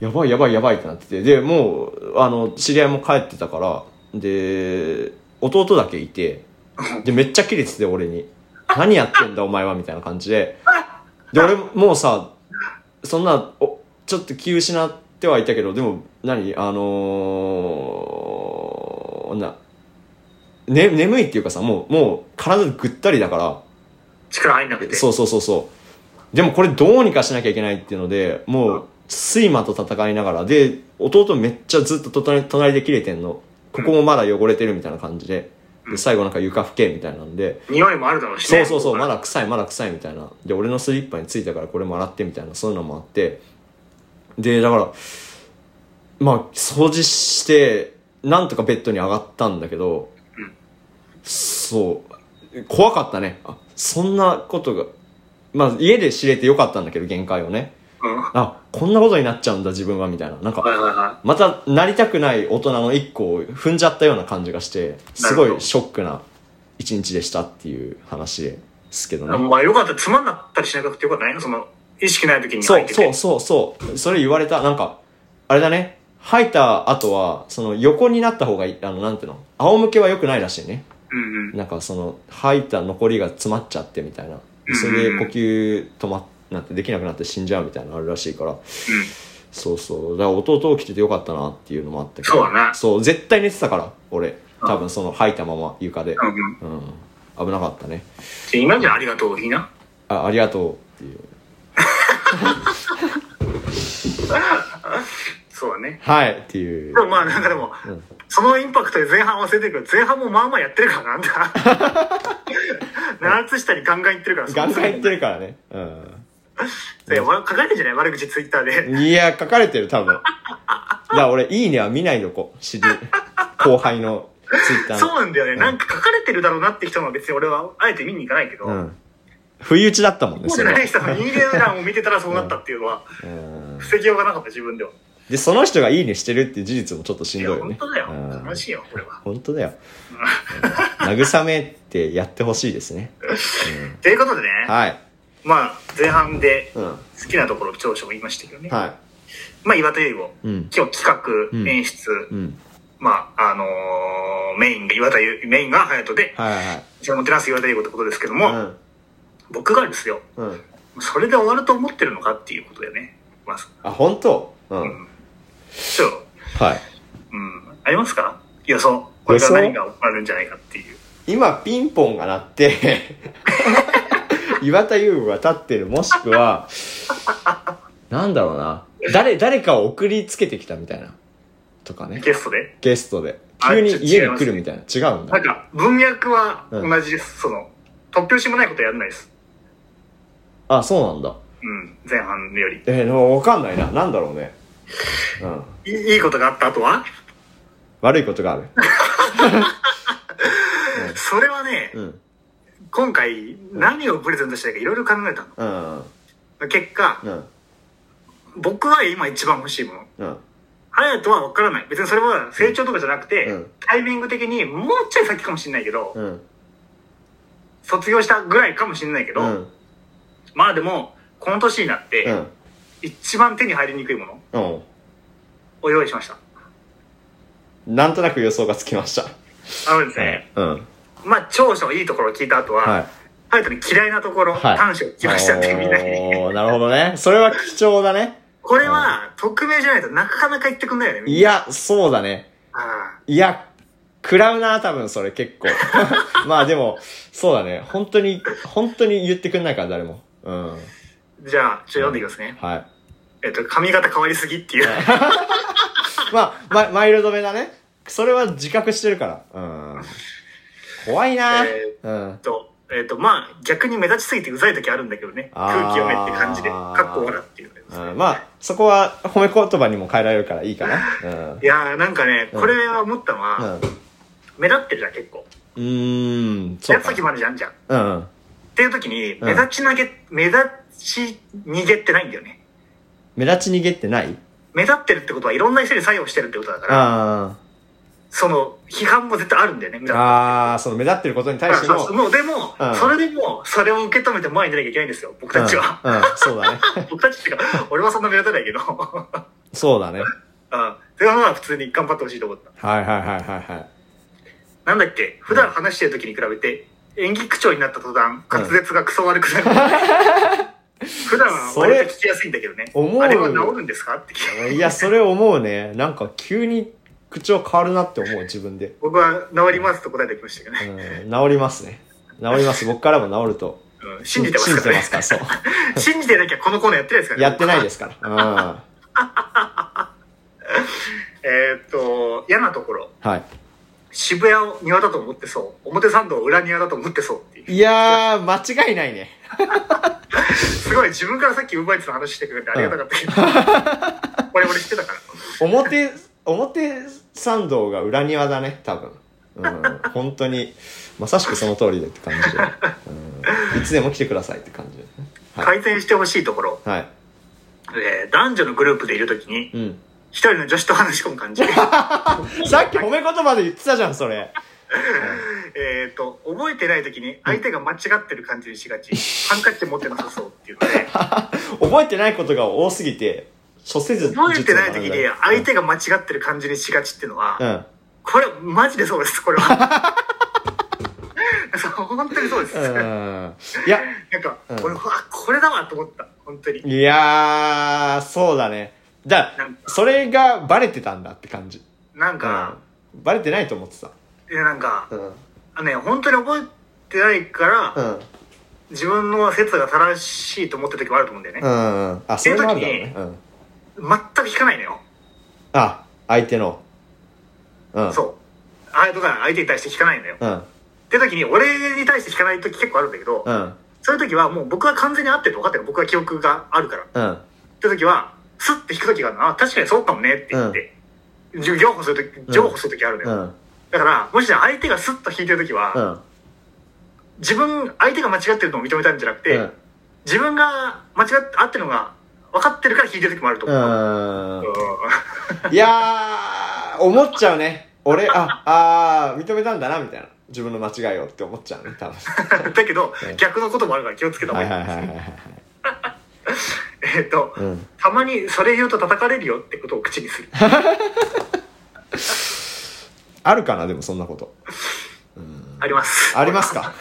[SPEAKER 2] うん
[SPEAKER 1] やばいやばいやばいってなっててでもうあの知り合いも帰ってたからで弟だけいてでめっちゃキレてて俺に「何やってんだお前は」みたいな感じでで俺もうさそんなおちょっと気失ってはいたけどでも何あのーな、ね、眠いっていうかさもうもう体ぐったりだから
[SPEAKER 2] 力入んなくて。
[SPEAKER 1] そうそうそうそうでもこれどうにかしなきゃいけないっていうのでもう睡魔と戦いながらで弟めっちゃずっと隣隣で切れてんのここもまだ汚れてるみたいな感じで
[SPEAKER 2] う
[SPEAKER 1] で
[SPEAKER 2] ん
[SPEAKER 1] 最後なんか床拭けみたいなんで
[SPEAKER 2] 匂いもあるだろうし
[SPEAKER 1] そ
[SPEAKER 2] ね。
[SPEAKER 1] うそうそうまだ臭いまだ臭いみたいなで俺のスリッパについたからこれも洗ってみたいなそういうのもあってでだからまあ掃除してなんとかベッドに上がったんだけど、
[SPEAKER 2] うん
[SPEAKER 1] そう怖かったねあそんなことがまあ家で知れてよかったんだけど限界をね
[SPEAKER 2] うん。はい
[SPEAKER 1] あこんなことになっちゃうんだ自分はみたいななんか
[SPEAKER 2] はいは
[SPEAKER 1] またなりたくない大人の一個を踏んじゃったような感じがしてすご
[SPEAKER 2] なるほ
[SPEAKER 1] い
[SPEAKER 2] ど
[SPEAKER 1] ショックな一日でしたっていう話ですけど
[SPEAKER 2] い。
[SPEAKER 1] ね
[SPEAKER 2] まあよかった。つまんなったりしなくてよかったね。その、意識ない時に
[SPEAKER 1] そ
[SPEAKER 2] 入っ
[SPEAKER 1] う
[SPEAKER 2] てて。
[SPEAKER 1] そうそうそうそれ言われたなんかあれだね吐いた後はその横になった方がいいあのなんていうの仰向けは良くないらしいね
[SPEAKER 2] うんうん。
[SPEAKER 1] なんかその吐いた残りが詰まっちゃってみたいなそれで呼吸止まっなんてできなくなって死んじゃうみたいなのあるらしいからそうそうだから弟を着ててよかったなっていうのもあったけど
[SPEAKER 2] そうだね
[SPEAKER 1] そう絶対寝てたから俺多分その吐いたまま床で
[SPEAKER 2] うん。うん。
[SPEAKER 1] うん危なかったね
[SPEAKER 2] で今じゃありがとう、いいな。
[SPEAKER 1] あありがとうっていう
[SPEAKER 2] そうだね。
[SPEAKER 1] はいっていう
[SPEAKER 2] でもまあなんかでも、
[SPEAKER 1] うん
[SPEAKER 2] そのインパクトで前半忘れてるけど、前半もまあまあやってるからなん だ。七つ下にガンガン言ってるから、
[SPEAKER 1] ガンガン言って
[SPEAKER 2] る。
[SPEAKER 1] るからね。うん。
[SPEAKER 2] でわ書かれてんじゃない悪口ツイッターで。
[SPEAKER 1] いや、書かれてる、多分。だから俺、いいねは見ないのこ、知り、後輩のツイッター
[SPEAKER 2] そう
[SPEAKER 1] の。
[SPEAKER 2] なんだよね。
[SPEAKER 1] ん
[SPEAKER 2] なんか書かれてるだろうなって人も別に俺はあえて見に行かないけど、
[SPEAKER 1] うん。不意打ちだったもんね、
[SPEAKER 2] そう
[SPEAKER 1] そ
[SPEAKER 2] じゃ
[SPEAKER 1] れは
[SPEAKER 2] ない人の人間欄を見てたらそうなったっていうのは、
[SPEAKER 1] うん。
[SPEAKER 2] 防ぎようがなかった自分では。
[SPEAKER 1] で、その人がいいねしてるっていう事実もちょっとし
[SPEAKER 2] い
[SPEAKER 1] ん
[SPEAKER 2] や、
[SPEAKER 1] どいよね。
[SPEAKER 2] 本当だよ
[SPEAKER 1] うん。
[SPEAKER 2] 悲しいよ、これは。
[SPEAKER 1] 本当だよ。うん慰めてやってほしいですね。
[SPEAKER 2] ということでね、
[SPEAKER 1] はい。
[SPEAKER 2] まあ前半で
[SPEAKER 1] うん。
[SPEAKER 2] 好きなところ長所も言いましたけどね。
[SPEAKER 1] は
[SPEAKER 2] まあ岩田優吾、
[SPEAKER 1] い。うん。
[SPEAKER 2] 今日企
[SPEAKER 1] うん
[SPEAKER 2] 画、演出、
[SPEAKER 1] うん。
[SPEAKER 2] まあ、あのーメインが岩田優、メインが隼人で、
[SPEAKER 1] はいはい
[SPEAKER 2] 一応もてなす岩田優吾ってことですけども、
[SPEAKER 1] はい。
[SPEAKER 2] 僕がですよ、
[SPEAKER 1] うん。うん。
[SPEAKER 2] それで終わると思ってるのかっていうことだよね。まず、
[SPEAKER 1] あ、本当う。
[SPEAKER 2] うんん。ちょっと、
[SPEAKER 1] はい。
[SPEAKER 2] うん、ありますか予想。これが何が終わるんじゃないかっていう。
[SPEAKER 1] 今ピンポンが鳴って岩田優吾が立ってるもしくはなんだろうな誰誰かを送りつけてきたみたいなとかね
[SPEAKER 2] ゲストで。
[SPEAKER 1] ゲストで
[SPEAKER 2] あ
[SPEAKER 1] 急に
[SPEAKER 2] ちょ
[SPEAKER 1] 家
[SPEAKER 2] 違い
[SPEAKER 1] に
[SPEAKER 2] ま
[SPEAKER 1] 来
[SPEAKER 2] す
[SPEAKER 1] るみたいな違うん
[SPEAKER 2] な
[SPEAKER 1] だ
[SPEAKER 2] んか、文脈は同
[SPEAKER 1] うん
[SPEAKER 2] じです。その、突拍子もないことはやらないです。
[SPEAKER 1] あそうなんだ
[SPEAKER 2] うん、前半より。
[SPEAKER 1] えー、でもわかんないななんだろうねうん
[SPEAKER 2] いいいことがあった後はい
[SPEAKER 1] 悪いことがある
[SPEAKER 2] それはね、
[SPEAKER 1] うん。
[SPEAKER 2] 今回何をプレゼントしたいかいろいろ考えた
[SPEAKER 1] うん。
[SPEAKER 2] の。結果、
[SPEAKER 1] うん。
[SPEAKER 2] 僕は今一番欲しいもの。
[SPEAKER 1] うん。
[SPEAKER 2] 隼人は分からない。別にそれは成長とかじゃなくて、
[SPEAKER 1] うん
[SPEAKER 2] タイミング的にもうちょい先かもしれないけど、
[SPEAKER 1] うん。
[SPEAKER 2] 卒業したぐらいかもしれないけど、
[SPEAKER 1] うん。
[SPEAKER 2] まあでも、この年になって、
[SPEAKER 1] うん。
[SPEAKER 2] 一番手に入りにくいもの
[SPEAKER 1] うん。
[SPEAKER 2] を用意しました。
[SPEAKER 1] なんとなく予想がつきました。
[SPEAKER 2] あのですね、
[SPEAKER 1] うん。
[SPEAKER 2] まあ長所のいいところを聞いた後は、
[SPEAKER 1] はい。
[SPEAKER 2] 隼人に嫌いなところ、
[SPEAKER 1] はい
[SPEAKER 2] 短所を聞きましたってみんなに。
[SPEAKER 1] おーなるほどね。それは貴重だね。
[SPEAKER 2] これは、匿名じゃないとなかなか言ってくんないよね、みんない
[SPEAKER 1] や、そうだね。
[SPEAKER 2] あ
[SPEAKER 1] いや、食らうな、多分それ結構。 まあでも、そうだね。本当に、本当に言ってくんないから、誰も。うん。はい。
[SPEAKER 2] ーじゃあ、ちょっと読んでいきますね。
[SPEAKER 1] ま
[SPEAKER 2] えっと、髪型変わりすぎっていう。
[SPEAKER 1] あ、ま、マイルドめだね。それは自覚してるから。うん。怖いな、
[SPEAKER 2] え
[SPEAKER 1] うん。
[SPEAKER 2] と、えっ、と、まあ、逆に目立ちすぎてうざい時あるんだけどね。
[SPEAKER 1] あー
[SPEAKER 2] 空気読めって感じで、かっこ笑っていうのがありますね、
[SPEAKER 1] うん、まあ、そこは褒め言葉にも変えられるからいいかな。うん
[SPEAKER 2] い。やー、なんかね、
[SPEAKER 1] うん
[SPEAKER 2] これは思ったのは、
[SPEAKER 1] うん。
[SPEAKER 2] 目立ってるじゃん、結構。
[SPEAKER 1] うーん、そう
[SPEAKER 2] や
[SPEAKER 1] か
[SPEAKER 2] つ。決まるじゃん、じゃん。っ
[SPEAKER 1] うんうん。
[SPEAKER 2] ていう時に、
[SPEAKER 1] ん
[SPEAKER 2] 目立ち投げ、目立ち逃げってないんだよね。
[SPEAKER 1] 目立ち逃げってない
[SPEAKER 2] 目立ってるってことはいろんな人に作用してるってことだから、
[SPEAKER 1] あ
[SPEAKER 2] その、批判も絶対あるんだよね、
[SPEAKER 1] あ。
[SPEAKER 2] 目立って
[SPEAKER 1] ああ、その目立ってることに対して
[SPEAKER 2] そう
[SPEAKER 1] の
[SPEAKER 2] そう。もうでも、
[SPEAKER 1] うん
[SPEAKER 2] それでも、それを受け止めて前に出なきゃいけないんですよ、僕たちは。
[SPEAKER 1] うん、うん、そうだね。
[SPEAKER 2] 僕たちっていうか、俺はそんな目立たないけど。うん。
[SPEAKER 1] そうだね。
[SPEAKER 2] それはまあ普通に頑張ってほしいと思った。
[SPEAKER 1] はいはいはいはいはい。
[SPEAKER 2] なんだっけ普段話してる時に比べて、演技口調になった途端、滑舌がクソ悪く なる。普段は割と聞きやすいんだけどね。
[SPEAKER 1] それ思う
[SPEAKER 2] あれは治るんですかって聞いて。
[SPEAKER 1] いや、それ思うね。なんか急に口調変わるなって思う、自分で。
[SPEAKER 2] 僕は治りますと答えてきましたけど
[SPEAKER 1] う
[SPEAKER 2] ね。
[SPEAKER 1] ん、治りますね。治ります。僕からも治ると。
[SPEAKER 2] うん信じてますから
[SPEAKER 1] 信
[SPEAKER 2] ね。
[SPEAKER 1] じてますから、そ
[SPEAKER 2] 信じてなきゃこのコーナーやってないですから。
[SPEAKER 1] う。やってないですすから。
[SPEAKER 2] えーっと、嫌なところ。
[SPEAKER 1] うん。は
[SPEAKER 2] 渋谷を庭だと思ってそう。表参道を裏庭だと思ってそうっていう。
[SPEAKER 1] い。いやー、間違いないね。
[SPEAKER 2] すごい、自分からさっきウーバーイーツの話してくれてありがたかっ たけど。これ俺知ってたから。
[SPEAKER 1] 表、表参道が裏庭だね、多分。うん、本当に、まさしくその通りでって感じで。うん、いつでも来てくださいって感じで。はい。
[SPEAKER 2] 改善してほしいところ。
[SPEAKER 1] はい。
[SPEAKER 2] えー男女のグループでいるときに、
[SPEAKER 1] うん。
[SPEAKER 2] 一人の女子と話し込 む感じ。
[SPEAKER 1] さっき褒め言葉で言ってたじゃん、それ。
[SPEAKER 2] えっと、覚えてないときに相手が間違ってる感じにしがち。ハンカチ持ってなさそうっていう ので、
[SPEAKER 1] 覚えてないことが多すぎて、諸説
[SPEAKER 2] 覚えてないときに相
[SPEAKER 1] 手
[SPEAKER 2] 手が間違ってる感じにしがちっていうの
[SPEAKER 1] う
[SPEAKER 2] は、
[SPEAKER 1] ん。
[SPEAKER 2] これマジでそうです、これは。 そう本当にそうです。
[SPEAKER 1] う
[SPEAKER 2] な
[SPEAKER 1] ん。
[SPEAKER 2] ん
[SPEAKER 1] いや、
[SPEAKER 2] か、
[SPEAKER 1] うん
[SPEAKER 2] 俺、うわ、これだわと思った。本当に。
[SPEAKER 1] いやー、そうだね。だ
[SPEAKER 2] なんか、
[SPEAKER 1] それがバレてたんだって感じ。
[SPEAKER 2] なん
[SPEAKER 1] う
[SPEAKER 2] か
[SPEAKER 1] ん、。バレてないと思ってた。
[SPEAKER 2] いやなんか、
[SPEAKER 1] うん。
[SPEAKER 2] あのね、本当に覚えてないから、
[SPEAKER 1] うん。
[SPEAKER 2] 自分の説が正しいと思ってる時もあると思うんだよね。
[SPEAKER 1] うんうん。あ、それもあるだろうね。うん。
[SPEAKER 2] 全く聞かないのよ。
[SPEAKER 1] あ、相手の。うん。
[SPEAKER 2] そう。ああ、だから相手に対して聞かないのよ。っ
[SPEAKER 1] うん。
[SPEAKER 2] て時に、俺に対して聞かない時結構あるんだけど、
[SPEAKER 1] うん。
[SPEAKER 2] そういう時はもう僕は完全に合ってると分かってる。僕は記憶があるから。
[SPEAKER 1] う
[SPEAKER 2] っ
[SPEAKER 1] ん。
[SPEAKER 2] て時は、スッて引く時があるの。あ、確かにそうかもねって言って。じゅ譲歩する時、譲歩する時あるの
[SPEAKER 1] う
[SPEAKER 2] よ。
[SPEAKER 1] ん。
[SPEAKER 2] だから、もし相手がスッと引いてる時は、
[SPEAKER 1] うん。
[SPEAKER 2] 自分、相手が間違ってるのを認めたんじゃなくて、
[SPEAKER 1] うん
[SPEAKER 2] 自分が間違って、合ってるのが分かってるから引いてる時もあると思う。
[SPEAKER 1] うん。
[SPEAKER 2] うん
[SPEAKER 1] いやー、思っちゃうね。俺、あ、あー、認めたんだな、みたいな。自分の間違いをって思っちゃうね、多分。
[SPEAKER 2] だけど
[SPEAKER 1] うん、
[SPEAKER 2] 逆のこともあるから気をつけた方
[SPEAKER 1] は
[SPEAKER 2] がい
[SPEAKER 1] い
[SPEAKER 2] い。
[SPEAKER 1] はいはいはいはい。
[SPEAKER 2] えっと、
[SPEAKER 1] うん。
[SPEAKER 2] たまにそれ言うと叩かれるよってことを口にする。
[SPEAKER 1] あるかな、でもそんなこと。
[SPEAKER 2] あります。
[SPEAKER 1] あります か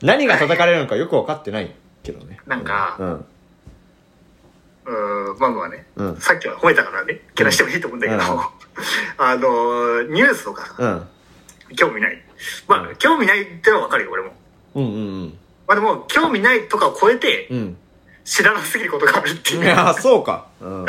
[SPEAKER 1] 何が叩かれるのかよく分かってないけどね。
[SPEAKER 2] なんか
[SPEAKER 1] うん。
[SPEAKER 2] うーん、マムはね、
[SPEAKER 1] うん
[SPEAKER 2] さっきは褒めたからね、けなしてもいいと思うんだけど、
[SPEAKER 1] うん
[SPEAKER 2] あのー、ニュースとかさ、
[SPEAKER 1] うん。
[SPEAKER 2] 興味ない。まあ、興味ないってのはわかるよ、俺も。
[SPEAKER 1] うんうん
[SPEAKER 2] まあでも、興味ないとかを超えて
[SPEAKER 1] う、ん。
[SPEAKER 2] 知らなすぎることがあるって
[SPEAKER 1] う
[SPEAKER 2] い
[SPEAKER 1] ん。
[SPEAKER 2] う。
[SPEAKER 1] いやー、そうか。うん。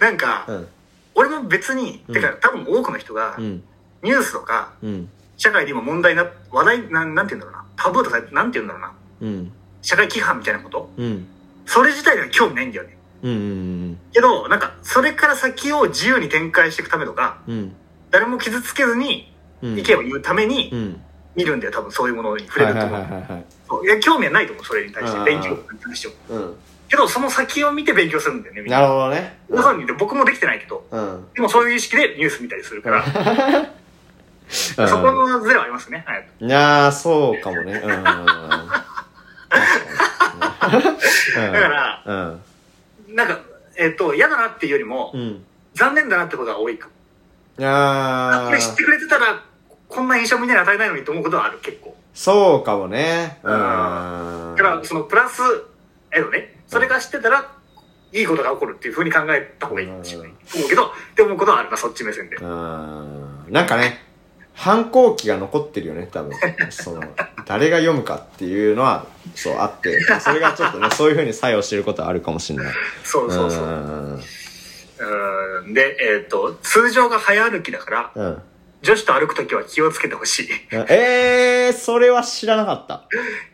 [SPEAKER 2] なんか、
[SPEAKER 1] うん。
[SPEAKER 2] 俺も別に、
[SPEAKER 1] うん
[SPEAKER 2] てか多分多くの人が
[SPEAKER 1] う、ん。
[SPEAKER 2] ニュースとか、
[SPEAKER 1] うん。
[SPEAKER 2] 社会で今問題な、話題、なんなんて言うんだろうな、タブーとされて、なんて言うんだろうな、
[SPEAKER 1] うん。
[SPEAKER 2] 社会規範みたいなこと
[SPEAKER 1] うん。
[SPEAKER 2] それ自体には興味ないんだよね。
[SPEAKER 1] うんうん
[SPEAKER 2] けど、なんか、それから先を自由に展開していくためとか、
[SPEAKER 1] うんうん
[SPEAKER 2] 誰も傷つけずに
[SPEAKER 1] うん
[SPEAKER 2] 意見を言うために
[SPEAKER 1] うん。
[SPEAKER 2] 見るんで、多分そういうものに触れ
[SPEAKER 1] はい
[SPEAKER 2] る
[SPEAKER 1] は
[SPEAKER 2] と
[SPEAKER 1] い
[SPEAKER 2] 思
[SPEAKER 1] は
[SPEAKER 2] う
[SPEAKER 1] いはいはい。
[SPEAKER 2] そう。いや、興味はないと思う、それに対し
[SPEAKER 1] あ
[SPEAKER 2] て。
[SPEAKER 1] ー
[SPEAKER 2] 勉強に対しても。
[SPEAKER 1] う
[SPEAKER 2] けど、その先を見て勉強するんだよね、
[SPEAKER 1] ん。
[SPEAKER 2] みん
[SPEAKER 1] な
[SPEAKER 2] な。
[SPEAKER 1] るほどね。
[SPEAKER 2] まさにね、僕もできてないけど、
[SPEAKER 1] うん。うん。
[SPEAKER 2] でもそういう意識でニュース見たりするから、そこのズレはありますね。はい。
[SPEAKER 1] いやー、そうかもね。うん。確
[SPEAKER 2] だから、
[SPEAKER 1] かに
[SPEAKER 2] なんか、えっと、嫌だなっていうよりも
[SPEAKER 1] う、ん。うん。
[SPEAKER 2] 残念だなってことが多いかも。
[SPEAKER 1] いや
[SPEAKER 2] これ知って
[SPEAKER 1] ー、
[SPEAKER 2] くれてたら、こんな印象みんなに与えないのにと思うことはある、結構。
[SPEAKER 1] そうかもね。うん。
[SPEAKER 2] だから、そのプラス、えのね、それが知ってたら、いいことが起こるっていうふうに考えた方がいいかもしれない。思うけど、って思うことはあるな、そっち目線で。
[SPEAKER 1] うん。なんかね、反抗期が残ってるよね、多分。その、誰が読むかっていうのは、そう、あって、それがちょっとね、そういう風に作用してることはあるかもしれない。
[SPEAKER 2] そうそうそうう。
[SPEAKER 1] ん。
[SPEAKER 2] うんで、えっ、と、通常が早歩きだから、
[SPEAKER 1] うん。
[SPEAKER 2] 女子と歩くときは気をつけてほしい。
[SPEAKER 1] えー、それは知らなかった。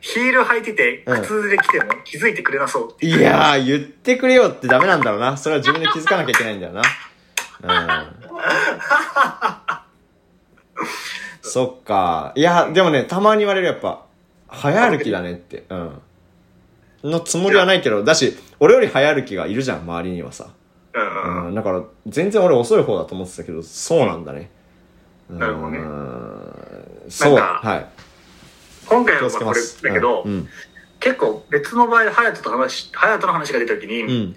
[SPEAKER 2] ヒール履いてて、
[SPEAKER 1] うん
[SPEAKER 2] 靴で来ても気づいてくれなそうって
[SPEAKER 1] い
[SPEAKER 2] いう。
[SPEAKER 1] やー、言ってくれよってダメなんだろうな。それは自分で気づかなきゃいけないんだよな。うん。そっか。いや、でもね、たまに言われるやっぱ、早歩きだねって。うん。のつもりはないけど、だし、俺より早歩きがいるじゃん、周りにはさ。
[SPEAKER 2] うんうん
[SPEAKER 1] うん。だから、全然俺遅い方だと思ってたけど、そうなんだね。うん
[SPEAKER 2] なるほどね
[SPEAKER 1] そう。
[SPEAKER 2] なんか
[SPEAKER 1] はい。
[SPEAKER 2] 今回
[SPEAKER 1] 気を
[SPEAKER 2] は
[SPEAKER 1] つけ
[SPEAKER 2] こ
[SPEAKER 1] ま
[SPEAKER 2] れ
[SPEAKER 1] す。
[SPEAKER 2] だけど、
[SPEAKER 1] うん。
[SPEAKER 2] 結構別の場合、隼人と話、隼人の話が出たときに、
[SPEAKER 1] うん。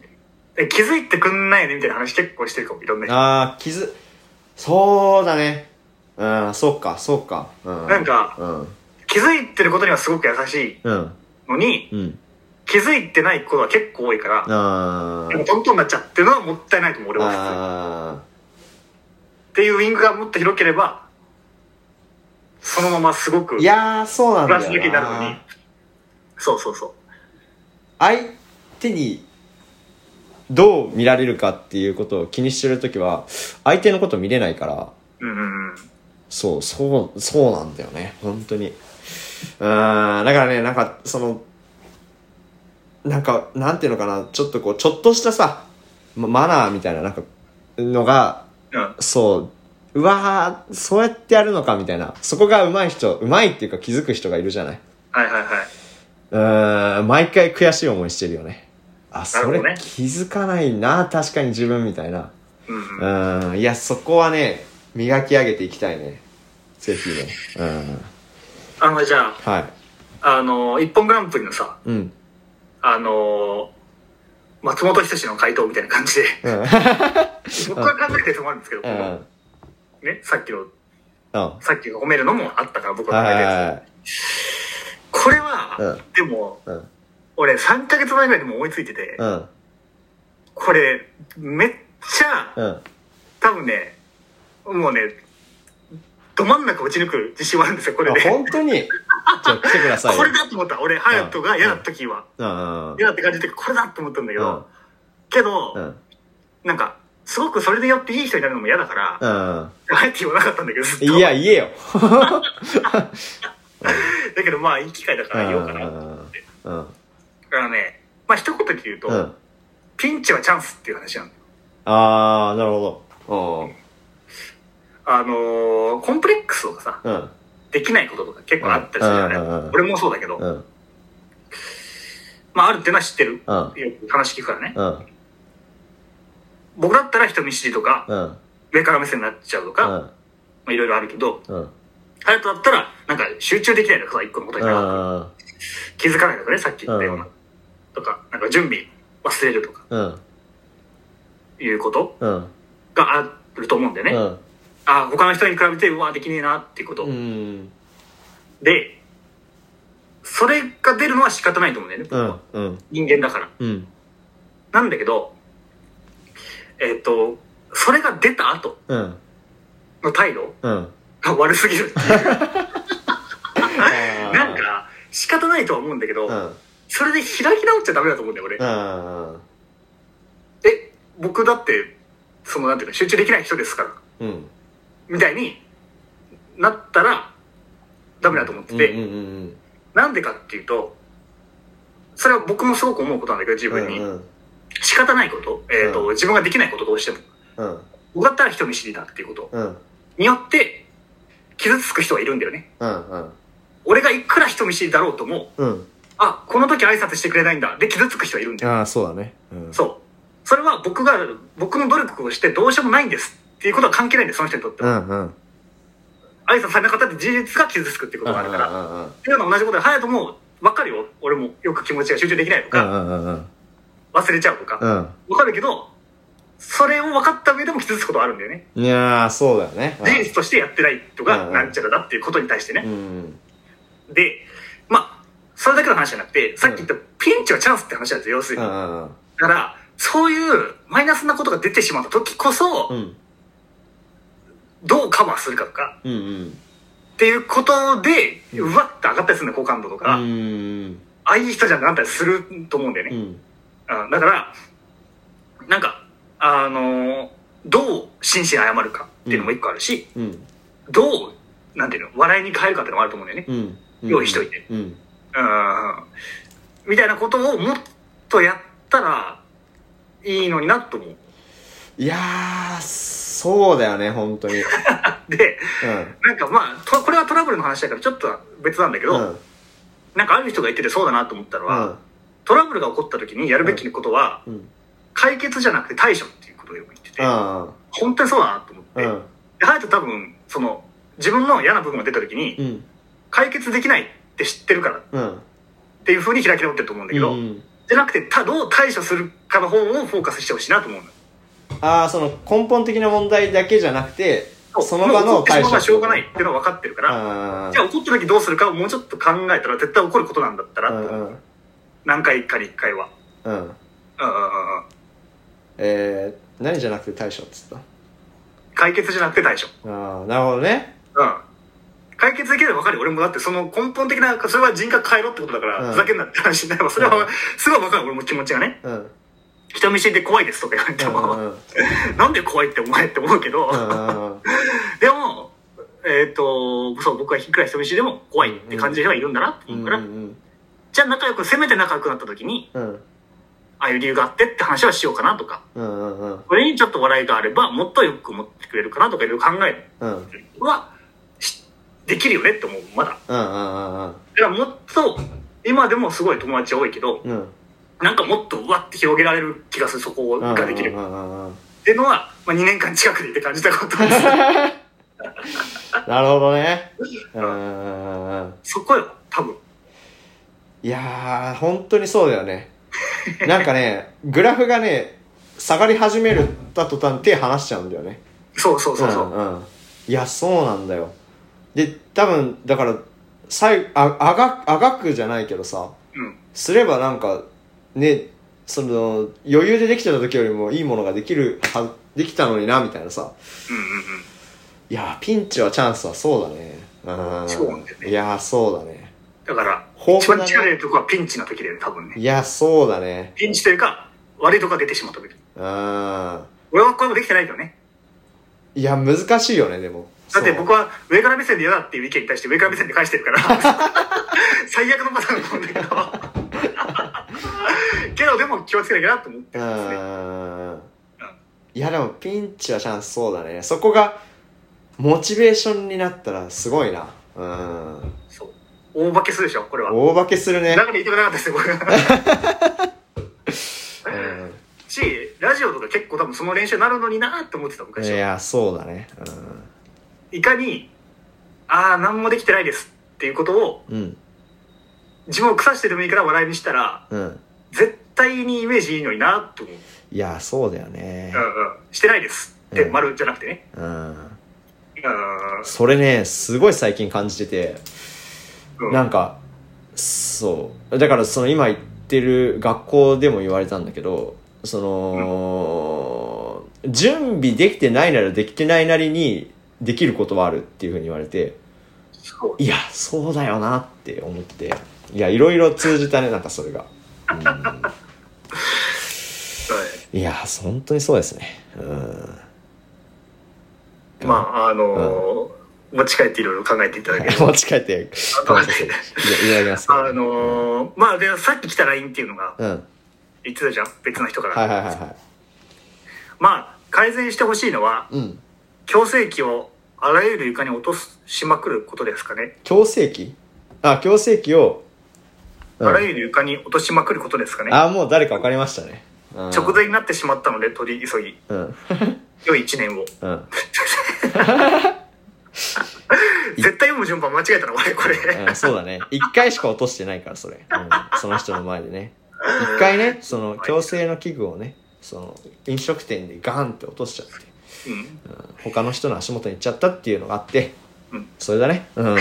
[SPEAKER 2] え気づいてくんないねみたいな話結構してるかも、いろんな人。
[SPEAKER 1] ああ、傷、そうだね。うん、そうか、そうか。うん。
[SPEAKER 2] なんか
[SPEAKER 1] うん。
[SPEAKER 2] 気づいてることにはすごく優しい
[SPEAKER 1] うん。
[SPEAKER 2] のに、
[SPEAKER 1] うん。
[SPEAKER 2] 気づいてないことは結構多いから、
[SPEAKER 1] あ
[SPEAKER 2] もうトントンになっちゃってるのはもったいないと思う、
[SPEAKER 1] ー
[SPEAKER 2] 俺は普通に。
[SPEAKER 1] あ
[SPEAKER 2] っていうウィングがもっと広ければ、そのまますごく
[SPEAKER 1] ー。い、やー、そうなん
[SPEAKER 2] プ
[SPEAKER 1] だよ
[SPEAKER 2] ラ
[SPEAKER 1] な。
[SPEAKER 2] ス抜きになるのに。そうそうそう。
[SPEAKER 1] 相手にどう見られるかっていうことを気にしてるときは、相手のこと見れないから、
[SPEAKER 2] うんうんうん。
[SPEAKER 1] そう、そう、そうなんだよね。本当に。うーん、だからね、なんか、その、なんか、なんていうのかな、ちょっとこう、ちょっとしたさ、まマナーみたいな、なんか、のが、
[SPEAKER 2] うん
[SPEAKER 1] そう、うわー、そうやってやるのかみたいな。そこが上手い人、上手いっていうか気づく人がいるじゃない。
[SPEAKER 2] はいはいはいう
[SPEAKER 1] ーん、毎回悔しい思いしてるよね。あ、
[SPEAKER 2] なる
[SPEAKER 1] そ
[SPEAKER 2] ほ
[SPEAKER 1] れ
[SPEAKER 2] どね
[SPEAKER 1] 気づかないな、確かに自分みたいな。。
[SPEAKER 2] うんうん
[SPEAKER 1] うーん、いや、そこはね、磨き上げていきたいね。ぜひね。うん。
[SPEAKER 2] あの、じゃ
[SPEAKER 1] はい。
[SPEAKER 2] あ、あの、一本グランプリのさ、
[SPEAKER 1] うん。
[SPEAKER 2] あの、松本人志の回答みたいな感じで、
[SPEAKER 1] うん。
[SPEAKER 2] 僕は考えてると思うんですけど、
[SPEAKER 1] うん。うん。
[SPEAKER 2] ね、さっきの、
[SPEAKER 1] は
[SPEAKER 2] さっき褒めるのもあったから僕
[SPEAKER 1] い
[SPEAKER 2] は考えてるやつ
[SPEAKER 1] は
[SPEAKER 2] これ
[SPEAKER 1] う
[SPEAKER 2] は
[SPEAKER 1] ん、
[SPEAKER 2] でも、
[SPEAKER 1] いはい。うん。
[SPEAKER 2] 俺3ヶ月前ぐらいでもう追いついてて
[SPEAKER 1] う、ん。
[SPEAKER 2] これ、めっちゃ、
[SPEAKER 1] うん。
[SPEAKER 2] 多分ね、もうね、ど真ん中落ち抜く自信はあるんですよ、これ
[SPEAKER 1] あ
[SPEAKER 2] で。
[SPEAKER 1] 本当にじゃあ来てくださいよ
[SPEAKER 2] これだと思った。俺、隼人が嫌だった時は。
[SPEAKER 1] うん。うん。
[SPEAKER 2] 嫌だって感じて、これだと思ったんだけど、けど、
[SPEAKER 1] うん。
[SPEAKER 2] なんか、すごくそれでよっていい人になるのも嫌だから、
[SPEAKER 1] うん。
[SPEAKER 2] あえて言わなかったんだけど、ずっと。
[SPEAKER 1] いや、言えよ。
[SPEAKER 2] だけどまあ、いい機会だか
[SPEAKER 1] うん。
[SPEAKER 2] ら
[SPEAKER 1] う
[SPEAKER 2] 言おうかな。だ
[SPEAKER 1] ん。うん。
[SPEAKER 2] からね、まあ一言で言うと、
[SPEAKER 1] うん。
[SPEAKER 2] ピンチはチャンスっていう話なんだよ。
[SPEAKER 1] あー、なるほど。
[SPEAKER 2] あのー、コンプレックスとかさ、
[SPEAKER 1] うん。うん。
[SPEAKER 2] できないこととか結構あったりするじゃない、
[SPEAKER 1] うんうんうん
[SPEAKER 2] 俺もそうだけど、
[SPEAKER 1] うん。
[SPEAKER 2] まああるってのは知ってる。
[SPEAKER 1] うん。
[SPEAKER 2] よく話聞くからね。
[SPEAKER 1] うん。
[SPEAKER 2] 僕だったら人見知りとか、
[SPEAKER 1] うん。
[SPEAKER 2] 上から目線になっちゃうとか、ま
[SPEAKER 1] う
[SPEAKER 2] あいろいろあるけど、
[SPEAKER 1] ん。
[SPEAKER 2] あれだったら、なんか集中できないとかさ、一個のことになる
[SPEAKER 1] うん。
[SPEAKER 2] 気づかないとかね、さっき言ったよう
[SPEAKER 1] う
[SPEAKER 2] な。とか、なんか準備忘れるとか、
[SPEAKER 1] うん。
[SPEAKER 2] いうこと
[SPEAKER 1] うん。
[SPEAKER 2] があると思うんでね。
[SPEAKER 1] うん。
[SPEAKER 2] あ他の人に比べて、うわ、できねえなっていうこと。
[SPEAKER 1] うん。
[SPEAKER 2] で、それが出るのは仕方ないと思うんだよね、僕
[SPEAKER 1] う
[SPEAKER 2] は
[SPEAKER 1] ん。うん。
[SPEAKER 2] 人間だから。
[SPEAKER 1] うん。
[SPEAKER 2] なんだけど、えっ、と、それが出た後
[SPEAKER 1] うん。
[SPEAKER 2] の態度
[SPEAKER 1] うん。
[SPEAKER 2] が悪すぎるっていう。なんか、仕方ないとは思うんだけど、
[SPEAKER 1] うん。
[SPEAKER 2] それで開き直っちゃダメだと思うんだよ、俺。
[SPEAKER 1] うん。
[SPEAKER 2] え、僕だって、その、なんていうの、集中できない人ですから、
[SPEAKER 1] うん。
[SPEAKER 2] みたいになったら、ダメだと思ってて、
[SPEAKER 1] うんうん
[SPEAKER 2] なんでかっていうと、それは僕もすごく思うことなんだけど、自
[SPEAKER 1] うん。
[SPEAKER 2] 分に。
[SPEAKER 1] うん。
[SPEAKER 2] 仕方ないこと、えっ、と、
[SPEAKER 1] う
[SPEAKER 2] 自分ができないことどうしても、
[SPEAKER 1] うん。
[SPEAKER 2] 僕だったら人見知りだっていうこと
[SPEAKER 1] うん。
[SPEAKER 2] によって、気傷つく人はいるんだよね。
[SPEAKER 1] うんうん。
[SPEAKER 2] 俺がいくら人見知りだろうとも、
[SPEAKER 1] うん。
[SPEAKER 2] あ、この時挨拶してくれないんだ。で、傷つく人はいるんだよ。
[SPEAKER 1] ああ、そうだね。うん。
[SPEAKER 2] そう。それは僕が、僕の努力をしてどうしようもないんです。っていうことは関係ないんだよ、その人にとって
[SPEAKER 1] う
[SPEAKER 2] は。
[SPEAKER 1] んうん。
[SPEAKER 2] 挨拶されなかったって事実が傷つくってことがあるから。
[SPEAKER 1] うんうん
[SPEAKER 2] っていうのは同じことで、隼人も、わかるよ。俺もよく気持ちが集中できないと
[SPEAKER 1] うん
[SPEAKER 2] か、
[SPEAKER 1] うんうん
[SPEAKER 2] 忘れちゃうとか。
[SPEAKER 1] うん。
[SPEAKER 2] わかるけど、それを分かった上でも傷つくことはあるんだよね。
[SPEAKER 1] うん。いやー、そうだよね。
[SPEAKER 2] 事実としてやってないと
[SPEAKER 1] う
[SPEAKER 2] か、
[SPEAKER 1] ん
[SPEAKER 2] なんちゃらだっていうことに対して
[SPEAKER 1] う
[SPEAKER 2] ね。
[SPEAKER 1] ん。
[SPEAKER 2] で、まあ、それだけの話じゃなくて、さっき言ったピンチはチャンスって話なんですよ、要する
[SPEAKER 1] う
[SPEAKER 2] に。だ
[SPEAKER 1] んうん
[SPEAKER 2] から、そういうマイナスなことが出てしまった時こ
[SPEAKER 1] う
[SPEAKER 2] そ、
[SPEAKER 1] ん。
[SPEAKER 2] どうカバーするかとか、
[SPEAKER 1] うんうん。
[SPEAKER 2] っていうことで、うわって上がったりするの、好感度と
[SPEAKER 1] う
[SPEAKER 2] か、あ
[SPEAKER 1] ん。
[SPEAKER 2] あいう人じゃんってなったりすると思うんだよ
[SPEAKER 1] う
[SPEAKER 2] ね。
[SPEAKER 1] ん。
[SPEAKER 2] うんだから、なんか、あのー、どう真摯に謝るかっていうのも一個あるし、
[SPEAKER 1] うん。
[SPEAKER 2] どう、なんていうの、笑いに変えるかっていうのもあると思うんだよね。
[SPEAKER 1] うん。
[SPEAKER 2] 用意しといて。
[SPEAKER 1] うん。
[SPEAKER 2] うん。みたいなことをもっとやったらいいのになと思う。
[SPEAKER 1] いやー、そうだよね、本当に。
[SPEAKER 2] で、
[SPEAKER 1] う
[SPEAKER 2] なんかまあ、とこれはトラブルの話だからちょっとは別なんだけ
[SPEAKER 1] ん。
[SPEAKER 2] ど、
[SPEAKER 1] うん。
[SPEAKER 2] なんかある人が言っててそうだなと思ったの
[SPEAKER 1] う
[SPEAKER 2] は、
[SPEAKER 1] ん。
[SPEAKER 2] トラブルが起こった時にやるべきことは、
[SPEAKER 1] うん。
[SPEAKER 2] 解決じゃなくて対処っていうことをよく言ってて、
[SPEAKER 1] うん。
[SPEAKER 2] 本当にそうだなと思って、
[SPEAKER 1] う
[SPEAKER 2] で
[SPEAKER 1] ん。
[SPEAKER 2] 隼人多分、その、自分の嫌な部分が出た時に、
[SPEAKER 1] うん。
[SPEAKER 2] 解決できないって知ってるからっ
[SPEAKER 1] うん。
[SPEAKER 2] ていう風に開き直ってると思うんだけど、
[SPEAKER 1] うん
[SPEAKER 2] じゃなくて、たどう対処するかの方をフォーカスしてほしいなと思うの。
[SPEAKER 1] ああ、その根本的な問題だけじゃなくて、その場
[SPEAKER 2] もう
[SPEAKER 1] の
[SPEAKER 2] 怒ってし
[SPEAKER 1] 対
[SPEAKER 2] まう
[SPEAKER 1] 処。
[SPEAKER 2] のはしょうがないっていうのは分かってるから、
[SPEAKER 1] あ
[SPEAKER 2] じゃあ怒った時どうするかをもうちょっと考えたら絶対起こることなんだった
[SPEAKER 1] あ。
[SPEAKER 2] ら
[SPEAKER 1] う
[SPEAKER 2] と、
[SPEAKER 1] んうん。
[SPEAKER 2] 何回かに1回は。
[SPEAKER 1] うん。
[SPEAKER 2] うんうんうんうん
[SPEAKER 1] えー、何じゃなくて対処っつった。
[SPEAKER 2] 解決じゃなくて対処。
[SPEAKER 1] ああ、なるほどね。
[SPEAKER 2] うん。解決できれば分かるよ。俺もだってその根本的な、それは人格変えろってことだから、
[SPEAKER 1] うん
[SPEAKER 2] ふざけんなって話になれば、それ
[SPEAKER 1] うん
[SPEAKER 2] はすごい分かる。俺も気持ちがね。
[SPEAKER 1] うん。うん
[SPEAKER 2] 人見知りで怖いですとか言われて
[SPEAKER 1] う
[SPEAKER 2] も、
[SPEAKER 1] んうん。
[SPEAKER 2] なんで怖いってお前って思うけど、
[SPEAKER 1] うんうん
[SPEAKER 2] でも、えっ、と、そう、僕はいくら人見知りでも怖いって感じる人はいるんだなって
[SPEAKER 1] う
[SPEAKER 2] 思うんから、
[SPEAKER 1] うん
[SPEAKER 2] じゃあ仲良く、せめて仲良くなった時に、
[SPEAKER 1] うん
[SPEAKER 2] ああいう理由があってって話はしようかなとか、
[SPEAKER 1] うんうん
[SPEAKER 2] これにちょっと笑いがあれば、もっとよく思ってくれるかなとかいろいろ考える
[SPEAKER 1] うんうん
[SPEAKER 2] は、しできるよねって思う、まだ。
[SPEAKER 1] うん
[SPEAKER 2] だからもっと、今でもすごい友達多いけど、
[SPEAKER 1] うんうん
[SPEAKER 2] なんかもっとうわって広げられる気がする、そこができる。
[SPEAKER 1] う
[SPEAKER 2] っ
[SPEAKER 1] んうんうん
[SPEAKER 2] ていうのは、まあ、2年間近くでいて感じたことです。
[SPEAKER 1] なるほどねうんうんうん
[SPEAKER 2] そこよ、多分。
[SPEAKER 1] いやー本当にそうだよねなんかねグラフがね下がり始めるた途端手離しちゃうんだよね
[SPEAKER 2] そうそうそうそう。
[SPEAKER 1] んうん、いやそうなんだよで多分だから最ああがあがくじゃないけどさ
[SPEAKER 2] うん。
[SPEAKER 1] すればなんかねその余裕でできてた時よりもいいものができるはできたのになみたいなさ
[SPEAKER 2] うんうんうん。
[SPEAKER 1] いやーピンチはチャンスはそうだねうん
[SPEAKER 2] そうなんだよね
[SPEAKER 1] いやーそうだね
[SPEAKER 2] だから、
[SPEAKER 1] 豊
[SPEAKER 2] 一
[SPEAKER 1] 富だね
[SPEAKER 2] 番力入れるとこはピンチの時だよね、多分ね。
[SPEAKER 1] いやそうだね
[SPEAKER 2] ピンチというか、悪いとこが出てしまった時。
[SPEAKER 1] うん
[SPEAKER 2] 俺はこれもできてないけどね。
[SPEAKER 1] いや難しいよねでも
[SPEAKER 2] だって僕
[SPEAKER 1] は
[SPEAKER 2] は上から目線で嫌だっていう意見に対して上から目線で返してるから最悪のパターンなんだけどけどでも気をつけなきゃなと思って
[SPEAKER 1] う
[SPEAKER 2] ますね
[SPEAKER 1] んいやでもピンチはチャンスそうだねそこがモチベーションになったらすごいなうん
[SPEAKER 2] そう大化けするでしょこれは
[SPEAKER 1] 大化けするね
[SPEAKER 2] 中に言ってくれなかったですよ僕が しラジオとか結構多分その練習になるのになーって思ってた
[SPEAKER 1] うんい
[SPEAKER 2] 昔は
[SPEAKER 1] やそうだね
[SPEAKER 2] いかにああ何もできてないですっていうことを
[SPEAKER 1] うんうん
[SPEAKER 2] 自分を腐してでもいいから笑いにしたら
[SPEAKER 1] うん
[SPEAKER 2] 絶対にイメージいいのになと思う、
[SPEAKER 1] いやそうだよね
[SPEAKER 2] うんうん、してないですって丸じゃなくてね、
[SPEAKER 1] うん
[SPEAKER 2] うん
[SPEAKER 1] それねすごい最近感じてて
[SPEAKER 2] うん
[SPEAKER 1] なんかそうだからその今行ってる学校でも言われたんだけどその、準備できてないならできてないなりにできることはあるっていうふうに言われて
[SPEAKER 2] そう
[SPEAKER 1] いやそうだよなって思っていやいろいろ通じたねなんかそれが、
[SPEAKER 2] はい
[SPEAKER 1] や本当にそうですねうん
[SPEAKER 2] い、まああのー持ち帰っていろいろ考えていただければ
[SPEAKER 1] 持ち帰って
[SPEAKER 2] と
[SPEAKER 1] 食べさせていただきます
[SPEAKER 2] あのーまあでさっき来た LINE っていうのが
[SPEAKER 1] うん
[SPEAKER 2] 言ってたじゃん別の人から、
[SPEAKER 1] はいはいはいはい
[SPEAKER 2] まあ改善してほしいのは
[SPEAKER 1] うん
[SPEAKER 2] 強制期をあらゆる床に落としまくることですかね。
[SPEAKER 1] 強制期あ、強制期を、うん
[SPEAKER 2] あらゆる床に落としまくることですかね。
[SPEAKER 1] あ、もう誰か分かりましたね。うん
[SPEAKER 2] 直前になってしまったので取り急ぎ、
[SPEAKER 1] うん。
[SPEAKER 2] 良い一年を。
[SPEAKER 1] うん。
[SPEAKER 2] 絶対読む順番間違えたな、俺、これ。
[SPEAKER 1] うん、そうだね。一回しか落としてないから、それ。うん、その人の前でね。一回ね、その、強制の器具をね、その、飲食店でガーンって落としちゃって、
[SPEAKER 2] うん。
[SPEAKER 1] うん他の人の足元に行っちゃったっていうのがあって
[SPEAKER 2] うん、
[SPEAKER 1] それだね。うん。うん
[SPEAKER 2] っ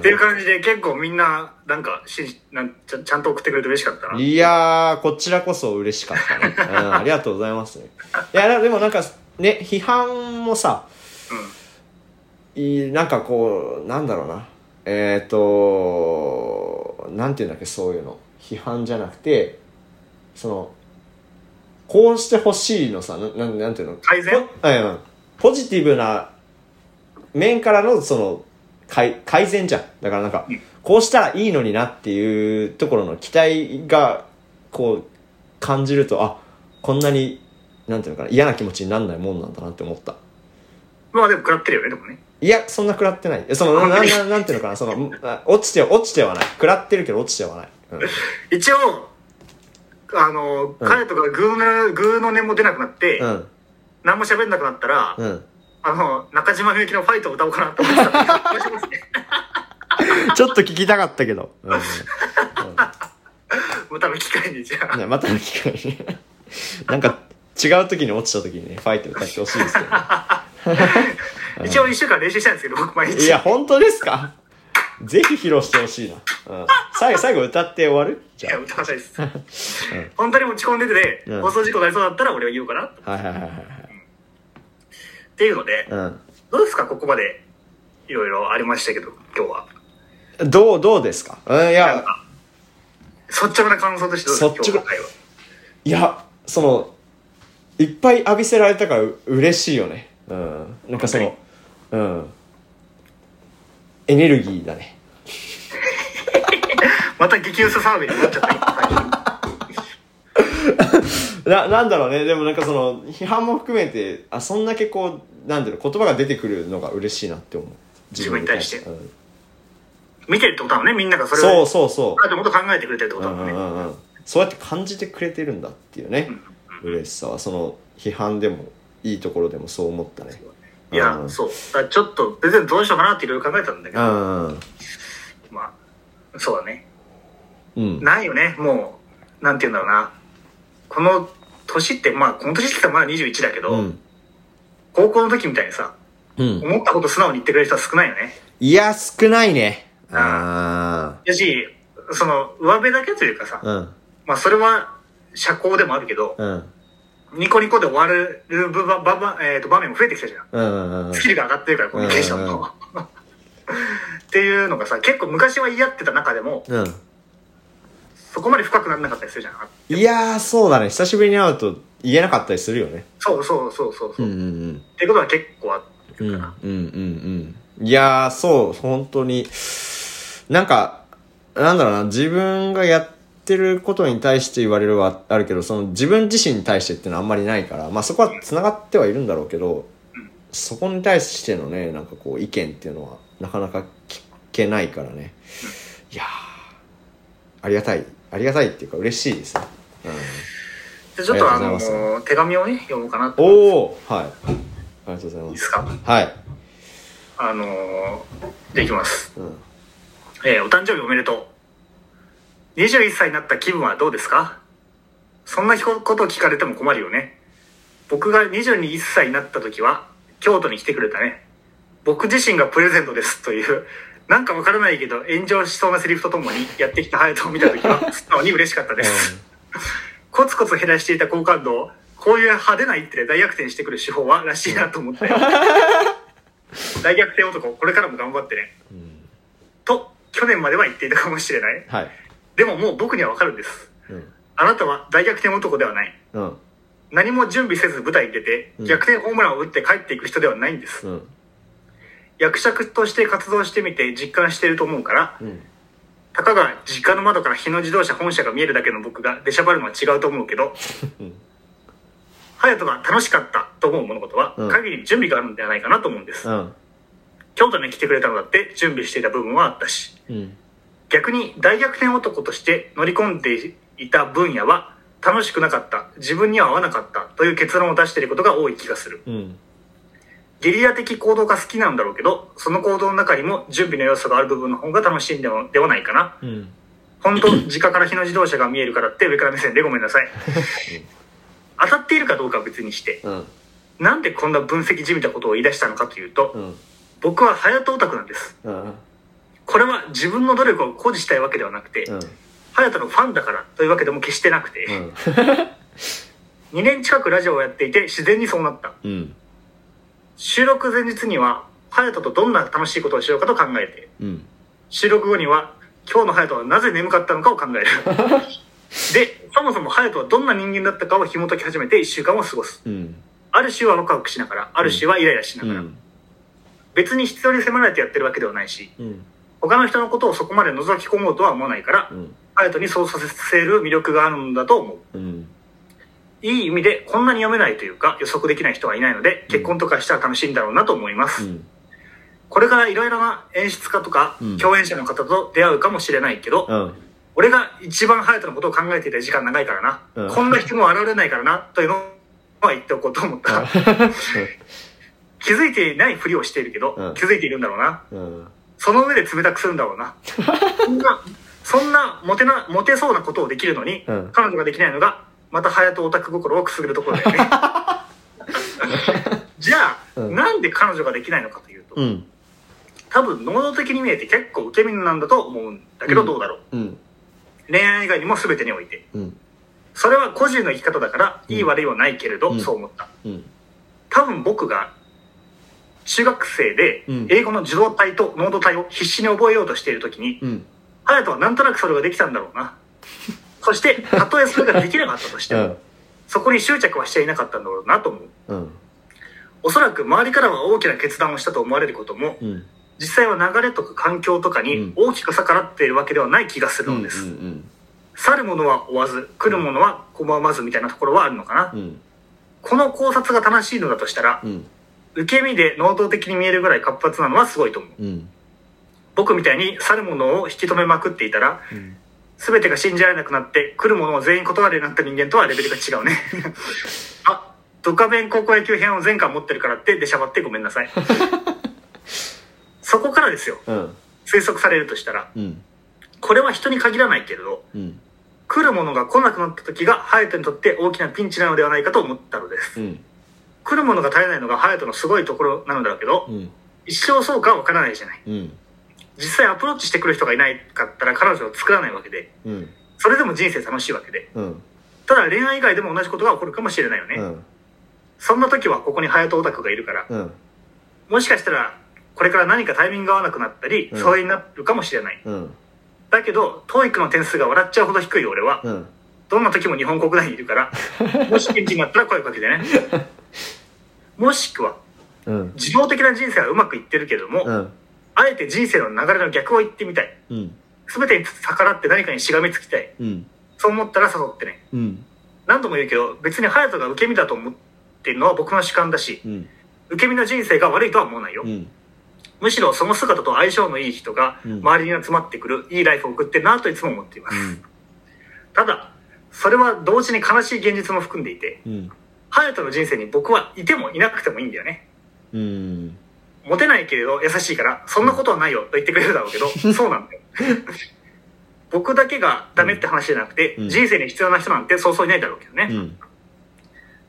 [SPEAKER 2] ていう感じで、結構みんな、なんか、しなんちゃちゃんと送ってくれて嬉しかったな。
[SPEAKER 1] いやー、こちらこそ嬉しかったね。うん、ありがとうございますね。いや、でもなんか、ね、批判もさ、いいなんかこう、なんだろうな。えっ、ー、と、なんていうんだっけ、そういうの。批判じゃなくて、その、こうしてほしいのさ、ななんなんていうの
[SPEAKER 2] 改善
[SPEAKER 1] ポうんうん。ポジティブな面からの、その、改改善じゃん。だからなんか
[SPEAKER 2] うん、
[SPEAKER 1] こうしたらいいのになっていうところの期待が、こう、感じると、あ、こんなに、なんていうのかな、嫌な気持ちになんないもんなんだなって思った。
[SPEAKER 2] まあでも食らってるよね、でもね。
[SPEAKER 1] いや、そんな食らってない。その、な、な、ななんていうのかな、その、あ落ちて、落ちてはない。食らってるけど落ちてはない。うん
[SPEAKER 2] 一応、あの、彼とかグーの、グーの音も出なくなって、
[SPEAKER 1] うん。
[SPEAKER 2] 何も喋んなくなったら、
[SPEAKER 1] うん。
[SPEAKER 2] あの、中島みゆきのファイトを歌おうかなと思ってたんだけど。もしもし
[SPEAKER 1] ちょっと聞きたかったけど。うん。
[SPEAKER 2] 歌の機会にじゃあ。
[SPEAKER 1] ね、またの機会に。なんか、違う時に落ちた時にね、ファイト歌ってほしいですけど、
[SPEAKER 2] 一応一週間練習したんですけど、僕毎
[SPEAKER 1] い
[SPEAKER 2] 日。
[SPEAKER 1] や、本当ですかぜひ披露してほしいな。うん。最後、最後歌って終わるじ
[SPEAKER 2] い
[SPEAKER 1] ゃ
[SPEAKER 2] や、歌わないです。本当に落ち込んでて、
[SPEAKER 1] うん
[SPEAKER 2] 放送事故がありそうだったら俺は言おうかな。っ
[SPEAKER 1] あ。はいはいはいはい
[SPEAKER 2] ていうので、
[SPEAKER 1] はい。
[SPEAKER 2] どうですか、ここまで。いろいろありましたけど、今日は。
[SPEAKER 1] うん。どう、どうですかうん、い
[SPEAKER 2] なん
[SPEAKER 1] や、
[SPEAKER 2] か、率直な感想としてどうです
[SPEAKER 1] 率
[SPEAKER 2] か、今
[SPEAKER 1] 直
[SPEAKER 2] 日の会話。
[SPEAKER 1] いや、その、いっぱい浴びせられたからう嬉しいよね。うん。なんかその、うん。エネルギーだね。
[SPEAKER 2] また激薄サービスになっちゃった。
[SPEAKER 1] な、なんだろうね。でもなんかその、批判も含めて、あ、そんだけこう、なんだろう、言葉が出てくるのが嬉しいなって思う。
[SPEAKER 2] 自分に対して
[SPEAKER 1] うん
[SPEAKER 2] 見てるってことだもんね、みんながそれを。
[SPEAKER 1] そうそうそう。
[SPEAKER 2] あともっと考えてくれてるってこと
[SPEAKER 1] う
[SPEAKER 2] だ
[SPEAKER 1] ん
[SPEAKER 2] も
[SPEAKER 1] うんん
[SPEAKER 2] ね。
[SPEAKER 1] うんうんそうやって感じてくれてるんだっていうね、嬉しさはその批判でもいいところでもそう思ったね
[SPEAKER 2] いや、
[SPEAKER 1] うん
[SPEAKER 2] そう。だからちょっと、全然どうしようかなっていろいろ考えたんだけ
[SPEAKER 1] う
[SPEAKER 2] ど、
[SPEAKER 1] んうん
[SPEAKER 2] まあ、そうだね。
[SPEAKER 1] うん
[SPEAKER 2] ないよね、もう、なんて言うんだろうな。この年って、まあ、この年って言ったらまだ21だけど、
[SPEAKER 1] うん
[SPEAKER 2] 高校の時みたいにさ、
[SPEAKER 1] うん
[SPEAKER 2] 思ったこと素直に言ってくれる人は少ないよね。
[SPEAKER 1] いや少ないね
[SPEAKER 2] ん
[SPEAKER 1] あ
[SPEAKER 2] やし、その、上辺だけというかさ、
[SPEAKER 1] あうん
[SPEAKER 2] まあ、それは、社交でもあるけど、
[SPEAKER 1] うん
[SPEAKER 2] ニコニコで終わる部分ばば、えー、と場面も増えてきたじゃん。
[SPEAKER 1] うんうんうん
[SPEAKER 2] スキルが上がってるから、コミュニケーション
[SPEAKER 1] うんうん
[SPEAKER 2] の。っていうのがさ、結構昔は嫌ってた中でも、
[SPEAKER 1] うん
[SPEAKER 2] そこまで深くならなかったりするじゃん。
[SPEAKER 1] いやーそうだね久しぶりに会うと言えなかったりするよね
[SPEAKER 2] そうそうそうそうそうう。
[SPEAKER 1] んう
[SPEAKER 2] っ
[SPEAKER 1] んうん
[SPEAKER 2] ていうことは結構あっ
[SPEAKER 1] う
[SPEAKER 2] て
[SPEAKER 1] ん
[SPEAKER 2] る
[SPEAKER 1] う
[SPEAKER 2] か
[SPEAKER 1] ん
[SPEAKER 2] な。
[SPEAKER 1] うんうんいやーそう本当になんかなんだろうな自分がやってることに対して言われるはあるけどその自分自身に対してっていうのはあんまりないからまあそこはつながってはいるんだろうけどそこに対してのねなんかこう意見っていうのはなかなか聞けないからねいやーありがたいありがたいっていうか嬉しいですね、
[SPEAKER 2] でちょっとあ
[SPEAKER 1] ありがとう
[SPEAKER 2] の
[SPEAKER 1] ございま
[SPEAKER 2] 手紙をね、読もうかな
[SPEAKER 1] う
[SPEAKER 2] と
[SPEAKER 1] ん
[SPEAKER 2] 思い、
[SPEAKER 1] おおはいありがとうござい
[SPEAKER 2] い
[SPEAKER 1] ま
[SPEAKER 2] ですすか。
[SPEAKER 1] はい、
[SPEAKER 2] あのー、でいきます。
[SPEAKER 1] うん、
[SPEAKER 2] えーお誕生日おめでとう。21歳になった気分はどうですかそんなことを聞かれても困るよね。僕が21歳になった時は、京都に来てくれたね。僕自身がプレゼントですという、なんかわからないけど炎上しそうなセリフとともにやってきたハヤトを見た時は、素直に嬉しかったです。コツコツ減らしていた好感度を、こういう派手な一手で大逆転してくる手法はらしいなと 思ったよ。大逆転男、これからも頑張ってね。と、去年までは言っていたかもしれない。
[SPEAKER 1] はい
[SPEAKER 2] でももう僕にはわかるんです。
[SPEAKER 1] うん
[SPEAKER 2] あなたは大逆転男ではない。
[SPEAKER 1] うん
[SPEAKER 2] 何も準備せず舞台に出て、
[SPEAKER 1] うん
[SPEAKER 2] 逆転ホームランを打って帰っていく人ではないんです。
[SPEAKER 1] うん
[SPEAKER 2] 役者として活動してみて実感していると思うから、
[SPEAKER 1] うん
[SPEAKER 2] たかが実家の窓から日野自動車本社が見えるだけの僕が出しゃばるのは違うと思うけど、隼人が楽しかったと思う物事は、
[SPEAKER 1] うん
[SPEAKER 2] 限り準備があるんではないかなと思うんです、
[SPEAKER 1] うん。
[SPEAKER 2] 京都に来てくれたのだって準備していた部分はあったし
[SPEAKER 1] うん。
[SPEAKER 2] 逆に大逆転男として乗り込んでいた分野は楽しくなかった自分には合わなかったという結論を出していることが多い気がする
[SPEAKER 1] うん。
[SPEAKER 2] ゲリラ的行動が好きなんだろうけどその行動の中にも準備の要素がある部分の方が楽しいんではではないかな
[SPEAKER 1] うん。
[SPEAKER 2] 本当実家から日の自動車が見えるからって上から目線でごめんなさい当たっているかどうかは別にして
[SPEAKER 1] うん。
[SPEAKER 2] なんでこんな分析じみたことを言い出したのかというと、
[SPEAKER 1] うん。
[SPEAKER 2] 僕は隼人オタクなんです
[SPEAKER 1] うん。
[SPEAKER 2] これは自分の努力を誇示したいわけではなくて、
[SPEAKER 1] うん。
[SPEAKER 2] 隼人のファンだからというわけでも決してなくて、2年近くラジオをやっていて自然にそうなった
[SPEAKER 1] うん。
[SPEAKER 2] 収録前日には隼人とどんな楽しいことをしようかと考えて
[SPEAKER 1] うん。
[SPEAKER 2] 収録後には今日の隼人はなぜ眠かったのかを考えるでそもそも隼人はどんな人間だったかを紐解き始めて1週間を過ごす
[SPEAKER 1] うん。
[SPEAKER 2] ある種はワクワクしながらある種はイライラしな
[SPEAKER 1] う
[SPEAKER 2] がら、
[SPEAKER 1] ん。
[SPEAKER 2] 別に必要に迫られてやってるわけではないし
[SPEAKER 1] うん。
[SPEAKER 2] 他の人のことをそこまで覗き込もうとは思わないから
[SPEAKER 1] うん。
[SPEAKER 2] 隼人にそうさせる魅力があるんだと思
[SPEAKER 1] う
[SPEAKER 2] う
[SPEAKER 1] ん。
[SPEAKER 2] いい意味でこんなに読めないというか予測できない人はいないので結婚とかしたら楽しいんだろうなと思います、
[SPEAKER 1] うん。
[SPEAKER 2] これからいろいろな演出家とか
[SPEAKER 1] うん
[SPEAKER 2] 共演者の方と出会うかもしれないけど、
[SPEAKER 1] うん。
[SPEAKER 2] 俺が一番隼人のことを考えていた時間長いからな、
[SPEAKER 1] うん
[SPEAKER 2] こんな人も現れないからなというのは言っておこうと思 った、気づいていないふりをしているけど、
[SPEAKER 1] うん
[SPEAKER 2] 気づいているんだろうな
[SPEAKER 1] うん。
[SPEAKER 2] その上で冷たくするんだろうなそんなそんなモテなモテそうなことをできるのに、
[SPEAKER 1] うん
[SPEAKER 2] 彼女ができないのがまた隼人オタク心をくすぐるところだ よね じゃあ、
[SPEAKER 1] うん
[SPEAKER 2] なんで彼女ができないのかというと、
[SPEAKER 1] うん。
[SPEAKER 2] 多分能動的に見えて結構受け身なんだと思うんだけど
[SPEAKER 1] うん
[SPEAKER 2] どうだろう、
[SPEAKER 1] うん。
[SPEAKER 2] 恋愛以外にも全てにおいて
[SPEAKER 1] うん。
[SPEAKER 2] それは個人の生き方だから
[SPEAKER 1] うん
[SPEAKER 2] いい悪いはないけれど、
[SPEAKER 1] うん
[SPEAKER 2] そう思った
[SPEAKER 1] うん。
[SPEAKER 2] 多分僕が中学生で
[SPEAKER 1] うん
[SPEAKER 2] 英語の受動体と能動体を必死に覚えようとしている時に
[SPEAKER 1] うん。
[SPEAKER 2] 隼人はなんとなくそれができたんだろ うなそしてたとえそれができなかったとして
[SPEAKER 1] う
[SPEAKER 2] も、
[SPEAKER 1] ん。
[SPEAKER 2] そこに執着はしていなかったんだろうなと思う
[SPEAKER 1] うん。
[SPEAKER 2] おそらく周りからは大きな決断をしたと思われることも
[SPEAKER 1] うん。
[SPEAKER 2] 実際は流れとか環境とか
[SPEAKER 1] う
[SPEAKER 2] に
[SPEAKER 1] ん
[SPEAKER 2] 大きく逆らっているわけではない気がする
[SPEAKER 1] うん
[SPEAKER 2] んです、
[SPEAKER 1] うん
[SPEAKER 2] 去る者は追わず来る者は拒まずみたいなところはあるのかな、
[SPEAKER 1] うん
[SPEAKER 2] この考察が正しいのだとしたら
[SPEAKER 1] うん
[SPEAKER 2] 受け身で能動的に見えるぐらい活発なのはすごいと思う
[SPEAKER 1] うん
[SPEAKER 2] 僕みたいに去る者を引き止めまくっていたら全てが信じられなくなって来るものを全員断るようになった人間とはレベルが違うねあドカベン高校野球編を前回持ってるからって出しゃばってごめんなさいそこからですよ
[SPEAKER 1] うん
[SPEAKER 2] 推測されるとしたら
[SPEAKER 1] うん
[SPEAKER 2] これは人に限らないけれど
[SPEAKER 1] うん
[SPEAKER 2] 来るものが来なくなった時がハヤトにとって大きなピンチなのではないかと思ったのです
[SPEAKER 1] うん
[SPEAKER 2] 来るものが絶えないのがハヤトのすごいところなのだけど
[SPEAKER 1] うん
[SPEAKER 2] 一生そうかは分からないじゃない
[SPEAKER 1] うん
[SPEAKER 2] 実際アプローチしてくる人がいないかったら彼女を作らないわけで
[SPEAKER 1] うん
[SPEAKER 2] それでも人生楽しいわけで
[SPEAKER 1] うん
[SPEAKER 2] ただ恋愛以外でも同じことが起こるかもしれないよね、
[SPEAKER 1] うん
[SPEAKER 2] そんな時はここに隼人オタクがいるから
[SPEAKER 1] うん
[SPEAKER 2] もしかしたらこれから何かタイミングが合わなくなったり
[SPEAKER 1] うん
[SPEAKER 2] 疎遠になるかもしれない
[SPEAKER 1] うん
[SPEAKER 2] だけど TOEIC の点数が笑っちゃうほど低い俺は
[SPEAKER 1] うん
[SPEAKER 2] どんな時も日本国内にい るからもし現地になったら声かけてねもしくは
[SPEAKER 1] うん
[SPEAKER 2] 自動的な人生はうまくいってるけども、
[SPEAKER 1] うん
[SPEAKER 2] あえて人生の流れの逆を言ってみたい
[SPEAKER 1] うん
[SPEAKER 2] 全てに逆らって何かにしがみつきたい
[SPEAKER 1] うん
[SPEAKER 2] そう思ったら誘ってね
[SPEAKER 1] うん
[SPEAKER 2] 何度も言うけど別に隼人が受け身だと思ってるのは僕の主観だし
[SPEAKER 1] うん
[SPEAKER 2] 受け身の人生が悪いとは思わないよ、
[SPEAKER 1] うん
[SPEAKER 2] むしろその姿と相性のいい人が
[SPEAKER 1] うん
[SPEAKER 2] 周りに集まってくるいいライフを送ってるなといつも思っています、ただそれは同時に悲しい現実も含んでいて
[SPEAKER 1] うん
[SPEAKER 2] 隼人の人生に僕はいてもいなくてもいいんだよね
[SPEAKER 1] うん
[SPEAKER 2] モテないけれど優しいからそんなことはないよと言ってくれるだろう けどそうなんだよ僕だけがダメって話じゃなくて、
[SPEAKER 1] うん
[SPEAKER 2] 人生に必要な人なんてそうそういないだろうけど
[SPEAKER 1] う
[SPEAKER 2] ね、
[SPEAKER 1] ん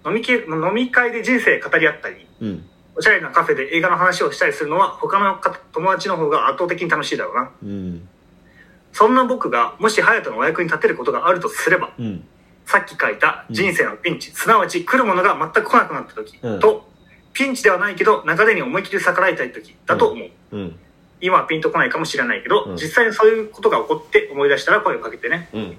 [SPEAKER 2] 飲みき飲み会で人生語り合ったり
[SPEAKER 1] うん
[SPEAKER 2] おしゃれなカフェで映画の話をしたりするのは他の方友達の方が圧倒的に楽しいだろうな
[SPEAKER 1] うん
[SPEAKER 2] そんな僕がもし隼人のお役に立てることがあるとすれば
[SPEAKER 1] うん
[SPEAKER 2] さっき書いた人生のピンチ、すなわち来るものが全く来なくなった時、
[SPEAKER 1] うん
[SPEAKER 2] とピンチではないけど流れに思い切り逆らいたい時だと思う、
[SPEAKER 1] うん
[SPEAKER 2] 今はピンとこないかもしれないけど、
[SPEAKER 1] うん
[SPEAKER 2] 実際にそういうことが起こって思い出したら声をかけてね
[SPEAKER 1] うん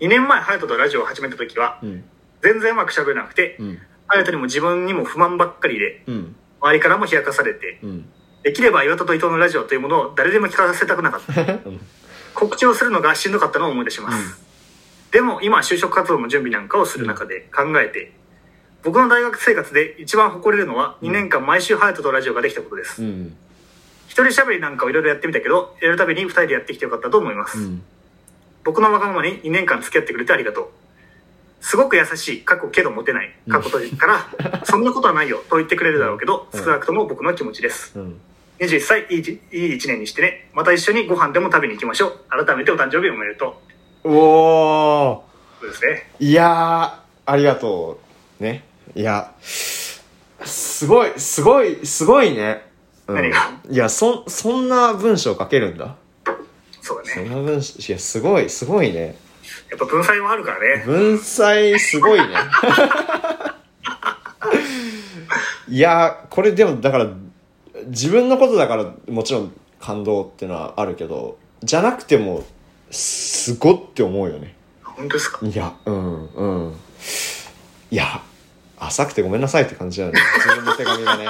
[SPEAKER 2] 2年前隼人とラジオを始めた時は
[SPEAKER 1] うん
[SPEAKER 2] 全然うまく喋れなくて
[SPEAKER 1] うん
[SPEAKER 2] 隼人にも自分にも不満ばっかりで
[SPEAKER 1] うん
[SPEAKER 2] 周りからも冷やかされて
[SPEAKER 1] うん
[SPEAKER 2] できれば岩田と伊藤のラジオというものを誰でも聞かせたくなかった告知をするのがしんどかったのを思い出します、でも今就職活動の準備なんかをする中で考えて僕の大学生活で一番誇れるのは2年間毎週ハヤトとラジオができたことです、
[SPEAKER 1] うん。
[SPEAKER 2] 一人喋りなんかをいろいろやってみたけどやるたびに2人でやってきてよかったと思います、
[SPEAKER 1] うん。
[SPEAKER 2] 僕のわがままに2年間付き合ってくれてありがとうすごく優しい過去けどモテない過去と言ったら、 そんなことはないよと言ってくれるだろうけど
[SPEAKER 1] うん
[SPEAKER 2] 少なくとも僕の気持ちです
[SPEAKER 1] うん。
[SPEAKER 2] 21歳いいじいい1年にしてねまた一緒にご飯でも食べに行きましょう改めてお誕生日おめでとう
[SPEAKER 1] おー。
[SPEAKER 2] そうですね
[SPEAKER 1] いやー、ありがとう。ね。いや、すごい、すごい、すごいね。うん
[SPEAKER 2] 何が
[SPEAKER 1] いや、そ、そんな文章書けるんだ。
[SPEAKER 2] そうだ
[SPEAKER 1] そん
[SPEAKER 2] ね
[SPEAKER 1] な文章、いや、すごい、すごいね。
[SPEAKER 2] やっぱ文才もあるからね
[SPEAKER 1] 文才、すごい ね。いやー、これでも、だから、自分のことだから、もちろん感動っていうのはあるけど、じゃなくても、すごって思うよね。
[SPEAKER 2] 本当ですか
[SPEAKER 1] いや、うん、うん。いや、浅くてごめんなさいって感じだよね。自分の手紙が ね。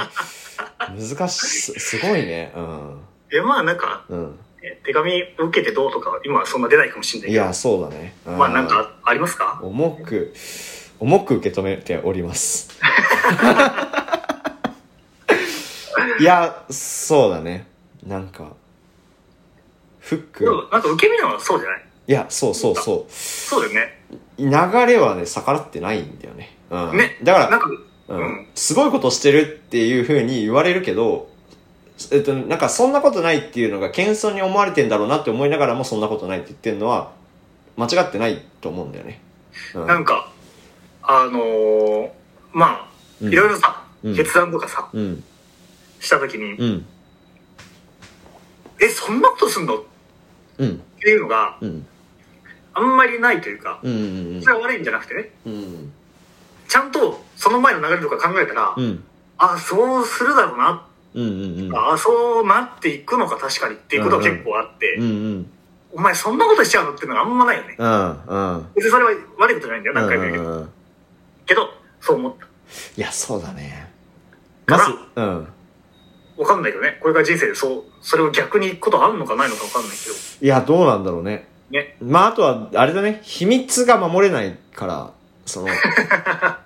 [SPEAKER 1] 難しい、すすごいね。うん。
[SPEAKER 2] えまあなんか
[SPEAKER 1] うん。
[SPEAKER 2] え手紙受けてどうとかは今はそんな出ないかもしれない
[SPEAKER 1] い
[SPEAKER 2] けど
[SPEAKER 1] や、そうだね。う
[SPEAKER 2] まあなんかありますか
[SPEAKER 1] 重く、重く受け止めており ます。いや、そうだね。なんか、フッ
[SPEAKER 2] でも
[SPEAKER 1] ク。
[SPEAKER 2] なんか受け身のはそうじゃない
[SPEAKER 1] いや、そうそうそ
[SPEAKER 2] そうだよね
[SPEAKER 1] う。流れはね、逆らってないんだよね。うん。
[SPEAKER 2] ね
[SPEAKER 1] だから
[SPEAKER 2] な、んか
[SPEAKER 1] うん
[SPEAKER 2] うん
[SPEAKER 1] すごいことしてるっていうふうに言われるけど、えっと、なんかそんなことないっていうのが謙遜に思われてんだろうなって思いながらもそんなことないって言ってるのは間違ってないと思うんだよね。うん
[SPEAKER 2] なんか、あのーまあ、
[SPEAKER 1] うん
[SPEAKER 2] いろいろさ、
[SPEAKER 1] うん
[SPEAKER 2] 決断とかさ、
[SPEAKER 1] うん。
[SPEAKER 2] したときに、
[SPEAKER 1] うん。
[SPEAKER 2] え、そんなことすんのっ
[SPEAKER 1] うん。
[SPEAKER 2] ていうのが、
[SPEAKER 1] うん。
[SPEAKER 2] あんまりないというか、
[SPEAKER 1] うん。うん
[SPEAKER 2] それは悪いんじゃなくてね、
[SPEAKER 1] うん。
[SPEAKER 2] ちゃんとその前の流れとか考えたら、
[SPEAKER 1] うん。
[SPEAKER 2] あ、そうするだろうな、
[SPEAKER 1] うん。うん。
[SPEAKER 2] あ、そうなっていくのか確かにっていうことが結構あって、
[SPEAKER 1] うん。うん。
[SPEAKER 2] お前そんなことしちゃうのっていうのがあんまないよね。
[SPEAKER 1] うん。うん。
[SPEAKER 2] 別にそれは悪いことじゃないんだよ、何回も言うけど。
[SPEAKER 1] うん。
[SPEAKER 2] けど、そう思った。
[SPEAKER 1] いや、そうだね。
[SPEAKER 2] か
[SPEAKER 1] ま
[SPEAKER 2] ら
[SPEAKER 1] ず、うん。
[SPEAKER 2] わかんないけどね、これから人生でそう、それを逆に行くことあるのかないのかわかんないけど、
[SPEAKER 1] いや、どうなんだろうね。
[SPEAKER 2] ね
[SPEAKER 1] まあ、あとは、あれだね、秘密が守れないから、その、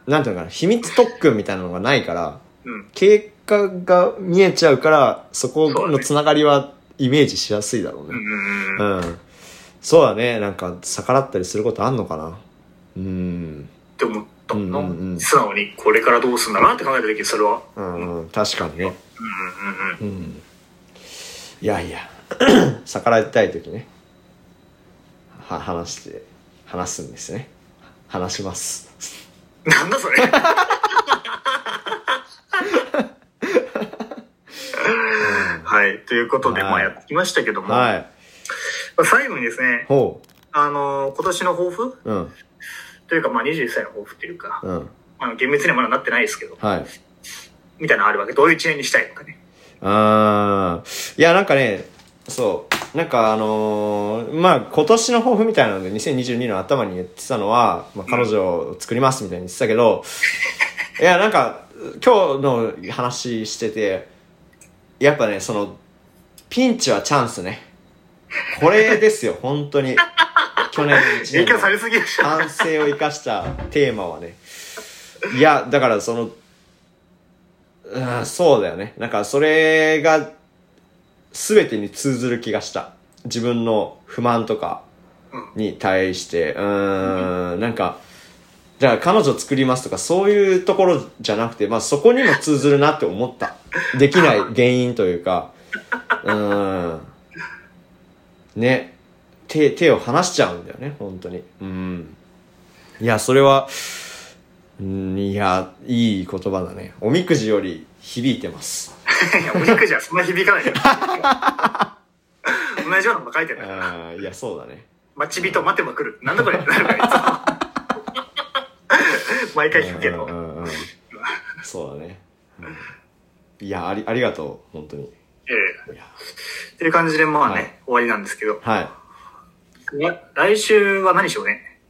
[SPEAKER 1] なんていうのかな、秘密特訓みたいなのがないから、
[SPEAKER 2] うん、
[SPEAKER 1] 経過が見えちゃうから、そこ
[SPEAKER 2] そうだ
[SPEAKER 1] の
[SPEAKER 2] ね
[SPEAKER 1] つながりはイメージしやすいだろう
[SPEAKER 2] うん、
[SPEAKER 1] ね。
[SPEAKER 2] うん、う
[SPEAKER 1] う
[SPEAKER 2] ん。
[SPEAKER 1] ん。そうだね、なんか逆らったりすることあんのかな。うん。
[SPEAKER 2] って思ったもんな、
[SPEAKER 1] うんうんうん
[SPEAKER 2] 素直にこれからどうすんだなって考えた時それは
[SPEAKER 1] うん、確かにね。
[SPEAKER 2] うんうんうん
[SPEAKER 1] うん。いやいや、 逆らいたいときね、は、話して、話すんですね。話します。
[SPEAKER 2] なんだそれ はいということで、
[SPEAKER 1] はい
[SPEAKER 2] まあやってきましたけども、
[SPEAKER 1] はい。
[SPEAKER 2] まあ最後にですね
[SPEAKER 1] ほ
[SPEAKER 2] あのー今年の抱負
[SPEAKER 1] う。うん。
[SPEAKER 2] というかまあ21歳の抱負っていうか、
[SPEAKER 1] うん。
[SPEAKER 2] あの厳密にはまだなってないですけど
[SPEAKER 1] はい。
[SPEAKER 2] みたいなのあるわけどういう1年にしたいとかね
[SPEAKER 1] あー。いや、なんかね、そう。なんかあのーまあ、今年の抱負みたいなので、2022の頭に言ってたのは、まあ、彼女を作りますみたいに言ってたけど、いや、なんか、今日の話してて、やっぱね、その、ピンチはチャンスね。これですよ、本当に。去年の一
[SPEAKER 2] 影
[SPEAKER 1] 年の
[SPEAKER 2] 響されすぎでしょ
[SPEAKER 1] 反省を生かしたテーマはねいやだからそのうんそうだよねなんかそれが全てに通ずる気がした自分の不満とかに対してうーんなんかじゃあ彼女作りますとかそういうところじゃなくて、まあ、そこにも通ずるなって思ったできない原因というかうーんね手手を離しちゃうんだよね本当にうんいやそれはうんいやいい言葉だねおみくじより響いてます
[SPEAKER 2] いやお肉じゃそんな響かないよ 同じようなこと書いてんだから
[SPEAKER 1] あーいやそうだね
[SPEAKER 2] 待ち人待てば来る。なんだこれってなるから、いつも。 毎回聞くけど。
[SPEAKER 1] う
[SPEAKER 2] い
[SPEAKER 1] んうんうんそうだね、うんいやありありがとう本当に
[SPEAKER 2] え
[SPEAKER 1] いや
[SPEAKER 2] えっていう感じで、まあね、
[SPEAKER 1] はい
[SPEAKER 2] 終わりなんですけど。
[SPEAKER 1] はい
[SPEAKER 2] ね来週は何しようね。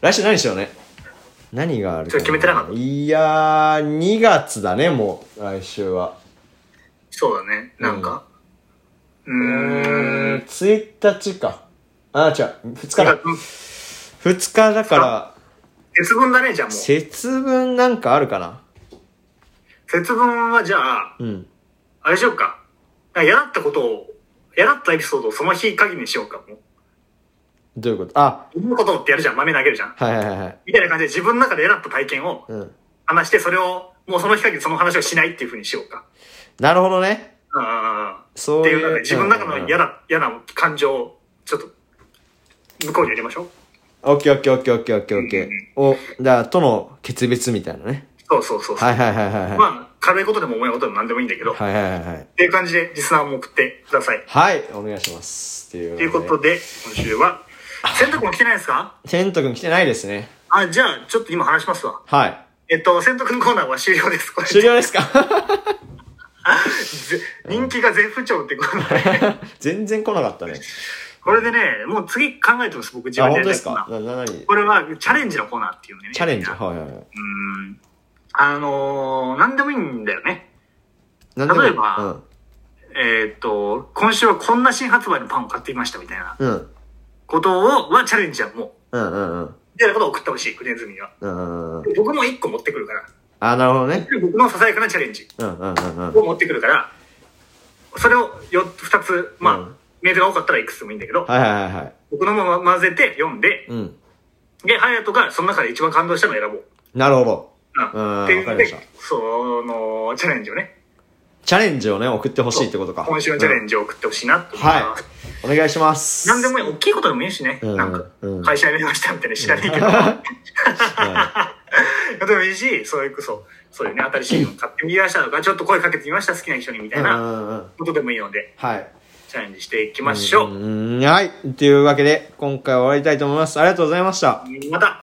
[SPEAKER 1] 来週何しようね何がある
[SPEAKER 2] ちょっと決めてなかった
[SPEAKER 1] いやー2月だねもう来週は
[SPEAKER 2] そうだね。なんか。うーん。
[SPEAKER 1] 1日かあ違う2日
[SPEAKER 2] なん
[SPEAKER 1] だ
[SPEAKER 2] かうん
[SPEAKER 1] 2日だから
[SPEAKER 2] 節分だね、じゃあもう。
[SPEAKER 1] 節分なんかあるかな
[SPEAKER 2] 節分はじゃあ、
[SPEAKER 1] うん。
[SPEAKER 2] あれしようか。なんかやだったことを、やだったエピソードをその日限りにしようか。も
[SPEAKER 1] どういうことあ、
[SPEAKER 2] う、思うことってやるじゃん。豆投げるじゃん。
[SPEAKER 1] はいはいはいはい。
[SPEAKER 2] みたいな感じで自分の中でやだった体験を
[SPEAKER 1] うん。
[SPEAKER 2] 話して、それを、もうその日限りその話をしないっていうふうにしようか。
[SPEAKER 1] なるほどね。
[SPEAKER 2] うんうんうん。っ
[SPEAKER 1] そう
[SPEAKER 2] て
[SPEAKER 1] い。
[SPEAKER 2] いうう、自分の中の嫌
[SPEAKER 1] だ。
[SPEAKER 2] な、嫌な感情を、ちょっと、向こうにやりましょう。
[SPEAKER 1] オッケーオッケーオッケーオッケーオッケーオッケー。お、だから、との決別みたいなね。
[SPEAKER 2] そうそうそうそう。
[SPEAKER 1] はいはいはいはいはい。は
[SPEAKER 2] まあ、軽いことでも重いことでも何でもいいんだけど、っ
[SPEAKER 1] いはいはいはい。
[SPEAKER 2] ていう感じで、リスナーも送ってください。
[SPEAKER 1] はい、お願いします。っていう。
[SPEAKER 2] ということ。で、今週は、洗濯も来てないですか
[SPEAKER 1] テント君来てないですね。
[SPEAKER 2] あ、じゃあ、ちょっと今話しますわ。
[SPEAKER 1] はい。
[SPEAKER 2] えっと、洗濯のコーナーは終了です。これ
[SPEAKER 1] 終了ですか
[SPEAKER 2] ぜ人気が絶不調ってコーナ ーで。
[SPEAKER 1] 全然来なかったね。
[SPEAKER 2] これでね、もう次考えてます、僕自
[SPEAKER 1] あ、
[SPEAKER 2] 分
[SPEAKER 1] 本
[SPEAKER 2] で
[SPEAKER 1] 当で
[SPEAKER 2] やりたい
[SPEAKER 1] す
[SPEAKER 2] コーナ
[SPEAKER 1] か
[SPEAKER 2] ー。
[SPEAKER 1] な、な、なに
[SPEAKER 2] これは、チャレンジのコーナーっていうね。
[SPEAKER 1] チャレンジ
[SPEAKER 2] う
[SPEAKER 1] はいはいはい。
[SPEAKER 2] ん。あのー、何でもいいんだよね。
[SPEAKER 1] なんでもいい
[SPEAKER 2] 例えば、えーっと、今週はこんな新発売のパンを買ってみましたみたいな
[SPEAKER 1] うん。うん。
[SPEAKER 2] ことを、はチャレンジはもう。
[SPEAKER 1] うんうんうん。
[SPEAKER 2] みたいなことを送ってほしい、クレズミは。
[SPEAKER 1] うんうんうん。
[SPEAKER 2] 僕も一個持ってくるから。
[SPEAKER 1] あ、なるほどね。
[SPEAKER 2] 僕のささやかなチャレンジ
[SPEAKER 1] うんうんうんうん。
[SPEAKER 2] を持ってくるから、それをよ二つ、まあ、
[SPEAKER 1] うん
[SPEAKER 2] メールが多かったらいくつでもいいんだけど、
[SPEAKER 1] はいはいはいはい。
[SPEAKER 2] 僕のまま混ぜて読んで、
[SPEAKER 1] うん。
[SPEAKER 2] で、ハヤトがその中で一番感動したのを選ぼう。
[SPEAKER 1] なるほど。
[SPEAKER 2] うん。
[SPEAKER 1] うん
[SPEAKER 2] っていうん
[SPEAKER 1] わか
[SPEAKER 2] で
[SPEAKER 1] りまし、
[SPEAKER 2] その、チャレンジをね、
[SPEAKER 1] チャレンジをね、送ってほしいってことか。
[SPEAKER 2] 今週のチャレン
[SPEAKER 1] ジ。
[SPEAKER 2] ジを送ってほしいなと思います。
[SPEAKER 1] はい。お願いします。
[SPEAKER 2] 何でも
[SPEAKER 1] いい。
[SPEAKER 2] いい、大きいことでもいいしね。
[SPEAKER 1] うん
[SPEAKER 2] なんか
[SPEAKER 1] う、ん
[SPEAKER 2] 会社辞めましたみたいな知らないけど。 でもいいし、そういうこそ、そういうね、新しいの買ってみましたとか、ちょっと声かけてみました、好きな人にみた
[SPEAKER 1] う
[SPEAKER 2] い
[SPEAKER 1] んう
[SPEAKER 2] なん
[SPEAKER 1] うん。
[SPEAKER 2] ことでもいいので、
[SPEAKER 1] はい。
[SPEAKER 2] チャレンジしていきましょう。
[SPEAKER 1] うんはい。というわけで、今回は終わりたいと思います。ありがとうございました。
[SPEAKER 2] また